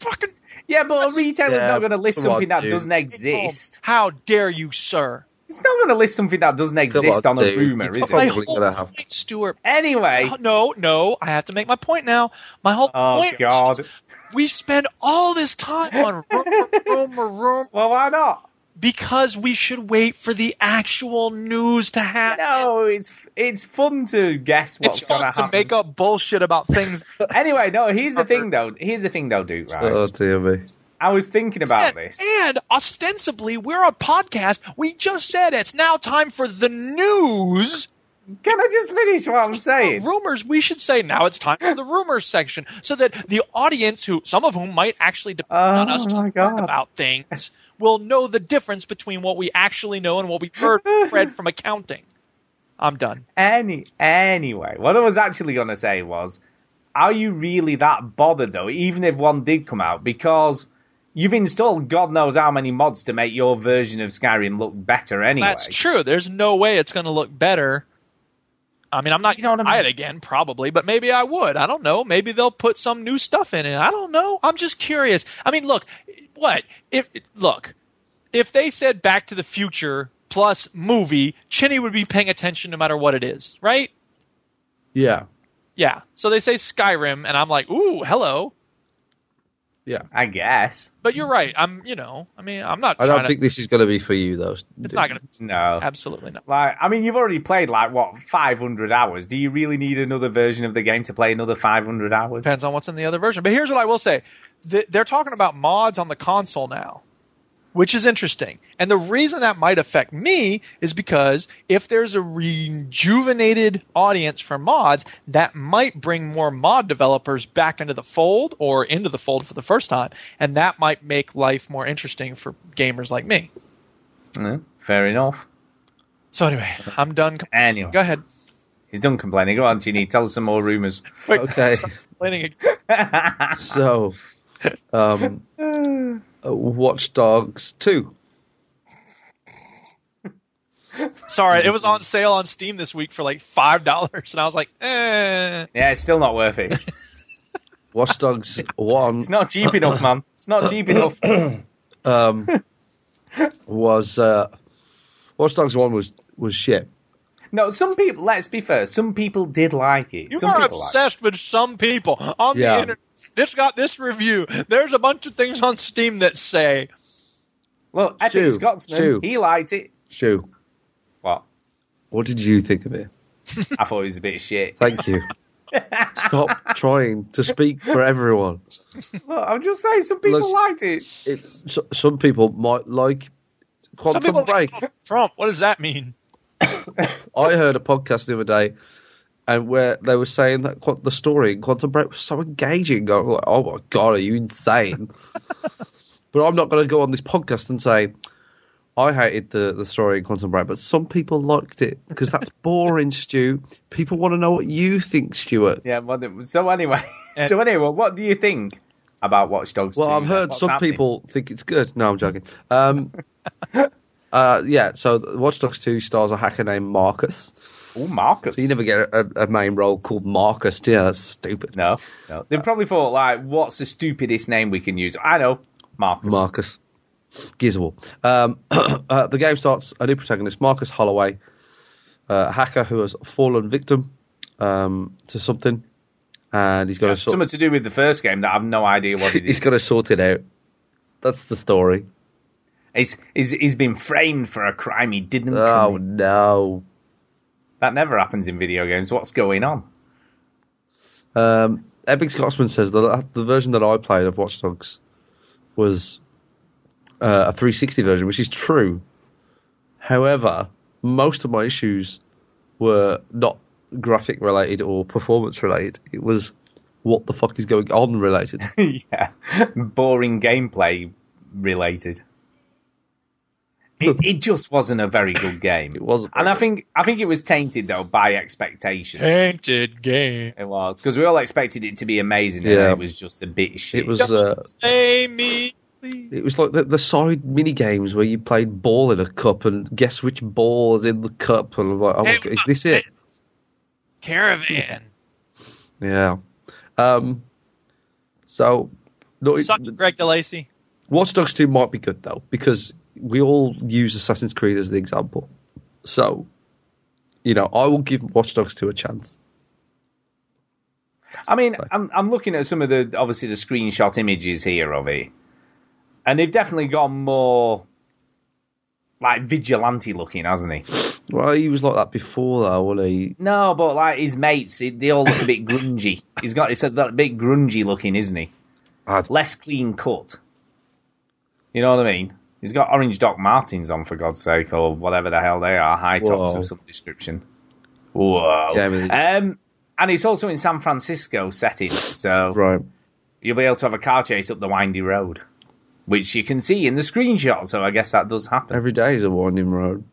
Speaker 4: fucking
Speaker 2: Yeah, but a retailer's
Speaker 1: Yeah,
Speaker 2: not going to list
Speaker 1: come on,
Speaker 2: something that
Speaker 1: dude.
Speaker 2: doesn't exist.
Speaker 4: How dare you, sir?
Speaker 2: It's not going to list something that doesn't exist
Speaker 1: on,
Speaker 2: on a
Speaker 1: dude.
Speaker 2: rumor,
Speaker 1: You
Speaker 2: is
Speaker 1: can't
Speaker 4: My
Speaker 2: it?
Speaker 1: Probably
Speaker 4: whole
Speaker 1: gonna have-
Speaker 4: point, Stuart. uh,
Speaker 2: Anyway,
Speaker 4: No, no, I have to make my point now. My whole
Speaker 2: oh
Speaker 4: point.
Speaker 2: god.
Speaker 4: was We spend all this time on rumor, rumor, rumor,
Speaker 2: Well, why not?
Speaker 4: because we should wait for the actual news to happen.
Speaker 2: No, it's it's fun to guess what's
Speaker 4: it's
Speaker 2: going
Speaker 4: fun to
Speaker 2: happen.
Speaker 4: make up bullshit about things.
Speaker 2: Anyway, no, here's the
Speaker 4: [laughs]
Speaker 2: thing though. Here's the thing though, Duke. Right?
Speaker 1: oh dear me.
Speaker 2: I was thinking about
Speaker 4: and,
Speaker 2: this.
Speaker 4: and ostensibly, we're a podcast. We just said it's now time for the news.
Speaker 2: Can I just finish what I'm saying?
Speaker 4: rumors, we should say now it's time for the rumors section, so that the audience, who some of whom might actually depend on
Speaker 2: Oh,
Speaker 4: us to
Speaker 2: my
Speaker 4: learn
Speaker 2: God.
Speaker 4: about things, will know the difference between what we actually know and what we
Speaker 2: [laughs]
Speaker 4: heard from Fred from accounting. I'm done.
Speaker 2: Any anyway, what I was actually going to say was, are you really that bothered though? Even if one did come out, because you've installed God knows how many mods to make your version of Skyrim look better anyway.
Speaker 4: That's true. There's no way it's going to look better. I mean, I'm not
Speaker 2: You know what I
Speaker 4: going to buy it
Speaker 2: mean?
Speaker 4: again, probably, but maybe I would. I don't know. Maybe they'll put some new stuff in it. I don't know. I'm just curious. I mean, look, what if look if they said Back to the Future plus movie, Chinny would be paying attention no matter what it is, right?
Speaker 1: Yeah,
Speaker 4: Yeah. So they say Skyrim, and I'm like, ooh, hello.
Speaker 1: yeah.
Speaker 2: I guess.
Speaker 4: But you're right. I'm, you know, I mean, I'm not.
Speaker 1: I
Speaker 4: trying
Speaker 1: don't think
Speaker 4: to,
Speaker 1: this is going to be for you though.
Speaker 4: it's not going to.
Speaker 2: No.
Speaker 4: Absolutely not.
Speaker 2: Like, I mean, you've already played like what 500 hours. Do you really need another version of the game to play another 500 hours?
Speaker 4: Depends on what's in the other version. But here's what I will say: Th- they're talking about mods on the console now. which is interesting. And the reason that might affect me is because if there's a rejuvenated audience for mods, that might bring more mod developers back into the fold or into the fold for the first time, and that might make life more interesting for gamers like me.
Speaker 2: Yeah, fair enough.
Speaker 4: So anyway, I'm done. com-
Speaker 2: Anyway,
Speaker 4: Go ahead.
Speaker 2: he's done complaining. Go on, Ginny. Tell us some more rumors.
Speaker 4: Wait,
Speaker 1: Okay.
Speaker 4: stop complaining again.
Speaker 1: So, um, uh, Watch Dogs 2.
Speaker 4: Sorry, it was on sale on Steam this week for like five dollars, and I was like, eh.
Speaker 2: Yeah, it's still not worth it.
Speaker 1: Watch Dogs 1
Speaker 2: It's not
Speaker 4: [laughs]
Speaker 2: cheap enough, man. It's not cheap enough.
Speaker 1: um, was. Uh, Watch Dogs 1 was, was shit.
Speaker 2: No, some people. Let's be fair. Some people did like it.
Speaker 4: You
Speaker 2: some
Speaker 4: are
Speaker 2: people liked it.
Speaker 4: obsessed with some people on
Speaker 1: Yeah.
Speaker 4: the internet. This got this review. There's a bunch of things on Steam that say
Speaker 2: Look, Epic
Speaker 1: Chew,
Speaker 2: Scotsman.
Speaker 1: chew.
Speaker 2: He liked it.
Speaker 1: Shu,
Speaker 2: What?
Speaker 1: what did you think of it?
Speaker 2: I thought it was a bit
Speaker 1: [laughs]
Speaker 2: of shit.
Speaker 1: Thank you. Stop trying to speak for everyone.
Speaker 2: Look, I'm just saying. Some people
Speaker 1: Look-
Speaker 2: liked it.
Speaker 1: It, so, some people might like
Speaker 4: some
Speaker 1: Quantum
Speaker 4: people
Speaker 1: Break.
Speaker 4: like Trump. What does that mean?
Speaker 1: I heard a podcast the other day, and where they were saying that Quan- the story in Quantum Break was so engaging. I was like, oh my god, are you
Speaker 4: [laughs]
Speaker 1: insane? but I'm not going to go on this podcast and say I hated the the story in Quantum Break, but some people liked it because that's boring, Stu. People want to know what you think, Stuart.
Speaker 2: Yeah. Well, th- so anyway. [laughs]
Speaker 4: Yeah.
Speaker 2: so anyway, what do you think about Watch Dogs?
Speaker 1: Eh. Well,
Speaker 2: 2?
Speaker 1: I've heard
Speaker 2: What's
Speaker 1: some
Speaker 2: happening?
Speaker 1: people think it's good. No, I'm joking. Um, uh, yeah, so Watch Dogs 2 stars a hacker named Marcus.
Speaker 2: Oh, Marcus.
Speaker 1: So you never get a, a main role called Marcus, do you? That's stupid.
Speaker 2: No,
Speaker 1: Uh,
Speaker 2: no. They probably thought like, what's the stupidest name we can use? I know, Marcus.
Speaker 1: Marcus. Gizable. Um, [clears throat] uh, the game starts a new protagonist, Marcus Holloway, uh, a hacker who has fallen victim um, to something, and he's got to sort.
Speaker 2: Something to do with the first game that I've no idea what it
Speaker 1: [laughs] He's
Speaker 2: is.
Speaker 1: got to sort it out. That's the story.
Speaker 2: he's, he's, he's been framed for a crime he didn't
Speaker 1: Oh
Speaker 2: commit.
Speaker 1: no.
Speaker 2: That never happens in video games. What's going on?
Speaker 1: Um, Epic Scotsman says that the version that I played of Watch Dogs was uh, a 360 version, which is true. However, most of my issues were not graphic related or performance related. It was what the fuck is going on related.
Speaker 2: yeah, [laughs] boring gameplay related.
Speaker 1: [laughs]
Speaker 2: It, it just wasn't a very good game.
Speaker 1: It wasn't very
Speaker 2: and I
Speaker 1: good.
Speaker 2: think I think it was tainted though by expectation.
Speaker 4: Painted game.
Speaker 2: It was because we all expected it to be amazing, and
Speaker 1: Yeah.
Speaker 2: it was just a bit shit.
Speaker 1: It was uh,
Speaker 4: Say me. please.
Speaker 1: it was like the, the side mini games where you played ball in a cup and guess which ball is in the cup and I'm like, oh, my God, is this it?
Speaker 4: Caravan.
Speaker 1: Yeah. Um. So, no, it-
Speaker 4: Suck it, Greg DeLacy.
Speaker 1: Watch Dogs 2 might be good though, because we all use Assassin's Creed as the example. So, you know, I will give Watch Dogs 2 a chance.
Speaker 2: I mean,
Speaker 1: Sorry.
Speaker 2: I'm I'm looking at some of the obviously the screenshot images here of it, and they've definitely gone more like vigilante looking, hasn't he?
Speaker 1: Well, he was like that before though, wasn't he?
Speaker 2: No, but like his mates, he- they all look a bit grungy. He's got he's a bit grungy looking, isn't he?
Speaker 1: I'd-
Speaker 2: Less clean cut. You know what I mean? He's got orange Doc Martens on for God's sake, or whatever the hell they are, high tops
Speaker 1: Whoa.
Speaker 2: of some description. Whoa.
Speaker 1: Yeah, I mean-
Speaker 2: um, and it's also in San Francisco setting, so
Speaker 1: Right.
Speaker 2: you'll be able to have a car chase up the windy road, which you can see in the screenshot. So I guess that does happen.
Speaker 1: Every day is a winding road.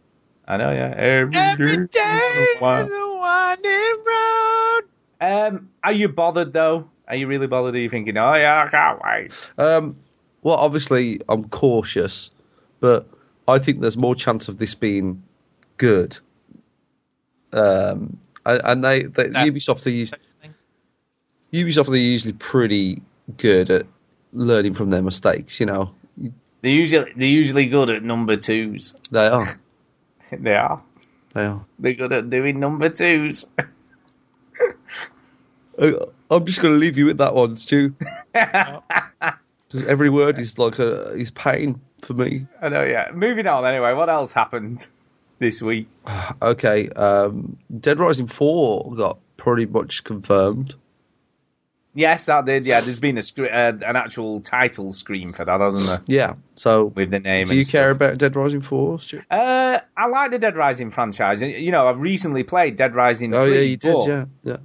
Speaker 2: I know, yeah. Every,
Speaker 4: Every day
Speaker 2: Wow.
Speaker 4: is a winding road.
Speaker 2: Um, are you bothered though? Are you really bothered? Are you thinking, oh yeah, I can't wait?
Speaker 1: Um, well, obviously, I'm cautious, but I think there's more chance of this being good. Um, and and they, they
Speaker 4: That's-
Speaker 1: Ubisoft are us- Ubisoft are usually pretty good at learning from their mistakes. You know,
Speaker 2: They're usually they're usually good at number twos. [laughs]
Speaker 1: they are,
Speaker 2: They are.
Speaker 1: they are.
Speaker 2: They're good at doing number twos. [laughs]
Speaker 1: Uh, I'm just going to leave you with that one, Stu. 'Cause every word is like a is pain for me.
Speaker 2: I know. Yeah. Moving on. Anyway, what else happened this week?
Speaker 1: Okay, um, Dead Rising Four got pretty much confirmed.
Speaker 2: Yes, that did. Yeah, there's been a scre- uh, an actual title screen for that, hasn't there?
Speaker 1: Yeah. So
Speaker 2: With the name.
Speaker 1: do
Speaker 2: and
Speaker 1: you
Speaker 2: stuff.
Speaker 1: care about Dead Rising 4? Stu?
Speaker 2: Uh, I like the Dead Rising franchise. You- You know, I've recently played Dead Rising.
Speaker 1: Oh
Speaker 2: 3,
Speaker 1: yeah, you did.
Speaker 2: but-
Speaker 1: Yeah, yeah.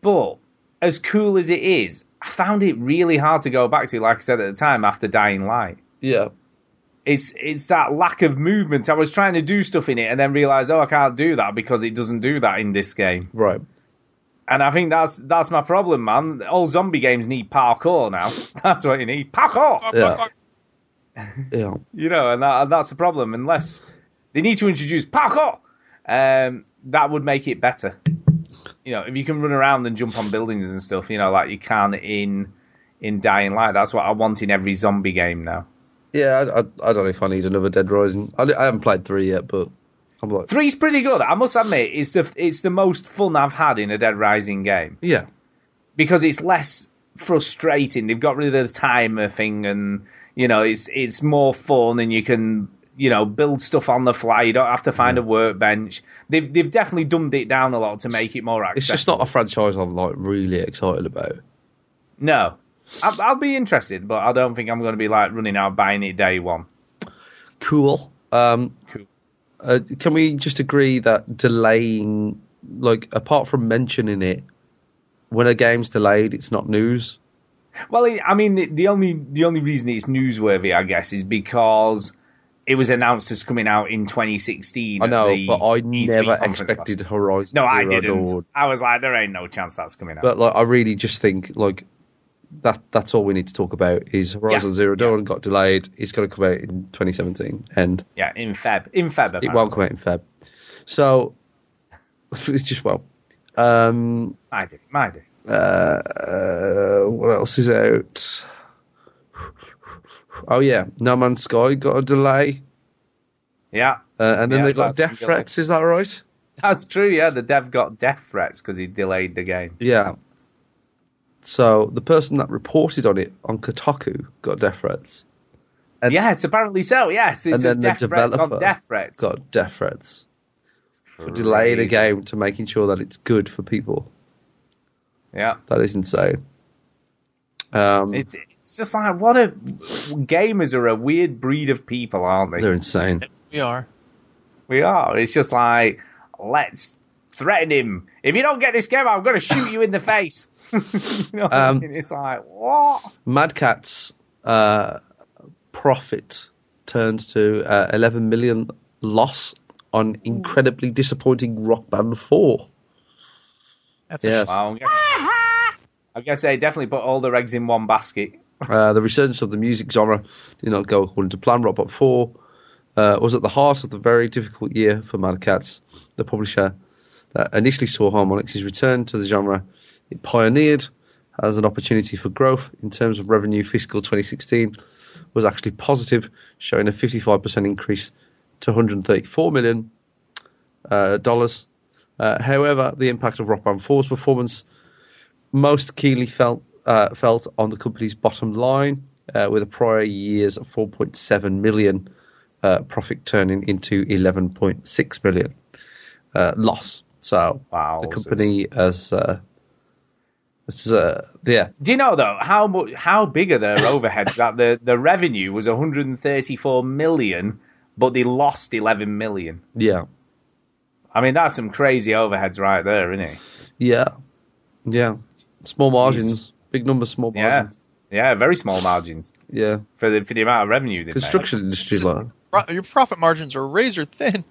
Speaker 2: But as cool as it is, I found it really hard to go back to. Like I said at the time, after Dying Light,
Speaker 1: Yeah.
Speaker 2: it's it's that lack of movement. I was trying to do stuff in it and then realized, oh, I can't do that because it doesn't do that in this game.
Speaker 1: Right.
Speaker 2: And I think that's that's my problem, man. All zombie games need parkour now. [laughs] That's what you need, parkour.
Speaker 1: Yeah. Yeah.
Speaker 2: You know, and, that, and that's the problem. Unless they need to introduce parkour, um, that would make it better. You know, if you can run around and jump on buildings and stuff, you know, like you can in in Dying Light. That's what I want in every zombie game now.
Speaker 1: Yeah. I, I, I don't know if I need another Dead Rising. I, I haven't played three yet, but I'm like,
Speaker 2: Three's pretty good. I must admit, it's the it's the most fun I've had in a Dead Rising game.
Speaker 1: yeah,
Speaker 2: because it's less frustrating. They've got rid of the timer thing, and you know, it's it's more fun, and you can you know build stuff on the fly. You don't have to find a workbench. They've they've definitely dumbed it down a lot to make it more accessible.
Speaker 1: it's just not a franchise I'm like really excited about.
Speaker 2: no. I'll, I'll be interested, but I don't think I'm going to be like running out buying it day one.
Speaker 1: Cool. Um,
Speaker 2: Cool.
Speaker 1: Uh, can we just agree that delaying, like, apart from mentioning it, when a game's delayed, it's not news?
Speaker 2: Well, it- I mean, the, the only the only reason it's newsworthy, I guess, is because it was announced as coming out in 2016.
Speaker 1: I
Speaker 2: at
Speaker 1: know,
Speaker 2: the
Speaker 1: but I
Speaker 2: E3
Speaker 1: never
Speaker 2: conference last
Speaker 1: expected Horizon.
Speaker 2: No, I
Speaker 1: Zero
Speaker 2: didn't.
Speaker 1: Dawn.
Speaker 2: I was like, there ain't no chance that's coming out.
Speaker 1: But like, I really just think like that. That's all we need to talk about is Horizon
Speaker 2: Yeah,
Speaker 1: Zero Dawn got delayed. It's going to come out in 2017, and
Speaker 2: yeah, in Feb, in Feb.
Speaker 1: it won't
Speaker 2: apparently.
Speaker 1: come out in Feb. So [laughs] it's just well. Um,
Speaker 2: I do. I do.
Speaker 1: uh, what else is out? Oh yeah, No Man's Sky got a delay,
Speaker 2: Yeah,
Speaker 1: uh, and then
Speaker 2: Yeah,
Speaker 1: they got
Speaker 2: that's
Speaker 1: death
Speaker 2: really-
Speaker 1: threats. Is that right?
Speaker 2: that's true. Yeah, the dev got death threats because he delayed the game.
Speaker 1: Yeah. So the person that reported on it on Kotaku got death threats. And-
Speaker 2: yes, apparently so. Yes, it's
Speaker 1: and then
Speaker 2: a
Speaker 1: the
Speaker 2: death threats on
Speaker 1: developer
Speaker 2: death threats.
Speaker 1: got death threats for delaying a
Speaker 2: Crazy.
Speaker 1: game to making sure that it's good for people.
Speaker 2: Yeah,
Speaker 1: That is insane. Um,
Speaker 2: it's it's just like what a gamers are a weird breed of people, aren't they?
Speaker 1: they're insane.
Speaker 4: We are.
Speaker 2: We are. It's just like let's threaten him. If you don't get this game, I'm going to shoot you in the face. [laughs] you know what I
Speaker 1: Um,
Speaker 2: mean? it's like what?
Speaker 1: Mad Cat's uh, profit turned to uh, 11 million loss on incredibly disappointing Rock Band 4.
Speaker 4: That's
Speaker 1: Yes.
Speaker 2: Well, I'm guessing, I guess they definitely put all their eggs in one basket.
Speaker 1: Uh, the resurgence of the music genre did not go according to plan. Robot 4 uh, was at the heart of the very difficult year for Mad Catz, the publisher that initially saw Harmonix' return to the genre it pioneered as an opportunity for growth in terms of revenue fiscal 2016 was actually positive, showing a 55% increase to 134 million uh, dollars. Uh, however, the impact of Rock Band 4's performance most keenly felt uh, felt on the company's bottom line, uh, with a prior year's 4.7 million uh, profit turning into 11.6 million uh, loss. So the
Speaker 2: Wowzers.
Speaker 1: company has. Uh, this is uh, yeah,
Speaker 2: Do you know though how mu- how big
Speaker 1: [laughs]
Speaker 2: are their overheads? that the the revenue was 134 million, but they lost 11 million.
Speaker 1: yeah,
Speaker 2: I mean that's some crazy overheads right there, isn't it?
Speaker 1: yeah, yeah. Small margins, big numbers, small
Speaker 2: Yeah,
Speaker 1: margins.
Speaker 2: yeah, very small margins
Speaker 1: Yeah,
Speaker 2: for the for the amount of revenue they
Speaker 1: construction industry, like
Speaker 4: Pro- Your profit margins are razor thin.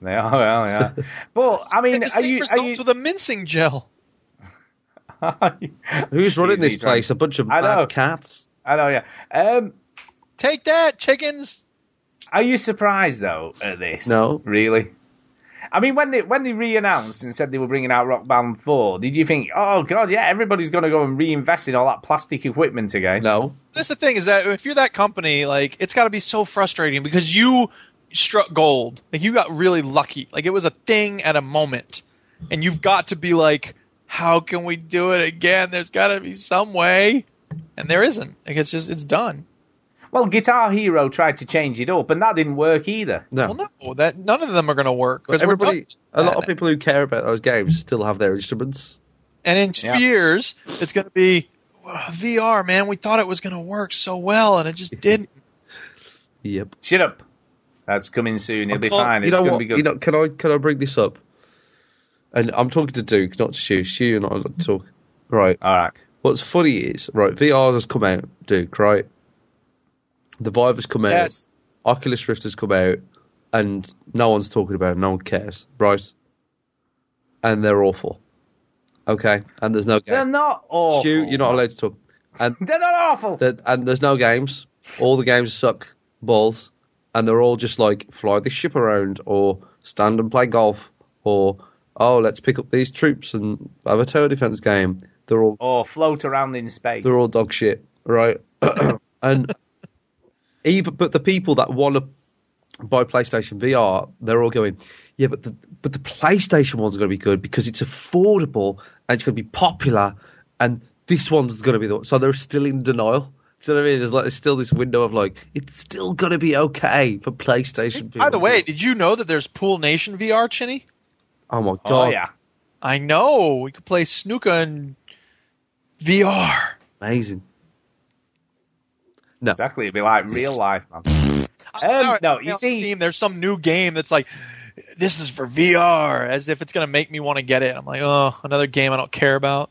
Speaker 2: Made. They are,
Speaker 1: [laughs]
Speaker 2: well, yeah. But I mean,
Speaker 4: the
Speaker 2: are
Speaker 4: same
Speaker 2: you are
Speaker 4: results
Speaker 2: you,
Speaker 4: with a mincing gel.
Speaker 2: [laughs] are you?
Speaker 1: who's running this
Speaker 2: Excuse me, John.
Speaker 1: place? A bunch of
Speaker 2: I know.
Speaker 1: mad cats.
Speaker 2: I know, yeah. Um,
Speaker 4: Take that, chickens.
Speaker 2: Are you surprised though at this?
Speaker 1: No.
Speaker 2: really. I mean, when they when they re-announced and said they were bringing out Rock Band Four, did you think, oh god, yeah, everybody's going to go and reinvest in all that plastic equipment again?
Speaker 1: No,
Speaker 4: That's the thing is that if you're that company, like it's got to be so frustrating because you struck gold. Like you got really lucky. Like it was a thing at a moment, and you've got to be like, how can we do it again? There's got to be some way, and there isn't. Like it's just it's done.
Speaker 2: Well, Guitar Hero tried to change it up, and that didn't work either.
Speaker 1: no.
Speaker 4: Well, no, that none of them are going to work. 'cause we're
Speaker 1: Everybody,
Speaker 4: done.
Speaker 1: a lot of people who care about those games still have their instruments.
Speaker 4: And in two
Speaker 2: Yeah.
Speaker 4: years, it's going to be "Wow, VR, man. We thought it was going to work so well, and it just didn't.
Speaker 1: Yep.
Speaker 2: Shut up. That's coming soon. It'll be
Speaker 1: Well,
Speaker 2: fine.
Speaker 1: You
Speaker 2: It's
Speaker 1: know
Speaker 2: going to
Speaker 1: what?
Speaker 2: be good.
Speaker 1: You know, can I can I bring this up? And I'm talking to Duke, not to Stu. Stu and I are not talk. Right.
Speaker 2: All right.
Speaker 1: What's funny is right. VR has come out, Duke. Right. The Vive has come out.
Speaker 4: Yes.
Speaker 1: Oculus Rift has come out, and no one's talking about it. No one cares. Right. And they're awful. Okay. And there's no
Speaker 2: They're
Speaker 1: game.
Speaker 2: not awful.
Speaker 1: Stu, you're not allowed to talk. And
Speaker 2: They're not awful.
Speaker 1: that and there's no games. All the games suck balls, and they're all just like fly this ship around, or stand and play golf, or oh let's pick up these troops and have a tower defense game. They're all
Speaker 2: or Oh, float around in space.
Speaker 1: they're all dog shit, right? [coughs] and even but the people that want to buy PlayStation VR, they're all going, yeah, but the but the PlayStation one's going to be good because it's affordable and it's going to be popular, and this one's going to be the one. So they're still in denial. Do you know what I mean? There's like there's still this window of like it's still going to be okay for PlayStation.
Speaker 4: By the
Speaker 1: people.
Speaker 4: way, did you know that there's Pool Nation VR, Chinny?
Speaker 1: oh my
Speaker 2: oh,
Speaker 1: god,
Speaker 2: yeah.
Speaker 4: I know. We could play snooker in VR.
Speaker 1: amazing.
Speaker 2: Exactly. It'd be like
Speaker 1: [laughs]
Speaker 2: real life, man.
Speaker 4: I saw
Speaker 2: Um,
Speaker 4: it
Speaker 2: no, you
Speaker 4: on
Speaker 2: see-
Speaker 4: Steam, there's some new game that's like, this is for VR, as if it's going to make me want to get it. I'm like, oh, another game I don't care about.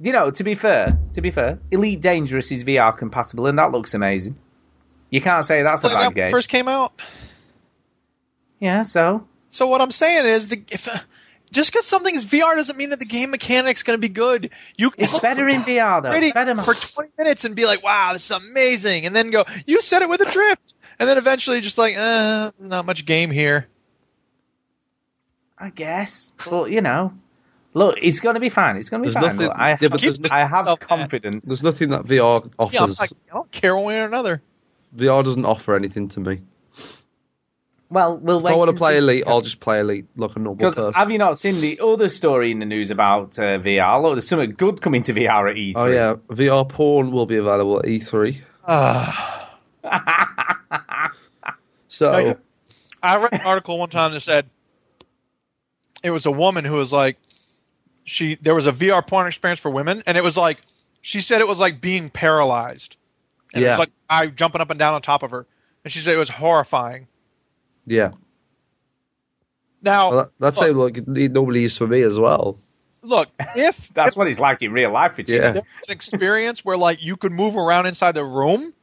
Speaker 2: You know, to be fair, to be fair, Elite Dangerous is VR compatible, and that looks amazing. You can't say that's a
Speaker 4: Play that
Speaker 2: bad
Speaker 4: when it
Speaker 2: game.
Speaker 4: first came out.
Speaker 2: Yeah, so
Speaker 4: So what I'm saying is, the, if uh, just because something's VR doesn't mean that the game mechanic's going to be good. You can
Speaker 2: it's
Speaker 4: look
Speaker 2: better in VR though.
Speaker 4: pretty
Speaker 2: It's better, man.
Speaker 4: for 20 minutes and be like, wow, this is amazing, and then go, you said it with a drift, and then eventually just like, uh, not much game here.
Speaker 2: I guess. But you know, look, it's going to be fine. It's going to be
Speaker 1: There's
Speaker 2: fine.
Speaker 1: nothing-
Speaker 2: Look, I,
Speaker 1: yeah, but
Speaker 2: have,
Speaker 1: there's no-
Speaker 2: I have
Speaker 4: Yourself that.
Speaker 2: confidence.
Speaker 1: There's nothing that VR offers.
Speaker 4: Yeah, I'm like, I don't care one way or another.
Speaker 1: VR doesn't offer anything to me.
Speaker 2: well, we'll
Speaker 1: If
Speaker 2: wait.
Speaker 1: I want to
Speaker 2: and
Speaker 1: play
Speaker 2: see.
Speaker 1: Elite, I'll just play Elite like a normal person.
Speaker 2: Because have you not seen the other story in the news about uh, VR? Look, there's something good coming to VR at E E3.
Speaker 1: Oh yeah, VR porn will be available at E E3.
Speaker 4: Ah.
Speaker 1: So
Speaker 2: Oh,
Speaker 4: No, you- I read an article one time that said it was a woman who was like she there was a VR porn experience for women and it was like she said it was like being paralyzed. And it
Speaker 1: Yeah.
Speaker 4: was like I jumping up and down on top of her. And she said it was horrifying.
Speaker 1: yeah,
Speaker 4: Now
Speaker 1: Well, that- that's how like it normally is for me as well.
Speaker 4: look, if
Speaker 2: That's
Speaker 4: if
Speaker 2: what it's like in real life, for you.
Speaker 1: Yeah.
Speaker 4: there was an experience where like you could move around inside the room,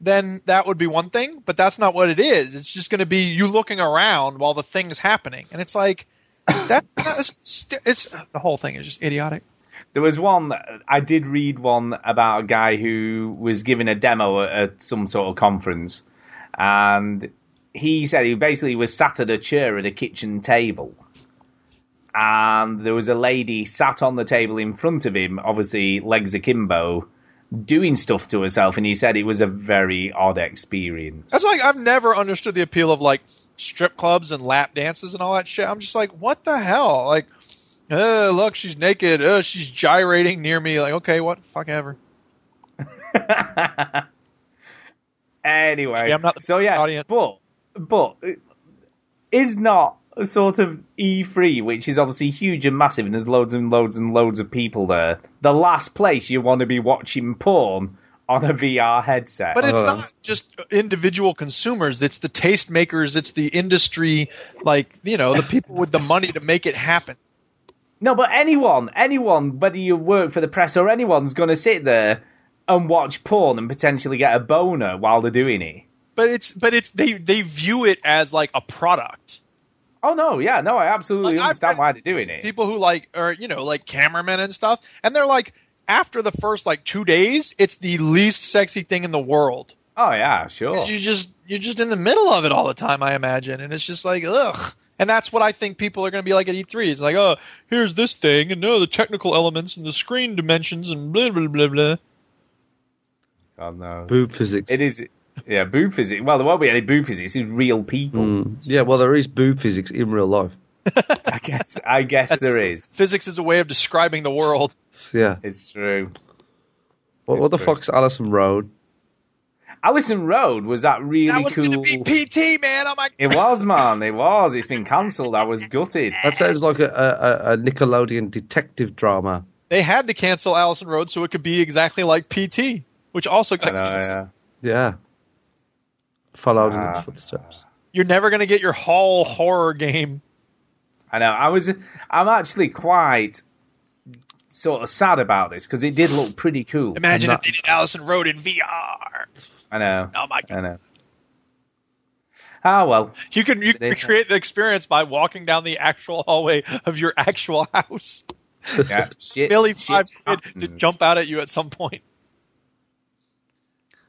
Speaker 4: then that would be one thing, but that's not what it is. It's just going to be you looking around while the thing's happening, and it's like that's not, it's, it's the whole thing is just idiotic.
Speaker 2: There was one I did read one about a guy who was giving a demo at, at some sort of conference, and he said he basically was sat at a chair at a kitchen table, and there was a lady sat on the table in front of him, obviously legs akimbo, doing stuff to herself, and he said it was a very odd experience.
Speaker 4: That's like I've never understood the appeal of like strip clubs and lap dances and all that shit. I'm just like, what the hell? Like, uh, look, she's naked. Uh, she's gyrating near me. Like, okay, what the fuck ever.
Speaker 2: Anyway,
Speaker 4: Yeah, I'm not the
Speaker 2: so yeah,
Speaker 4: audience.
Speaker 2: but but uh, is not a sort of E3, which is obviously huge and massive, and there's loads and loads and loads of people there. The last place you want to be watching porn on a VR headset.
Speaker 4: But it's
Speaker 1: Uh.
Speaker 4: not just individual consumers. It's the tastemakers. It's the industry. Like, you know, the people with the money to make it happen.
Speaker 2: no, but anyone, anyone, whether you work for the press or anyone's going to sit there and watch porn and potentially get a boner while they're doing it.
Speaker 4: But it's but it's they they view it as like a product.
Speaker 2: Oh no, yeah, no, I absolutely
Speaker 4: Like, I've
Speaker 2: understand
Speaker 4: read
Speaker 2: why they're doing it. eh?
Speaker 4: People who like are you know like cameramen and stuff, and they're like after the first like two days, it's the least sexy thing in the world.
Speaker 2: oh yeah, sure.
Speaker 4: 'Cause You just you're just in the middle of it all the time, I imagine, and it's just like ugh. And that's what I think people are going to be like at E3. It's like, oh, here's this thing, and no, the technical elements and the screen dimensions and blah blah blah blah.
Speaker 2: God no.
Speaker 1: Boob physics.
Speaker 2: It is. Yeah, boob physics. Well, there won't be any boob physics. It's real people.
Speaker 1: Mm. Yeah, well, there is boob physics in real life.
Speaker 2: I guess. I guess there is.
Speaker 4: Physics is a way of describing the world.
Speaker 1: Yeah.
Speaker 2: It's true.
Speaker 1: What, what the
Speaker 2: It's true.
Speaker 1: fuck's Alison Road?
Speaker 2: Allison Road was that really
Speaker 4: that was
Speaker 2: cool.
Speaker 4: gonna be PT, man. Oh my.
Speaker 2: it was, man. It was. It's been cancelled. I was gutted.
Speaker 1: That sounds like a, a, a Nickelodeon detective drama.
Speaker 4: They had to cancel Allison Road so it could be exactly like PT, which also
Speaker 2: I
Speaker 4: got
Speaker 2: know,
Speaker 4: canceled.
Speaker 2: yeah.
Speaker 1: Yeah. Followed in its
Speaker 2: Ah.
Speaker 1: footsteps.
Speaker 4: You're never gonna get your Hall horror game.
Speaker 2: I know. I was. I'm actually quite sort of sad about this because it did look pretty cool.
Speaker 4: Imagine
Speaker 1: I'm
Speaker 4: if they did Allison Road in VR.
Speaker 2: I know.
Speaker 4: Oh my
Speaker 2: I
Speaker 4: god.
Speaker 2: know. Ah well.
Speaker 4: You can you
Speaker 2: They-
Speaker 4: can create the experience by walking down the actual hallway of your actual house.
Speaker 1: [laughs]
Speaker 2: Yeah. Shit.
Speaker 4: Billy
Speaker 2: shit
Speaker 4: five quid to
Speaker 2: happens.
Speaker 4: jump out at you at some point.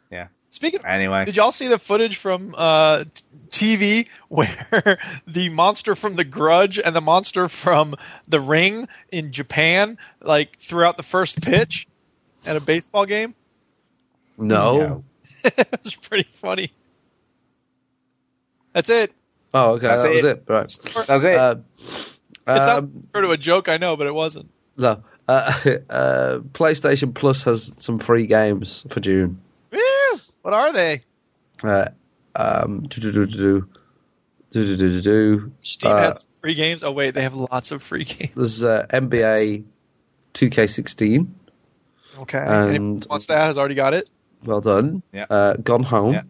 Speaker 2: Yeah.
Speaker 4: Speaking of
Speaker 2: Anyway.
Speaker 4: Did y'all see the footage from uh, t- TV [laughs] where the monster from The Grudge and the monster from The Ring in Japan like threw out the first pitch at a baseball game? [laughs]
Speaker 1: No.
Speaker 2: No.
Speaker 4: it was pretty funny. That's it.
Speaker 1: Oh, okay.
Speaker 2: That's
Speaker 1: that was
Speaker 2: it.
Speaker 1: it. Right.
Speaker 2: That's it.
Speaker 1: Uh,
Speaker 4: It
Speaker 1: um,
Speaker 4: sounds sort of a joke, I know, but it wasn't.
Speaker 1: no. Uh, [laughs] uh, PlayStation Plus has some free games for June.
Speaker 4: Woo! What are they?
Speaker 1: Uh, um, do do do do do do do do do.
Speaker 4: Steam
Speaker 1: Uh,
Speaker 4: has free games. Oh wait, they have lots of free [laughs] games.
Speaker 1: There's uh, NBA 2K16.
Speaker 4: Okay.
Speaker 1: And-
Speaker 4: Anyone who wants that has already got it.
Speaker 1: Well done.
Speaker 2: Yeah.
Speaker 1: Uh, Gone Home.
Speaker 2: Yeah.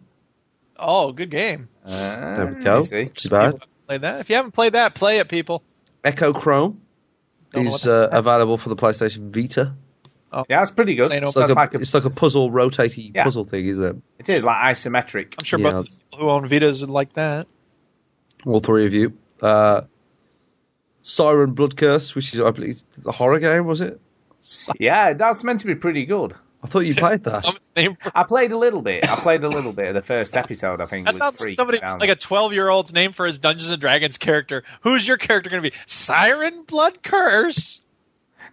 Speaker 4: Oh, good game.
Speaker 2: Ah,
Speaker 1: There we
Speaker 2: you
Speaker 1: go.
Speaker 2: see.
Speaker 1: Not bad.
Speaker 4: Play that. If you haven't played that, play it, people.
Speaker 1: Echo Chrome
Speaker 4: Don't know
Speaker 1: is
Speaker 4: what the
Speaker 1: uh,
Speaker 4: heck-
Speaker 1: available for the PlayStation Vita.
Speaker 2: Yeah, that's pretty good.
Speaker 4: Say no
Speaker 2: That's
Speaker 1: It's like, a,
Speaker 2: like a,
Speaker 1: it's like a puzzle, rotatey
Speaker 2: Yeah.
Speaker 1: puzzle thing, isn't it?
Speaker 2: it is like isometric.
Speaker 4: I'm sure
Speaker 1: Yeah.
Speaker 4: both the people who own Vitas would like that.
Speaker 1: all three of you. Uh, Siren Blood Curse, which is I believe the horror game, was it?
Speaker 2: Yeah, that's meant to be pretty good.
Speaker 1: I thought you played that.
Speaker 4: Someone's name for-
Speaker 2: I played a little bit. I played a little bit of the first episode. I think
Speaker 4: that
Speaker 2: It was
Speaker 4: sounds
Speaker 2: free
Speaker 4: like somebody
Speaker 2: down.
Speaker 4: like a 12 year old's name for his Dungeons and Dragons character. Who's your character going to be? Siren Blood Curse.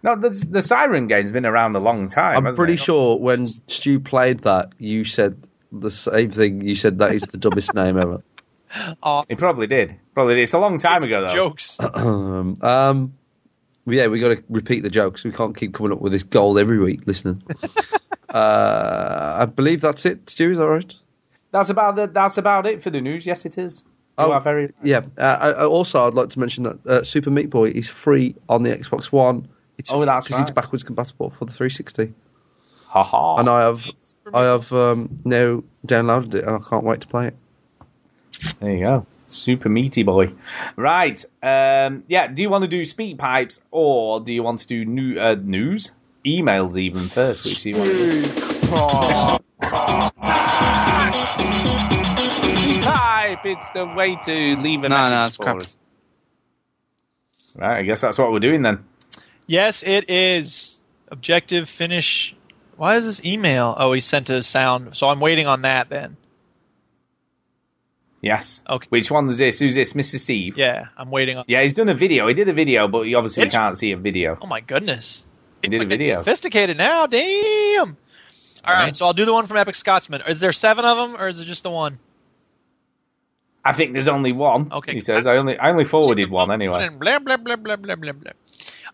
Speaker 2: no. The, the siren game's been around a long time.
Speaker 1: I'm
Speaker 2: hasn't
Speaker 1: pretty
Speaker 2: it?
Speaker 1: sure when Stu played that, you said the same thing. You said that is the
Speaker 2: [laughs]
Speaker 1: dumbest name ever.
Speaker 4: Oh,
Speaker 2: It probably did. Probably did. It's a long time
Speaker 4: it's
Speaker 2: ago though.
Speaker 4: Jokes.
Speaker 1: Um, um, yeah, we got to repeat the jokes. We can't keep coming up with this gold every week,
Speaker 2: [laughs]
Speaker 1: listening. uh, I believe that's it, Stu. Is that right?
Speaker 2: That's about the, That's about it for the news. Yes, it is. You
Speaker 1: Oh,
Speaker 2: are very.
Speaker 1: Yeah. Uh, I, I also, I'd like to mention that uh, Super Meat Boy is free on the Xbox One. It's
Speaker 2: Oh, that's
Speaker 1: because it's
Speaker 2: right.
Speaker 1: backwards compatible for the 360.
Speaker 2: Ha ha.
Speaker 1: and I have
Speaker 4: for me.
Speaker 1: I have um, now downloaded it, and I can't wait to play it.
Speaker 2: There you go. Super meaty boy. Right. Um, yeah. Do you want to do speed pipes or do you want to do new uh, news? Emails even first. Which do you want to do? Speed pipe. It's the way to leave a
Speaker 6: No, no,
Speaker 2: message
Speaker 6: it's
Speaker 2: for
Speaker 6: crap.
Speaker 2: us. Right. I guess that's what we're doing then.
Speaker 4: Yes, it is. Objective finish. Why is this email? Oh, he sent a sound. So I'm waiting on that then.
Speaker 2: Yes.
Speaker 4: Okay.
Speaker 2: Which one is this? Who's this? Mr. Steve.
Speaker 4: Yeah, I'm waiting on.
Speaker 2: Yeah, he's done a video. He did a video, but he obviously
Speaker 4: It's-
Speaker 2: can't see a video.
Speaker 4: Oh my goodness.
Speaker 2: He did a
Speaker 4: Look, it's
Speaker 2: video.
Speaker 4: Sophisticated now. Damn. All right,
Speaker 2: Right.
Speaker 4: so I'll do the one from Epic Scotsman. Is there seven of them, or is it just the one?
Speaker 2: I think there's only one.
Speaker 4: Okay,
Speaker 2: He says I only I only forwarded Oh, one anyway.
Speaker 4: Blah, blah, blah, blah, blah, blah, blah.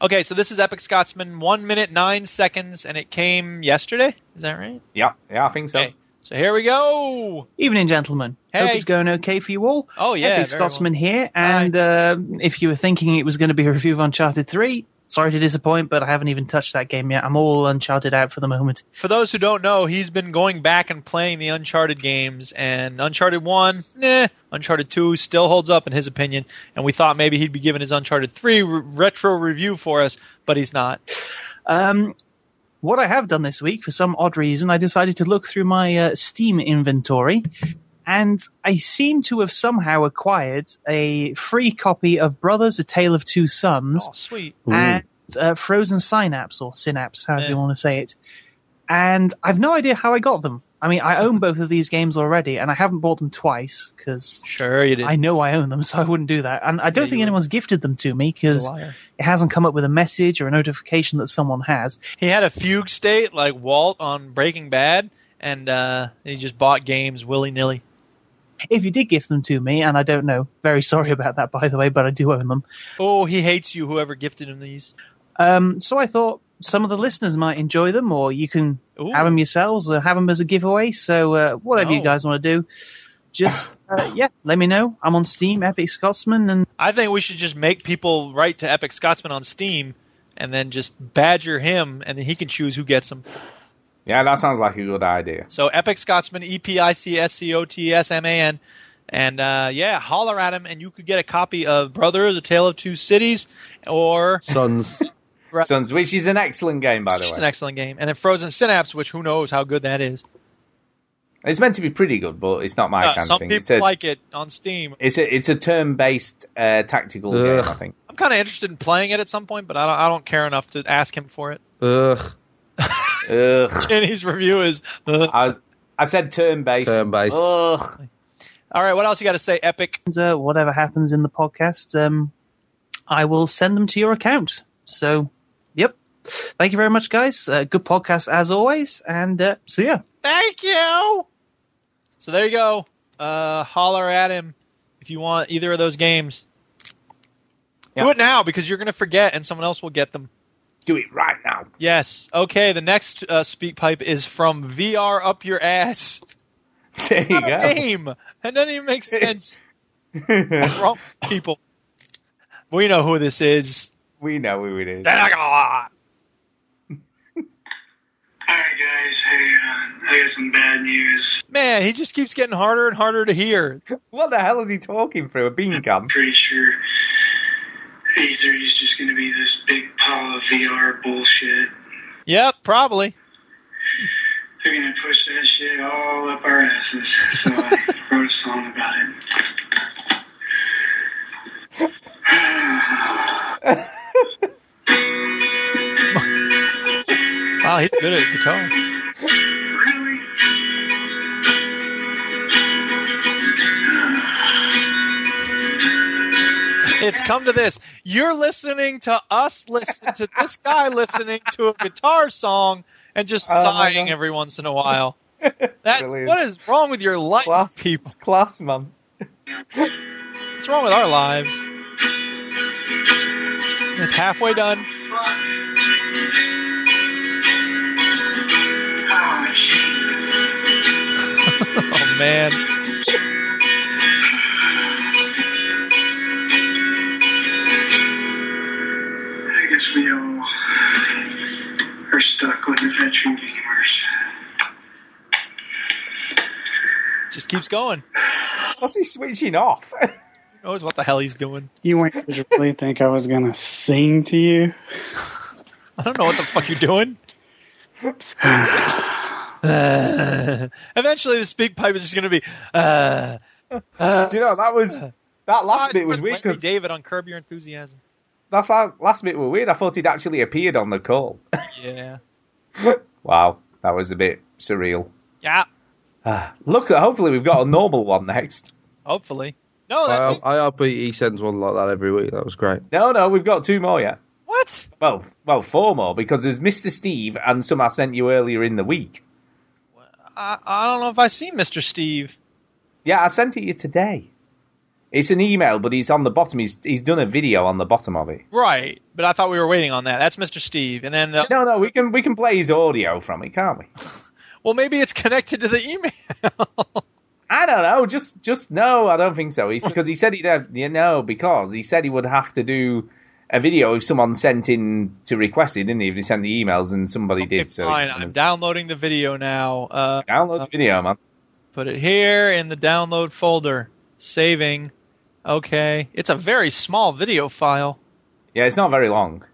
Speaker 4: Okay, so this is Epic Scotsman, one minute nine seconds, and it came yesterday. Is that right?
Speaker 2: Yeah, yeah, I think so.
Speaker 4: Okay, so here we go.
Speaker 6: Evening, gentlemen.
Speaker 4: Hey.
Speaker 6: Hope it's going okay for you all.
Speaker 4: Oh, yeah,
Speaker 6: Epic
Speaker 4: very
Speaker 6: Scotsman here, and um if you were thinking it was going to be a review of Uncharted 3, sorry to disappoint, but I haven't even touched that game yet. I'm all Uncharted out for the moment.
Speaker 4: For those who don't know, he's been going back and playing the Uncharted games, and Uncharted 1, nah, Uncharted 2 still holds up in his opinion, and we thought maybe he'd be giving his Uncharted 3 re- retro review for us, but he's not.
Speaker 6: Um, what I have done this week, for some odd reason, I decided to look through my uh, Steam inventory, and I seem to have somehow acquired a free copy of Brothers: A Tale of Two Sons.
Speaker 4: Oh, sweet.
Speaker 6: and uh, Frozen Synapse or Synapse, however
Speaker 4: Yeah.
Speaker 6: you want to say it. And I've no idea how I got them. I mean,
Speaker 4: [laughs]
Speaker 6: I own both of these games already, and I haven't bought them twice because
Speaker 4: Sure, you did.
Speaker 6: I know I own them, [laughs] so I wouldn't do that. And I don't
Speaker 4: Yeah,
Speaker 6: think
Speaker 4: you
Speaker 6: anyone's gifted them to me because
Speaker 4: liar.
Speaker 6: it hasn't come up with a message or a notification that someone has.
Speaker 4: He had a fugue state like Walt on Breaking Bad, and uh, he just bought games willy nilly.
Speaker 6: If you did gift them to me, and I don't know, very [laughs] sorry about that, by the way, but I do own them.
Speaker 4: Oh, he hates you, whoever gifted him these.
Speaker 6: Um, so I thought, some of the listeners might enjoy them, or you can have 'em have them yourselves, or have them as a giveaway. So uh, whatever you
Speaker 4: No.
Speaker 6: guys want to do, just uh, yeah, let me know. I'm on Steam, Epic Scotsman, and
Speaker 4: I think we should just make people write to Epic Scotsman on Steam and then just badger him and then he can choose who gets them.
Speaker 2: Yeah, that sounds like a good idea.
Speaker 4: So Epic Scotsman, E P I C S C O T S M A N. And uh, yeah, holler at him and you could get a copy of Brothers, A Tale of Two Cities, or
Speaker 1: Sons.
Speaker 2: [laughs]
Speaker 4: Right.
Speaker 2: Sons, which is an excellent game, by the
Speaker 4: it's an
Speaker 2: way.
Speaker 4: excellent game. And then Frozen Synapse, which who knows how good that is.
Speaker 2: it's meant to be pretty good, but it's not my
Speaker 4: Uh,
Speaker 2: kind
Speaker 4: some
Speaker 2: of thing.
Speaker 4: people
Speaker 2: It's a,
Speaker 4: like it on Steam.
Speaker 2: it's a it's a turn based uh, tactical game, I
Speaker 1: Ugh.
Speaker 2: think.
Speaker 4: I'm kind of interested in playing it at some point, but I don't, I don't care enough to ask him for it. [laughs]
Speaker 1: Ugh.
Speaker 2: Ugh.
Speaker 4: Kenny's review is. uh.
Speaker 2: I was- I said turn based.
Speaker 1: Turn-based.
Speaker 2: Ugh.
Speaker 4: All right, what else you got to say? Epic.
Speaker 6: uh, whatever happens in the podcast, um, I will send them to your account. So, yep. Thank you very much, guys. Uh, good podcast as always, and uh, see ya.
Speaker 4: Thank you. So there you go. Uh, holler at him if you want either of those games.
Speaker 2: Yeah.
Speaker 4: Do it now because you're going to forget and someone else will get them.
Speaker 2: Do it right now. [laughs]
Speaker 4: Yes. Okay. The next uh, speak pipe is from VR up your ass.
Speaker 2: There you
Speaker 4: Not a
Speaker 2: go.
Speaker 4: game. That doesn't
Speaker 2: [laughs]
Speaker 4: even make sense. Wrong people. We know who this is.
Speaker 2: we know who it is.
Speaker 10: Alright guys, hey, uh, I got some bad news.
Speaker 4: Man, he just keeps getting harder and harder to hear.
Speaker 2: What the hell is he talking through? A bean can?
Speaker 10: Pretty sure E3 is just gonna be this big pile of VR bullshit.
Speaker 4: Yep, probably.
Speaker 10: They're gonna push that shit all up our asses. So I wrote a song about it.
Speaker 4: Wow, he's good at guitar.
Speaker 10: Really?
Speaker 4: It's come to this. You're listening to us listen to this guy listening to a guitar song and just
Speaker 2: Oh, my
Speaker 4: sighing
Speaker 2: God.
Speaker 4: every once in a while. [laughs] That's
Speaker 2: Brilliant.
Speaker 4: what is wrong with your life,
Speaker 2: class,
Speaker 4: people?
Speaker 2: class, man.
Speaker 4: What's wrong with our lives? It's halfway done. [laughs]
Speaker 10: Oh, jeez.
Speaker 4: Oh man.
Speaker 10: I guess we all are stuck with the veteran gamers.
Speaker 4: Just keeps going.
Speaker 2: What's he switching off? [laughs]
Speaker 4: Who knows what the hell he's doing?
Speaker 11: You went, did you really think I was going to sing to you?
Speaker 4: I don't know what the fuck you're
Speaker 11: [sighs]
Speaker 4: doing. Uh, eventually, the speak pipe is just going to be. Uh, uh,
Speaker 2: Do you know that was that last bit was weird
Speaker 4: Larry
Speaker 2: 'cause
Speaker 4: David on Curb Your Enthusiasm.
Speaker 2: that last, last bit was weird. I thought he'd actually appeared on the call. [laughs]
Speaker 4: Yeah.
Speaker 2: wow, that was a bit surreal.
Speaker 4: Yeah.
Speaker 2: Ah, Look, hopefully we've got a normal one next.
Speaker 4: Hopefully. No,
Speaker 1: I,
Speaker 4: that's it.
Speaker 1: I hope he he sends one like that every week. That was great.
Speaker 2: No, no, we've got two more yet.
Speaker 4: what?
Speaker 2: Well, well, four more because there's Mr. Steve and some I sent you earlier in the week.
Speaker 4: I, I don't know if I see Mr. Steve.
Speaker 2: Yeah, I sent it you today. It's an email, but he's on the bottom. He's he's done a video on the bottom of it.
Speaker 4: Right, but I thought we were waiting on that. That's Mr. Steve, and then uh,
Speaker 2: No, no, we can we can play his audio from it, can't we?
Speaker 4: well, maybe it's connected to the email.
Speaker 2: I don't know. Just, just no. I don't think so. He's because he said he'd have you know because he said he would have to do a video if someone sent in to request it, didn't he? If he sent the emails and somebody
Speaker 4: Okay,
Speaker 2: did, so he's
Speaker 4: [laughs] fine.
Speaker 2: gonna
Speaker 4: I'm downloading the video now. Uh,
Speaker 2: download the video, man.
Speaker 4: put it here in the download folder. Saving. Okay, it's a very small video file.
Speaker 2: Yeah, it's not very long.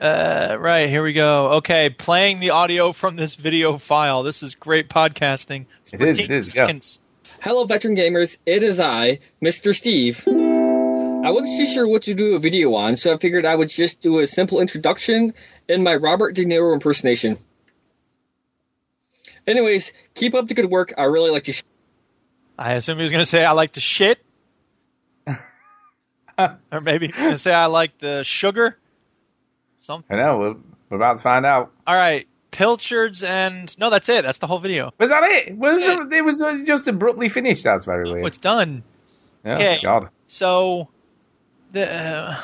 Speaker 4: Uh, right, here we go. Okay, playing the audio from this video file. This is great podcasting.
Speaker 2: It is, it is, yeah.
Speaker 4: Seconds.
Speaker 12: Hello, veteran gamers. It is I, Mr. Steve. I wasn't too sure what to do a video on, so I figured I would just do a simple introduction in my Robert De Niro impersonation. Anyways, keep up the good work. I really like your sh-
Speaker 4: I assume he was going to say I like the
Speaker 2: [laughs]
Speaker 4: shit. or maybe he was going to say I like the sugar. Something.
Speaker 2: I know. We're, we're about to find out.
Speaker 4: All right. Pilchards and no, that's it. That's the whole video.
Speaker 2: Was that it? Was it, it was just abruptly finished? That's very
Speaker 4: Oh,
Speaker 2: weird.
Speaker 4: it's done.
Speaker 2: Oh,
Speaker 4: okay.
Speaker 2: God.
Speaker 4: So the uh,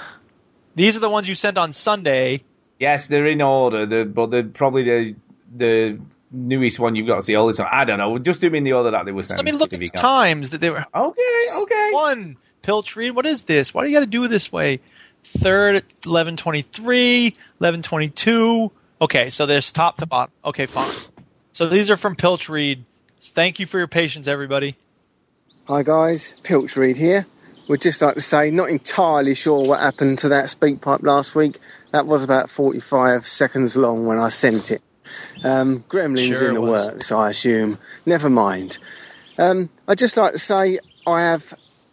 Speaker 4: these are the ones you sent on Sunday.
Speaker 2: Yes, they're in order, the, but they're probably the the newest one you've got to see. All this, I don't know. Just do them in the order that they were sent.
Speaker 4: I mean, look at the times that they were.
Speaker 2: Okay, okay.
Speaker 4: One Piltreen. What is this? Why do you got to do it this way? Third, eleven twenty-three, eleven twenty-two. Okay, so there's top to bottom. Okay, fine. So these are from Pilch Reed. Thank you for your patience, everybody.
Speaker 13: Hi guys, Pilch Reed here. We'd just like to say, not entirely sure what happened to that speak pipe last week. That was about 45 seconds long when I sent it. Um, gremlins
Speaker 14: Sure
Speaker 13: in the
Speaker 14: it was.
Speaker 13: works, I assume. Never mind. Um, I'd just like to say I have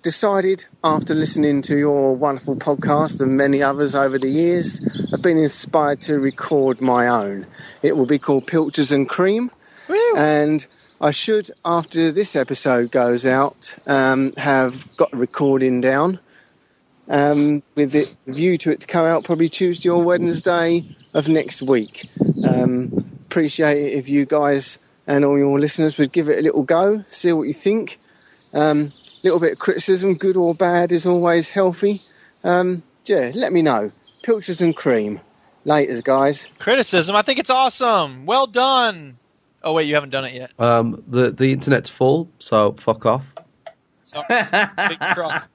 Speaker 13: decided, after listening to your wonderful podcast and many others over the years, I've been inspired to record my own. It will be called Pilchers and Cream. And I should, after this episode goes out, um, have got a recording down um, with it, the view to it to come out probably Tuesday or Wednesday of next week. Um, appreciate it if you guys and all your listeners would give it a little go, see what you think. A um, little bit of criticism, good or bad, is always healthy. Um, yeah, let me know. Pilchers and cream. Laters, guys.
Speaker 4: Criticism. I think it's awesome. Well done. Oh wait, you haven't done it yet.
Speaker 1: Um, the the internet's full, so fuck off.
Speaker 4: Sorry, It's a big truck.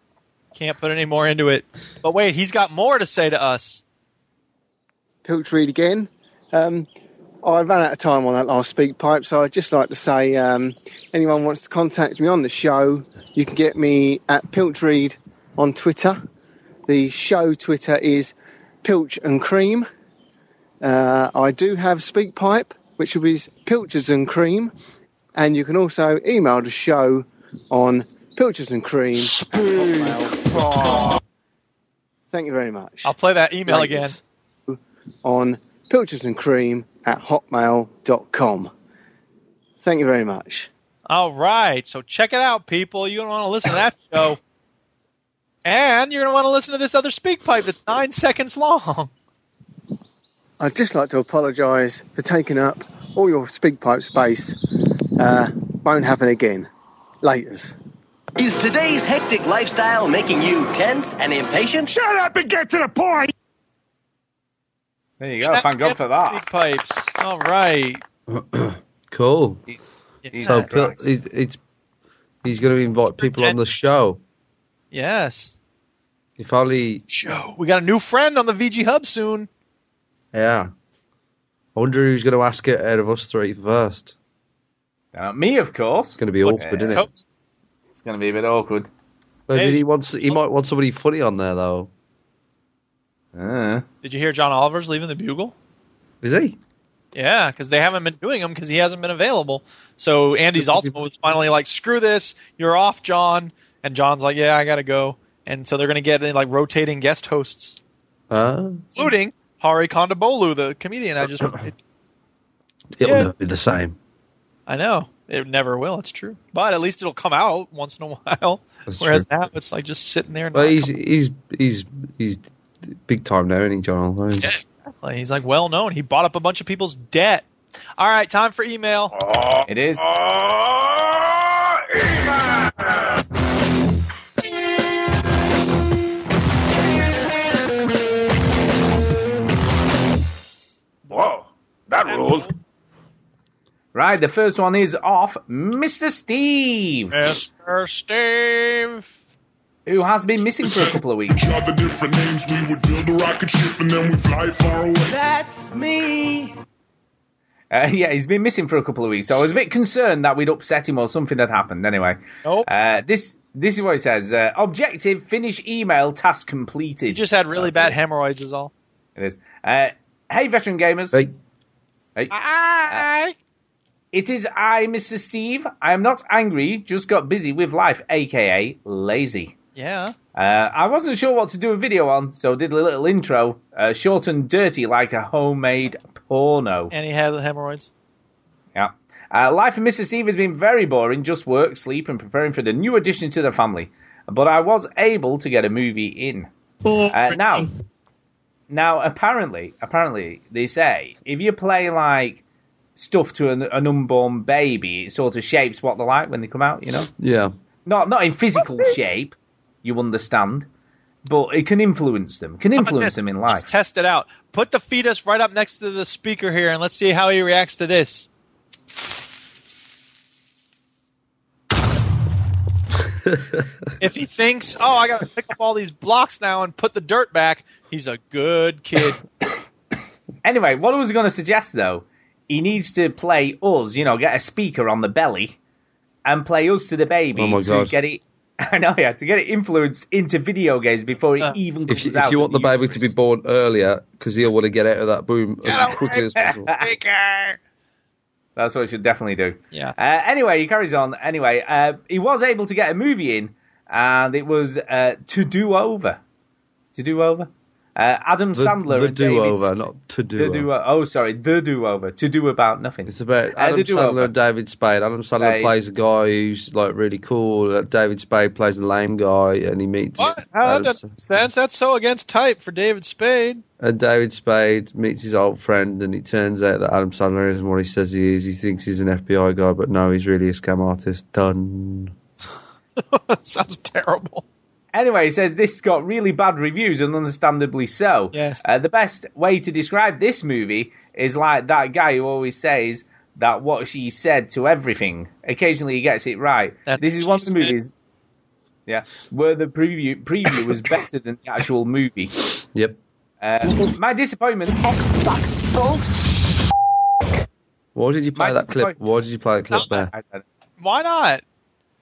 Speaker 4: Can't put any more into it. But wait, he's got more to say to us.
Speaker 13: Pilch Reed again. Um, I ran out of time on that last speak pipe, so I'd just like to say um, anyone wants to contact me on the show, you can get me at Pilch Reed on Twitter. The show Twitter is Pilch and Cream. Uh, I do have Speak Pipe, which will be Pilchers and Cream, and you can also email the show on Pilchers and Cream. Thank you very much
Speaker 4: I'll play that email
Speaker 13: Right.
Speaker 4: again.
Speaker 13: on pilchersandcream at hotmail.com. Thank you very much.
Speaker 4: All right, so check it out, people. You're gonna want to listen to
Speaker 2: [laughs]
Speaker 4: that show, and you're gonna want to listen to this other speak pipe that's nine
Speaker 2: [laughs]
Speaker 4: seconds long.
Speaker 13: I'd just like to apologise for taking up all your speak pipe space. Uh, won't happen again. Laters.
Speaker 15: Is today's hectic lifestyle making you tense and impatient? Shut up and get to the point!
Speaker 2: There you go. Thank God for that.
Speaker 4: Speak pipes. All right.
Speaker 1: Cool.
Speaker 4: Jesus
Speaker 1: so Pil-
Speaker 4: Christ.
Speaker 1: it's, it's he's going to invite people on the show.
Speaker 4: Yes.
Speaker 1: If only
Speaker 4: Show. We got a new friend on the VG Hub soon.
Speaker 1: yeah. I wonder who's going to ask it out of us three first.
Speaker 2: Uh, me, of course. It's
Speaker 1: going to be awkward, isn't it?
Speaker 2: It's going to be a bit awkward.
Speaker 1: Maybe he wants. He might want somebody funny on there though.
Speaker 2: Uh,
Speaker 4: Did you hear John Oliver's leaving the Bugle?
Speaker 1: Is he?
Speaker 4: Yeah, because they haven't been doing them because he hasn't been available. So Andy's Ultimate was finally like, "Screw this, you're off, John." And John's like, "Yeah, I gotta go." And so they're gonna get in, like rotating guest hosts,
Speaker 1: Uh,
Speaker 4: including Hari Kondabolu, the comedian
Speaker 1: [clears throat]
Speaker 4: I just.
Speaker 1: it'll
Speaker 4: Yeah.
Speaker 1: never be the same.
Speaker 4: I know it never will. It's true, but at least it'll come out once in a [laughs] while.
Speaker 1: That's
Speaker 4: Whereas
Speaker 1: true.
Speaker 4: now it's like just sitting there. And
Speaker 1: Well,
Speaker 4: not
Speaker 1: he's
Speaker 4: coming
Speaker 1: he's he's he's big time now, isn't he, John? Oliver?
Speaker 4: out. Like, he's like well known. He bought up a bunch of people's debt. All right, time for email.
Speaker 2: It is. Whoa, that ruled. Right, the first one is off Mr. Steve.
Speaker 4: Mr. Steve.
Speaker 2: Who has been missing for a couple of weeks.
Speaker 16: Other different names, we would build a rocket ship and then we fly far away.
Speaker 15: That's me!
Speaker 2: Uh, yeah, he's been missing for a couple of weeks, so I was a bit concerned that we'd upset him or something had happened. Anyway,
Speaker 1: Ah,
Speaker 2: uh, this this is what he says: uh, objective, finish email, task completed. He
Speaker 4: just had really bad hemorrhoids, is all.
Speaker 2: It is. Uh, hey, veteran gamers.
Speaker 1: Hey.
Speaker 2: Hey. Uh, it is I, Mr. Steve. I am not angry, just got busy with life, aka lazy.
Speaker 4: Yeah.
Speaker 2: Uh, I wasn't sure what to do a video on, so did a little intro, uh, short and dirty, like a homemade porno.
Speaker 4: And he had hemorrhoids.
Speaker 2: Yeah. Uh, life of Mr. Steve has been very boring, just work, sleep, and preparing for the new addition to the family. But I was able to get a movie in. Uh, now, now apparently, apparently they say if you play like stuff to an, an unborn baby, it sort of shapes what they're like when they come out. You know,
Speaker 1: Yeah.
Speaker 2: not not in physical shape, you understand. but it can influence them. Can influence them in life.
Speaker 4: Let's test it out. Put the fetus right up next to the speaker here, and let's see how he reacts
Speaker 2: [laughs]
Speaker 4: to this. if he thinks, "Oh, I got to pick up all these blocks now and put the dirt back," he's a good
Speaker 2: [laughs]
Speaker 4: kid.
Speaker 2: Anyway, what I was going to suggest though, he needs to play us. You know, get a speaker on the belly and play us to the baby
Speaker 1: Oh my
Speaker 2: to
Speaker 1: God.
Speaker 2: get it. [laughs] I know, yeah, to get it influenced into video games before it even comes
Speaker 1: If you,
Speaker 2: out.
Speaker 1: if you want the baby
Speaker 2: [laughs]
Speaker 1: to be born earlier, because he'll want to get out of that boom as quickly as
Speaker 2: [laughs]
Speaker 1: possible.
Speaker 2: That's what it should definitely do.
Speaker 4: Yeah.
Speaker 2: Uh, anyway, he carries on. Anyway, uh, he was able to get a movie in, and it was uh, To Do Over. To Do Over? Uh, Adam
Speaker 1: The-
Speaker 2: Sandler
Speaker 1: the
Speaker 2: and David
Speaker 1: do-over,
Speaker 2: Sp-
Speaker 1: not to do.
Speaker 2: The do oh, sorry, the do over. To do about nothing. It's
Speaker 1: about Adam Sandler and David Spade. Adam Sandler
Speaker 2: Spade.
Speaker 1: plays a guy who's like really cool. uh, David Spade plays a lame guy, and he meets
Speaker 4: What? How that
Speaker 1: Adam,
Speaker 4: doesn't make sense. That's so against type for David Spade. [laughs]
Speaker 1: and uh, David Spade meets his old friend, and it turns out that Adam Sandler isn't what he says he is. He thinks he's an FBI guy, but no, he's really a scam artist. Done.
Speaker 4: Sounds terrible.
Speaker 2: Anyway, he says this got really bad reviews, and understandably so.
Speaker 4: Yes.
Speaker 2: Uh, the best way to describe this movie is like that guy who always says that what she said to everything. Occasionally, he gets it right. this is one of the movies. Yeah, where the preview preview was better than the actual movie.
Speaker 1: Yep.
Speaker 4: [laughs]
Speaker 2: Uh, my disappointment.
Speaker 1: Why did you play that clip? Why did you play that clip
Speaker 2: Oh,
Speaker 1: there?
Speaker 4: Why not?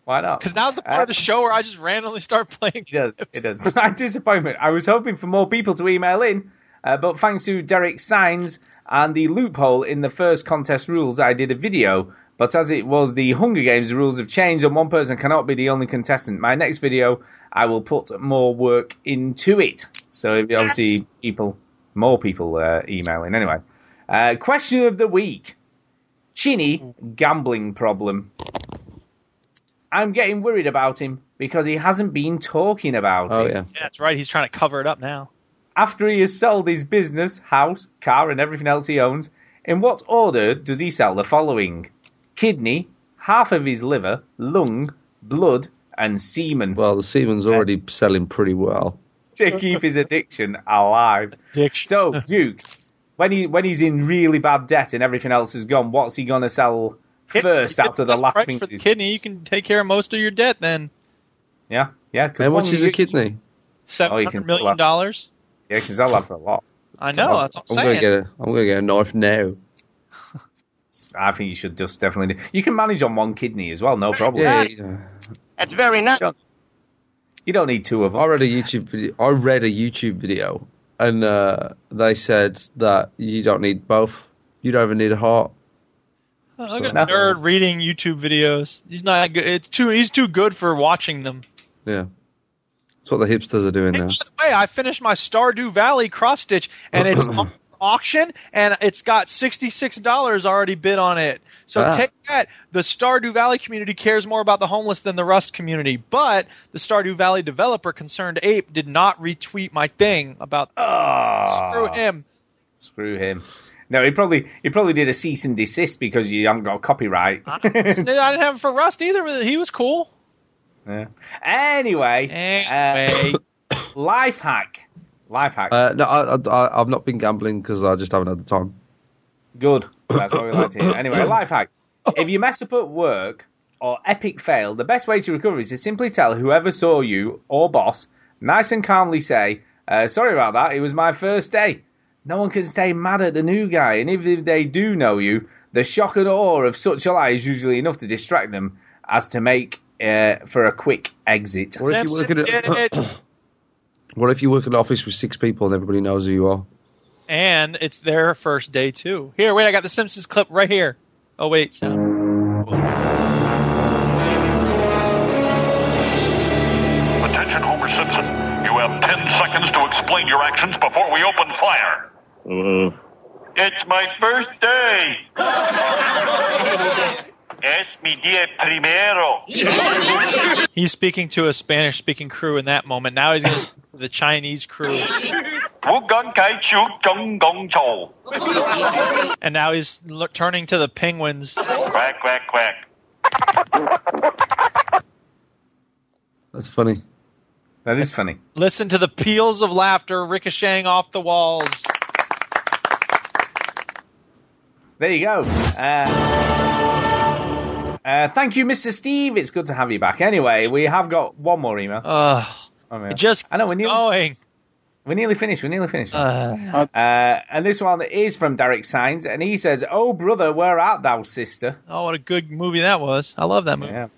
Speaker 2: Why not? Uh,
Speaker 4: Because now's the part of the show where I just randomly start playing.
Speaker 2: It does. It does. My disappointment. [laughs] I was hoping for more people to email in, uh, but thanks to Derek Signs and the loophole in the first contest rules, I did a video. But as it was the Hunger Games, the rules have changed, and one person cannot be the only contestant. My next video, I will put more work into it. So it'll be obviously, people, more people uh, emailing. Anyway, uh, question of the week: Chinny gambling problem. I'm getting worried about him because he hasn't been talking about
Speaker 1: Oh,
Speaker 2: it.
Speaker 4: Yeah, that's right. He's trying to cover it up now.
Speaker 2: After he has sold his business, house, car, and everything else he owns, in what order does he sell the following? Kidney, half of his liver, lung, blood, and semen.
Speaker 1: Well, the semen's already selling pretty well.
Speaker 2: to keep his addiction alive.
Speaker 1: [laughs]
Speaker 2: So, Duke, when he when he's in really bad debt and everything else is gone, what's he gonna sell first after the
Speaker 4: Best
Speaker 2: last
Speaker 4: price
Speaker 2: thing?
Speaker 4: for the kidney, you can take care of most of your debt then.
Speaker 2: Yeah, yeah. 'cause
Speaker 1: How much
Speaker 2: one
Speaker 1: is a
Speaker 2: you-
Speaker 1: kidney?
Speaker 4: Seven
Speaker 2: Oh, can Oh,
Speaker 4: hundred
Speaker 2: sell
Speaker 4: million
Speaker 2: that.
Speaker 4: dollars.
Speaker 2: Yeah, because sell that for a lot.
Speaker 4: I know. That's what I'm,
Speaker 1: I'm gonna
Speaker 4: saying.
Speaker 1: get a. I'm gonna get a knife now.
Speaker 2: I think you should just definitely. Do. You can manage on one kidney as well, no problem.
Speaker 1: Yeah,
Speaker 2: That's very nice. You don't need two of them.
Speaker 1: I read a YouTube video. I read a YouTube video, and uh, they said that you don't need both. You don't even need a heart.
Speaker 4: Oh, Look at nerd reading YouTube videos. He's not good. It's too. He's too good for watching them.
Speaker 1: Yeah, that's what the hipsters are doing now.
Speaker 4: Hey, I finished my Stardew Valley cross stitch, and it's
Speaker 2: [clears throat]
Speaker 4: on auction, and it's got sixty six dollars already bid on it. So
Speaker 1: Ah.
Speaker 4: take that. The Stardew Valley community cares more about the homeless than the Rust community, but the Stardew Valley developer, Concerned Ape, did not retweet my thing about.
Speaker 2: Ah.
Speaker 4: Oh, Screw him.
Speaker 2: Screw him. No, he probably he probably did a cease and desist because you haven't got copyright. [laughs]
Speaker 4: I didn't have him for Rust either. He was cool.
Speaker 2: Yeah. Anyway, uh, [coughs] life hack, life hack.
Speaker 1: Uh, no, I, I, I've not been gambling because I just haven't had the time.
Speaker 2: Good. That's what we like to hear. Anyway, life hack. If you mess up at work or epic fail, the best way to recover is to simply tell whoever saw you or boss, nice and calmly say, uh, "Sorry about that. It was my first day." No one can stay mad at the new guy, and even if they do know you, the shock and awe of such a lie is usually enough to distract them as to make uh, for a quick exit.
Speaker 1: Or if you work at a- What if you work in an office with six people and everybody knows who you are?
Speaker 4: And it's their first day too. Here, wait, I got the Simpsons clip right here. Oh wait, sound.
Speaker 14: Attention, Homer Simpson. You have 10 seconds to explain your actions before we open fire. It's my birthday. es mi día primero.
Speaker 4: He's speaking to a Spanish speaking crew in that moment. Now he's going to speak to the Chinese crew.
Speaker 14: Wu-gun-kai-chu-gung-gong-chou.
Speaker 4: And now he's l- turning to the penguins.
Speaker 14: Quack, quack, quack.
Speaker 1: That's funny.
Speaker 2: That is funny.
Speaker 4: Listen to the peals of laughter ricocheting off the walls.
Speaker 2: There you go. Uh, uh, thank you, Mr. Steve. It's good to have you back. Anyway, we have got one more email.
Speaker 4: Ugh.
Speaker 2: Oh,
Speaker 4: It Uh, just
Speaker 2: I know we're nearly,
Speaker 4: going.
Speaker 2: We're nearly finished. We're nearly finished.
Speaker 4: Uh.
Speaker 2: Uh, and this one is from Derek Signs, and he says, "Oh brother, where art thou, sister?"
Speaker 4: Oh, what a good movie that was. I love that movie.
Speaker 2: Yeah.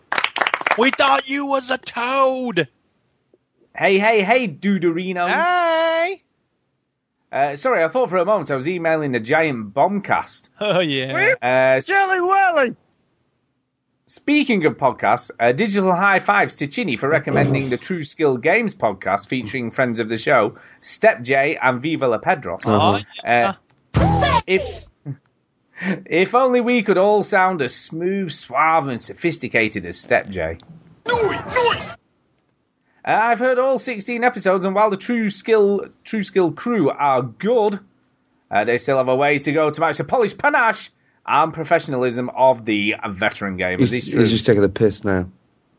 Speaker 4: We thought you was a toad.
Speaker 2: Hey, hey, hey, Dudorinos.
Speaker 4: Ah. Hey.
Speaker 2: Uh, sorry, I thought for a moment I was emailing the giant bombcast.
Speaker 4: Oh yeah.
Speaker 2: Uh,
Speaker 4: Jelly Welly.
Speaker 2: Speaking of podcasts, uh, digital high fives to Chinny for recommending the True Skill Games podcast featuring friends of the show, Step J and Viva La Pedros.
Speaker 4: Uh-huh.
Speaker 2: Uh, if, if only we could all sound as smooth, suave, and sophisticated as Step J. Uh, I've heard all 16 episodes, and while the True Skill True Skill crew are good, uh, they still have a ways to go to match the polished panache and professionalism of the veteran gamers.
Speaker 1: He's,
Speaker 2: It's
Speaker 1: he's
Speaker 2: true.
Speaker 1: just taking a piss now.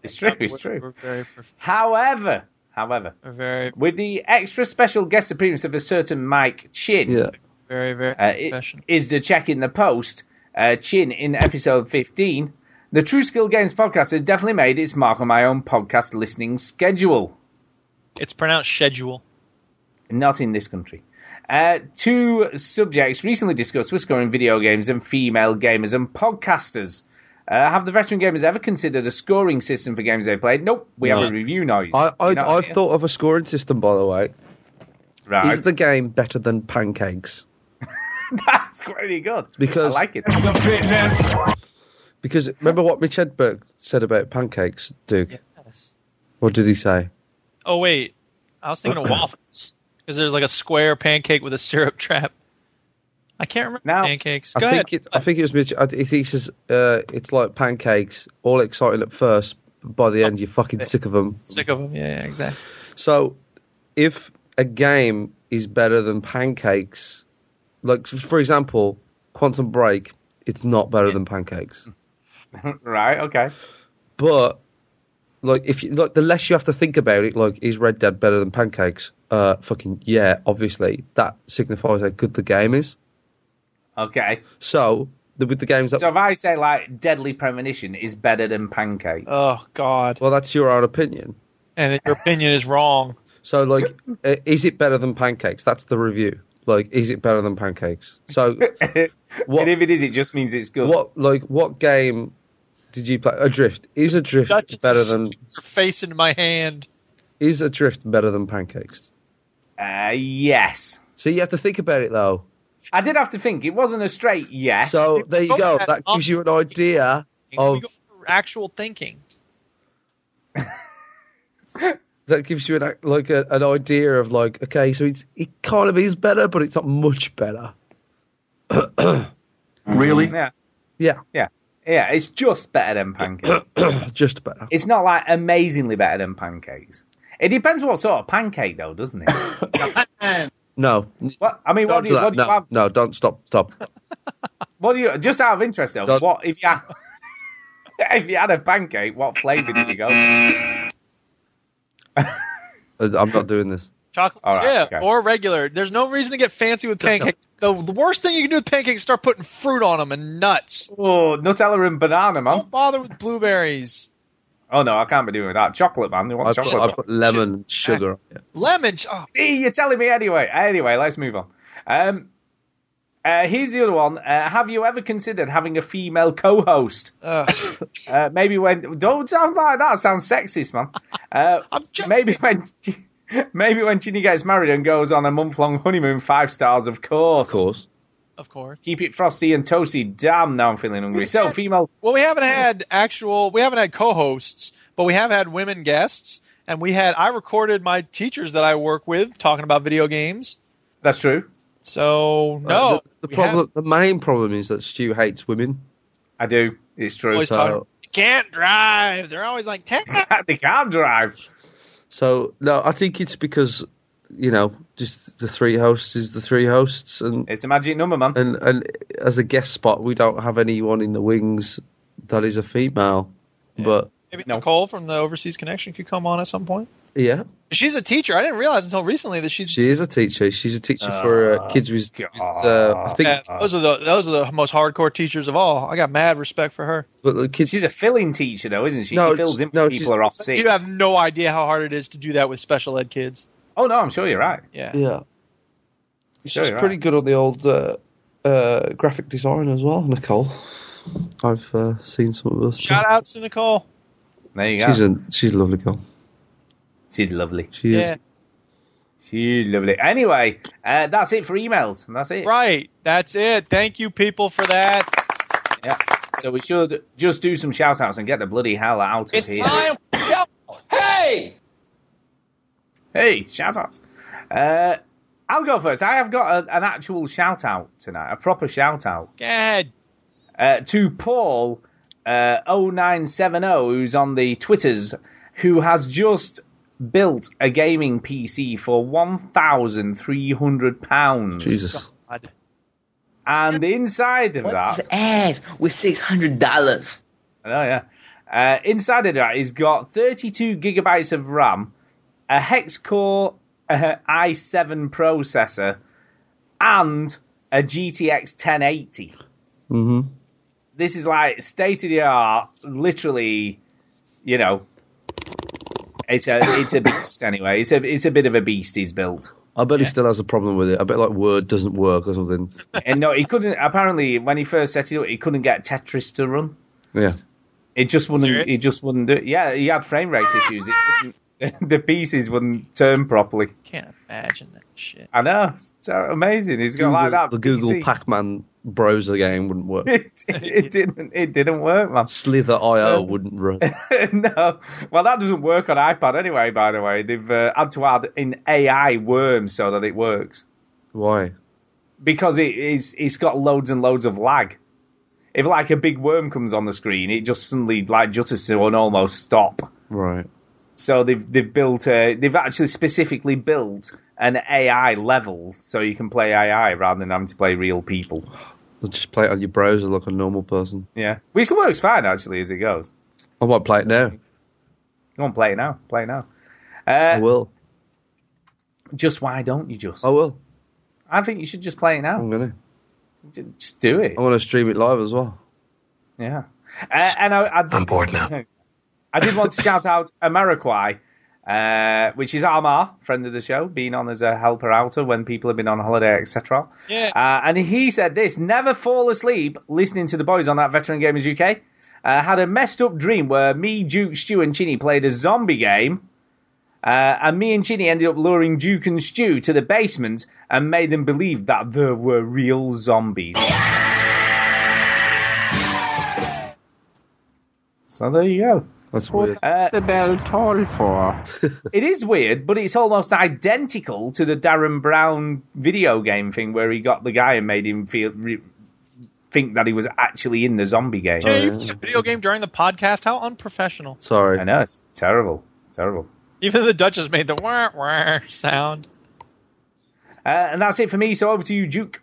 Speaker 2: It's true. It's true.
Speaker 4: We're very, prof-
Speaker 2: However, however,
Speaker 1: Uh,
Speaker 4: we're very,
Speaker 2: with the extra special guest appearance of a certain Mike Chin,
Speaker 1: Yeah.
Speaker 4: very, very
Speaker 2: uh, i-
Speaker 4: professional.
Speaker 2: is the check in the post uh, Chin in episode 15. The True Skill Games podcast has definitely made its mark on my own podcast listening schedule.
Speaker 4: It's pronounced schedule.
Speaker 2: Not in this country. Uh, two subjects recently discussed were scoring video games and female gamers and podcasters. Uh, have the veteran gamers ever considered a scoring system for games they played? Nope, we
Speaker 1: No.
Speaker 2: have a review noise.
Speaker 1: I, I,
Speaker 2: You know-
Speaker 1: I've thought of a scoring system, by the way.
Speaker 2: right.
Speaker 1: Is the game better than pancakes?
Speaker 2: [laughs] That's pretty good.
Speaker 1: Because-
Speaker 2: I like it. [laughs]
Speaker 1: Because remember what Rich Hedberg said about pancakes, Duke? What did he say?
Speaker 4: Oh wait, I was
Speaker 1: [clears throat]
Speaker 4: thinking of waffles because there's like a square pancake with a syrup trap. I can't remember
Speaker 2: Now-
Speaker 4: pancakes. Go
Speaker 1: I
Speaker 4: ahead.
Speaker 1: think it, I think it was Mitch. I think he says uh, it's like pancakes, all exciting at first, but by the end you're fucking sick of them.
Speaker 4: Sick of them. Yeah, yeah, exactly.
Speaker 1: So, if a game is better than pancakes, like for example, Quantum Break, it's not better than pancakes.
Speaker 2: right, okay.
Speaker 1: But like if you like the less you have to think about it, like is Red Dead better than pancakes? Uh, fucking yeah, obviously that signifies how good the game is.
Speaker 2: Okay.
Speaker 1: So the, with the games that
Speaker 2: So if I say like Deadly Premonition is better than pancakes.
Speaker 1: Uh,
Speaker 4: Oh God.
Speaker 1: well, that's your own opinion.
Speaker 4: And your opinion is wrong.
Speaker 1: So,
Speaker 2: [laughs]
Speaker 1: like, uh, is it better than pancakes? That's the review. Like, is it better than pancakes?
Speaker 2: [laughs]
Speaker 1: So,
Speaker 2: and if it is, it just means it's good.
Speaker 1: what, like, what game did you play? Adrift is Adrift
Speaker 4: Dutch is
Speaker 1: better than
Speaker 4: Your face into my hand.
Speaker 1: is Adrift better than pancakes?
Speaker 2: Uh, yes.
Speaker 1: So you have to think about it though.
Speaker 2: I did have to think. It wasn't a straight yes. [laughs]
Speaker 1: So there you
Speaker 4: Go
Speaker 1: go.
Speaker 4: back
Speaker 1: That gives you an idea
Speaker 4: Can we
Speaker 1: of
Speaker 4: go for actual thinking.
Speaker 1: that gives you an ac- like a, an idea of like okay, so it's it kind of is better, but it's not much better.
Speaker 2: really? Yeah.
Speaker 1: Yeah, [clears throat]
Speaker 2: Yeah. Yeah, it's just better
Speaker 1: [coughs]
Speaker 2: than pancakes.
Speaker 1: just better.
Speaker 2: it's not like amazingly better than pancakes. It depends what sort of pancake, though, doesn't
Speaker 1: [coughs]
Speaker 2: it?
Speaker 1: No,
Speaker 2: What I mean,
Speaker 1: don't
Speaker 2: what do
Speaker 1: do
Speaker 2: you,
Speaker 1: that.
Speaker 2: what do you
Speaker 1: No,
Speaker 2: have?
Speaker 1: no, don't stop,
Speaker 4: [laughs]
Speaker 1: stop.
Speaker 2: What do you? Just out of interest, though,
Speaker 1: Don't-
Speaker 2: what if you had, [laughs] if you had a pancake? What flavour did you go?
Speaker 1: [coughs]
Speaker 2: for?
Speaker 1: Uh, I'm not doing this.
Speaker 4: Chocolate
Speaker 2: All right,
Speaker 4: chip
Speaker 2: okay.
Speaker 4: or regular. There's no reason to get fancy with pancakes. The, the worst thing you can do with pancakes is start putting fruit on them and nuts.
Speaker 2: Oh, Nutella and banana, man.
Speaker 4: Don't bother with blueberries.
Speaker 2: Oh no, I can't be doing that. Chocolate man, they want
Speaker 1: I put,
Speaker 2: chocolate.
Speaker 1: I put lemon and sugar. on it.
Speaker 4: Lemon. ch- Oh,
Speaker 2: See, you're telling me anyway. Anyway, let's move on. Um, uh, here's the other one. Uh, have you ever considered having a female co-host?
Speaker 4: uh,
Speaker 2: [laughs] Uh, maybe when don't sound like that. Sounds sexist, man. Uh,
Speaker 4: I'm just-
Speaker 2: maybe when [laughs] maybe when Ginny gets married and goes on a month-long honeymoon, five stars, of course.
Speaker 1: Of course.
Speaker 4: of course.
Speaker 2: Keep it frosty and toasty. Damn, now I'm feeling hungry.
Speaker 1: [laughs]
Speaker 2: So female.
Speaker 4: Well, we haven't had actual. We haven't had co-hosts, but we have had women guests, and we had. I recorded my teachers that I work with talking about video games.
Speaker 2: That's true.
Speaker 4: So no,
Speaker 1: Uh, the, the
Speaker 4: we
Speaker 1: problem,
Speaker 4: haven't.
Speaker 1: the main problem is that Stu hates women.
Speaker 2: I do. It's true.
Speaker 4: Always
Speaker 1: so-
Speaker 4: talking, "You can't drive. They're always like, "Tech."
Speaker 2: [laughs] they can't drive.
Speaker 1: So no, I think it's because you know, just the three hosts is the three hosts, and
Speaker 2: It's a magic number, man.
Speaker 1: and and as a guest spot, we don't have anyone in the wings that is a female. But
Speaker 4: Maybe
Speaker 2: No.
Speaker 4: Nicole from the Overseas Connection could come on at some point.
Speaker 1: Yeah.
Speaker 4: She's a teacher. I didn't realize until recently that she's.
Speaker 1: She is a teacher. She's a teacher for uh, kids with. with, uh, I think
Speaker 4: Yeah, those are the those are the most hardcore teachers of all. I got mad respect for her.
Speaker 1: but the kids.
Speaker 2: She's a filling teacher, though, isn't she?
Speaker 1: No,
Speaker 2: she fills in
Speaker 1: no,
Speaker 2: when people
Speaker 1: she's-
Speaker 2: are off sick.
Speaker 4: You have no idea how hard it is to do that with special ed kids.
Speaker 2: Oh no, I'm sure you're right.
Speaker 4: Yeah.
Speaker 1: Yeah. She's
Speaker 4: Sure, you're
Speaker 1: pretty good on the old uh, uh, graphic design as well, Nicole. I've uh, seen some of her stuff.
Speaker 4: Shout outs to Nicole.
Speaker 2: There you
Speaker 1: She's
Speaker 2: go.
Speaker 1: a she's a lovely girl.
Speaker 2: She's lovely.
Speaker 1: She is.
Speaker 4: Yeah.
Speaker 2: She's lovely. Anyway, uh, that's it for emails, and that's it.
Speaker 4: Right. That's it. Thank you, people, for that.
Speaker 2: Yeah. So we should just do some shout outs and get the bloody hell out of
Speaker 7: It's
Speaker 2: here.
Speaker 7: time for shout. Hey!
Speaker 2: Hey, shout outs. Uh, I'll go first. I have got a, an actual shout out tonight, a proper shout out.
Speaker 4: God.
Speaker 2: uh, to Paul uh, 0970, oh, who's on the Twitters, who has just built a gaming PC for £1,300.
Speaker 1: Jesus.
Speaker 2: And the inside of that. ass with $600. Oh, yeah. Uh, inside of that, he's got 32 gigabytes of RAM, a hex core uh, i7 processor, and a GTX 1080
Speaker 1: hmm
Speaker 2: this is like state of the art, literally, you know. It's a it's a beast anyway. It's a it's a bit of a beast he's built.
Speaker 1: I bet he still has a problem with it. I bet like Word doesn't work or something.
Speaker 2: And no, he couldn't apparently when he first set it up, he couldn't get Tetris to run.
Speaker 1: Yeah.
Speaker 2: It just wouldn't
Speaker 4: Serious?
Speaker 2: it just wouldn't do it. Yeah, he had frame rate issues. It wouldn't, [laughs] the pieces wouldn't turn properly.
Speaker 4: Can't imagine that shit.
Speaker 2: I know. It's so amazing. He's got like that.
Speaker 1: the Google
Speaker 2: PC.
Speaker 1: Pac-Man browser game wouldn't work.
Speaker 2: [laughs] It, it didn't it didn't work, man. [laughs]
Speaker 1: Slither IO wouldn't run.
Speaker 2: no. Well, that doesn't work on iPad anyway, by the way. They've uh, had to add in AI worms so that it works
Speaker 1: Why?
Speaker 2: because it is it's got loads and loads of lag. If like a big worm comes on the screen, it just suddenly like jutters to an almost stop.
Speaker 1: Right.
Speaker 2: So they've they've built a, they've actually specifically built an AI level so you can play AI rather than having to play real people.
Speaker 1: Just play it on your browser like a normal person.
Speaker 2: Yeah, which works fine actually as it goes.
Speaker 1: I might play it now.
Speaker 2: Go on, play it now. Play it now. Uh,
Speaker 1: I will.
Speaker 2: Just why don't you just?
Speaker 1: I will.
Speaker 2: I think you should just play it now.
Speaker 1: I'm gonna.
Speaker 2: J- Just do it.
Speaker 1: I want to stream it live as well.
Speaker 2: Yeah. Uh, and I, I, I'm bored now. [laughs] I did want to shout out Ameriquai, uh, which is Almar, friend of the show, being on as a helper outer when people have been on holiday, etc.
Speaker 4: Yeah.
Speaker 2: Uh, and he said this never fall asleep listening to the boys on that Veteran Gamers UK. Uh, had a messed up dream where me, Duke, Stu, and Chinny played a zombie game. Uh, and me and Chinny ended up luring Duke and Stu to the basement and made them believe that there were real zombies. So there you go.
Speaker 1: That's weird.
Speaker 2: Uh,
Speaker 11: The bell toll for.
Speaker 2: it is weird, but it's almost identical to the Darren Brown video game thing where he got the guy and made him feel re- think that he was actually in the zombie game.
Speaker 4: Jay, you play a video game during the podcast? How unprofessional.
Speaker 1: [laughs] Sorry.
Speaker 2: I know it's terrible, terrible.
Speaker 4: Even the Duchess made the wah wah sound.
Speaker 2: Uh, and that's it for me. So over to you, Duke.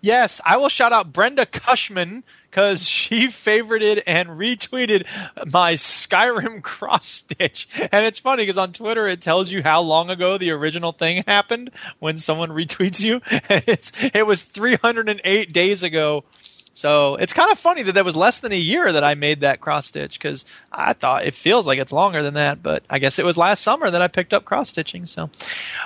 Speaker 4: Yes, I will shout out Brenda Cushman because she favorited and retweeted my Skyrim cross stitch. And it's funny because on Twitter it tells you how long ago the original thing happened when someone [laughs] retweets you. It's, it was 308 days ago. So it's kind of funny that that was less than a year that I made that cross stitch because I thought it feels like it's longer than that, but I guess it was last summer that I picked up cross stitching. So,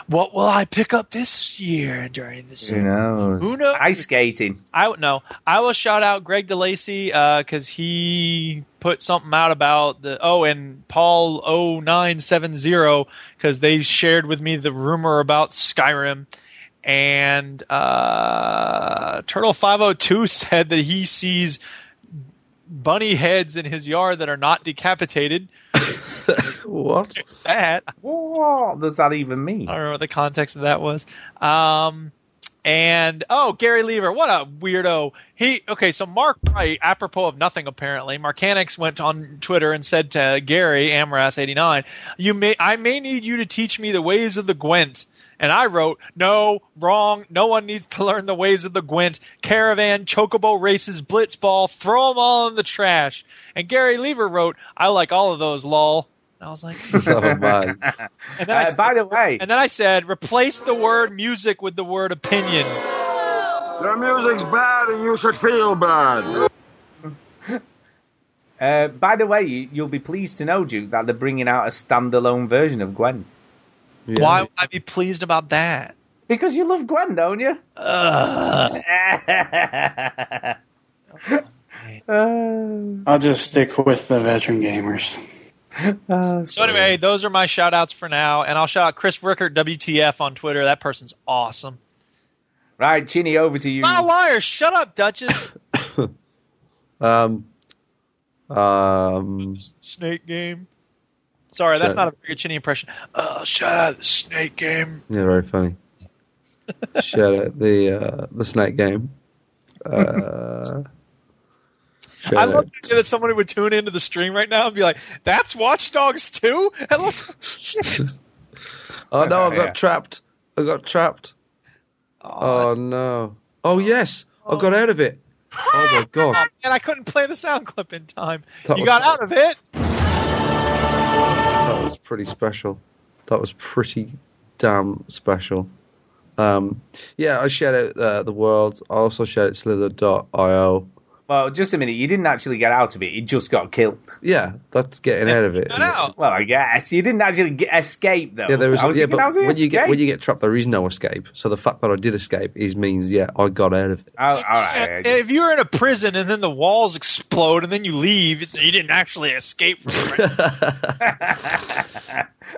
Speaker 4: what will I pick up this year during the season?
Speaker 2: knows?
Speaker 4: Who knows?
Speaker 2: Ice skating.
Speaker 4: I w- no. I will shout out Greg DeLacy because he put something out about the oh and Paul 0970 because they shared with me the rumor about Skyrim and uh, Turtle 502 [laughs] said that he sees bunny heads in his yard that are not decapitated.
Speaker 1: what?
Speaker 4: That
Speaker 2: What does that even mean?
Speaker 4: I
Speaker 2: [laughs]
Speaker 4: don't know what the context of that was. Um, and oh, Gary Lever, what a weirdo. He okay, so Mark Wright, apropos of nothing apparently, Marcanix went on Twitter and said to Gary Amras89, "You may, I may need you to teach me the ways of the Gwent." And I wrote, "No, wrong. No one needs to learn the ways of the Gwent. Caravan, chocobo races, blitzball. Throw them all in the trash." And Gary Lever wrote, "I like all of those, lol." And I was like,
Speaker 1: Oh, man.
Speaker 2: [laughs]
Speaker 4: And then I
Speaker 2: Uh,
Speaker 4: said-
Speaker 2: by the way,
Speaker 4: [laughs] and then I said, replace the word music with the word opinion.
Speaker 17: The music's bad and you should feel bad.
Speaker 2: uh, by the way, you, you'll be pleased to know, Duke, that they're bringing out a standalone version of Gwen.
Speaker 4: Why would I be pleased about that?
Speaker 2: Because you love Gwen, don't you?
Speaker 4: Ugh.
Speaker 2: [laughs]
Speaker 11: I'll just stick with the veteran gamers.
Speaker 2: Uh,
Speaker 4: So anyway, those are my shout outs for now, and I'll shout out Chris Rickert WTF on Twitter. That person's awesome.
Speaker 2: right, Chinny, over to you.
Speaker 4: Not a liar. Shut up, Duchess.
Speaker 1: Um, um,
Speaker 4: [laughs] snake game. Sorry, that's
Speaker 1: Shut-
Speaker 4: not a very good Chinny impression. Oh, shut up, the snake game.
Speaker 1: yeah, very funny. Shout out the uh, the snake game. Uh, shout
Speaker 4: I
Speaker 1: out-
Speaker 4: love the idea that somebody would tune into the stream right now and be like, "That's Watch Dogs [laughs] 2? That looks shit."
Speaker 1: Oh no, I got
Speaker 4: Yeah.
Speaker 1: trapped. I got trapped.
Speaker 4: Um,
Speaker 1: Oh, no. Oh yes, I got out of it. Oh my god.
Speaker 4: and I couldn't play the sound clip in time.
Speaker 1: That
Speaker 4: you
Speaker 1: was-
Speaker 4: got out of it.
Speaker 1: That was pretty special. That was pretty damn special. Um, yeah, I shout out uh, the world. I also shout out Slither.io.
Speaker 2: Well, just a minute. You didn't actually get out of it. You just got killed.
Speaker 1: Yeah, that's getting out of it.
Speaker 2: Well, I guess you didn't actually get, escape though.
Speaker 1: Yeah, there was.
Speaker 2: I was
Speaker 1: yeah,
Speaker 2: thinking,
Speaker 1: but
Speaker 2: how's he
Speaker 1: when you get
Speaker 2: escape?
Speaker 1: when you get trapped, there is no escape. So the fact that I did escape is means yeah, I got out of it.
Speaker 2: Oh, all right.
Speaker 4: And if you're in a prison and then the walls explode and then you leave, it's, you didn't actually escape from it.
Speaker 2: [laughs]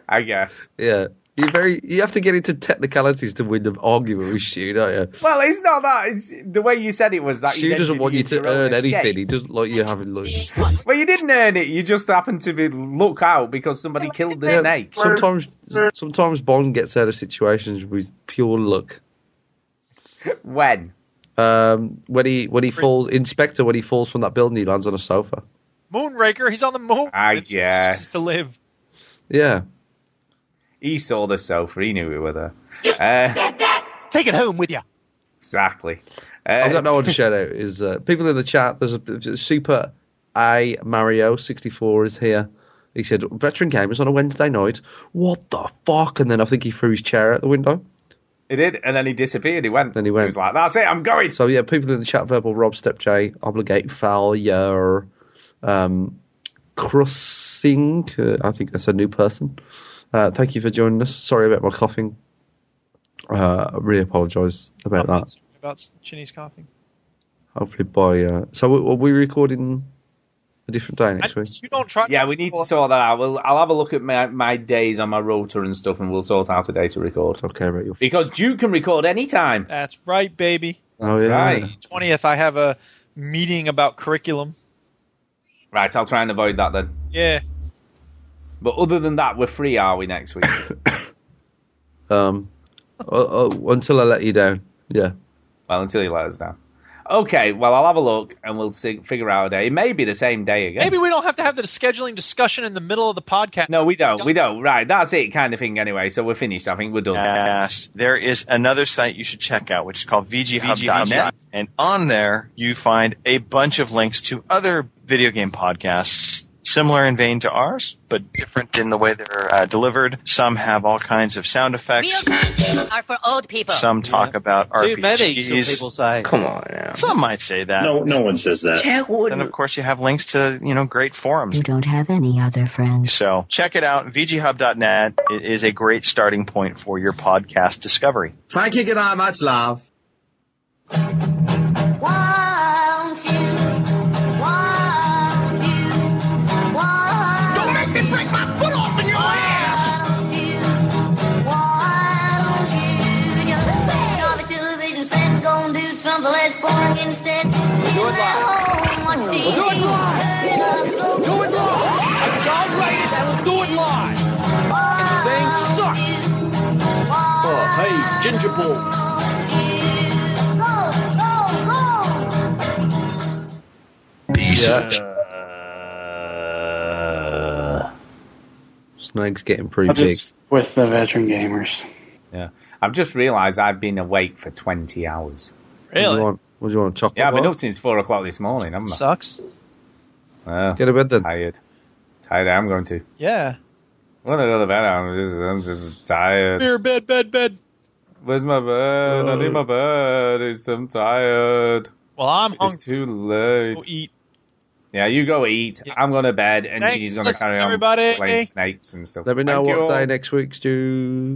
Speaker 2: I guess.
Speaker 1: Yeah, you very you have to get into technicalities to win an argument with Stu, don't you?
Speaker 2: Well, it's not that. It's, the way you said it was that
Speaker 1: Stu
Speaker 2: you
Speaker 1: doesn't want you to
Speaker 2: your own
Speaker 1: earn anything.
Speaker 2: escape.
Speaker 1: He doesn't like you having loose.
Speaker 2: Well, you didn't earn it. You just happened to be look out because somebody killed the snake.
Speaker 1: Sometimes, sometimes Bond gets out of situations with pure luck.
Speaker 2: When?
Speaker 1: Um, when he when he falls, Inspector, when he falls from that building, he lands on a sofa.
Speaker 4: Moonraker, he's on the moon
Speaker 2: I guess.
Speaker 4: to live.
Speaker 1: Yeah.
Speaker 2: He saw the sofa. He knew we were there. Uh,
Speaker 4: Take it home with you.
Speaker 2: Uh-huh. exactly. Uh,
Speaker 1: I've got no one to shout out. Is uh, people in the chat? There's a, there's a super I Mario 64 is here. He said veteran gamers on a Wednesday night. What the fuck? And then I think he threw his chair out the window.
Speaker 2: He did, and then he disappeared. He went.
Speaker 1: Then he went. He was
Speaker 2: like, "That's it, I'm going."
Speaker 1: So yeah, people in the chat verbal: Rob, Step J, Obligate, Failure, um, Crossing. Uh, I think that's a new person. Uh, thank you for joining us. Sorry about my coughing. Uh, I really apologise about that.
Speaker 4: About Chinese coughing.
Speaker 1: Hopefully by uh, so we- are we recording a different day next week?
Speaker 4: You don't try.
Speaker 2: Yeah, we need to sort that out. We'll, I'll have a look at my, my days on my rotor and stuff, and we'll sort out a day to record.
Speaker 1: Okay, right.
Speaker 2: Because Duke can record any time.
Speaker 4: That's right, baby.
Speaker 1: Oh yeah.
Speaker 2: right.
Speaker 4: Twentieth, I have a meeting about curriculum.
Speaker 2: Right, I'll try and avoid that then.
Speaker 4: Yeah.
Speaker 2: But other than that, we're free, are
Speaker 1: [laughs]
Speaker 2: we, next week?
Speaker 1: Um, uh, uh, until I let you down. Yeah.
Speaker 2: well, until you let us down. Okay, well, I'll have a look, and we'll see, figure out a day. It may be the same day again.
Speaker 4: Maybe we don't have to have the scheduling discussion in the middle of the podcast.
Speaker 2: No, we don't. We don't. Right, that's it kind of thing anyway, so we're finished. I think we're done.
Speaker 18: Yes. Oh, There is another site you should check out, which is called VGHub.net.
Speaker 2: VGHub.net.
Speaker 18: And on there, you find a bunch of links to other video game podcasts, similar in vein to ours, but different in the way they're uh, delivered. Some have all kinds of sound effects.
Speaker 19: are for old people.
Speaker 18: Some talk about RPGs.
Speaker 19: Too many, some people say.
Speaker 18: Come on now. Some might say that.
Speaker 19: No- no
Speaker 18: one says
Speaker 19: that. Yeah, wouldn't.
Speaker 18: And of course, you have links to you know great forums.
Speaker 19: You don't have any other friends.
Speaker 18: So check it out, VGHub.net. It is a great starting point for your podcast discovery.
Speaker 20: Thank you, good night, much love.
Speaker 5: One, two, one, two, one. Don't make me take my foot off in your ass. One, two, one, two. Just turn off the television set and go and do something less boring instead. Sit at home, watch TV.
Speaker 7: We'll do it live.
Speaker 5: Turn it up, go.
Speaker 7: Do it live. I don't write it. I will do it live. This thing sucks.
Speaker 5: Oh, hey,
Speaker 7: ginger ball.
Speaker 1: Snake's getting pretty
Speaker 11: I'll
Speaker 1: big.
Speaker 11: just stick with the veteran gamers.
Speaker 2: Yeah. I've just realised I've been awake for 20 hours.
Speaker 1: What do you want? What do you want? Chocolate?
Speaker 2: Yeah, I've been
Speaker 1: bar?
Speaker 2: up since 4 o'clock this morning, haven't I?
Speaker 4: Sucks.
Speaker 2: Oh,
Speaker 1: Get a bed then.
Speaker 2: Tired. Tired, I'm going to.
Speaker 4: Yeah.
Speaker 2: I want to go to bed. I'm just, I'm just tired.
Speaker 4: Here, bed, bed, bed.
Speaker 2: Where's my bed? I need my bed. It's, I'm tired.
Speaker 4: Well, I'm
Speaker 2: It's too late.
Speaker 4: eat.
Speaker 2: Yeah, you go eat. I'm going to bed, and
Speaker 4: Thanks,
Speaker 2: she's going to
Speaker 4: listen,
Speaker 2: carry on
Speaker 4: everybody.
Speaker 2: playing snakes and stuff.
Speaker 1: Let me know
Speaker 2: Thank you
Speaker 1: what
Speaker 2: all.
Speaker 1: day next week's due.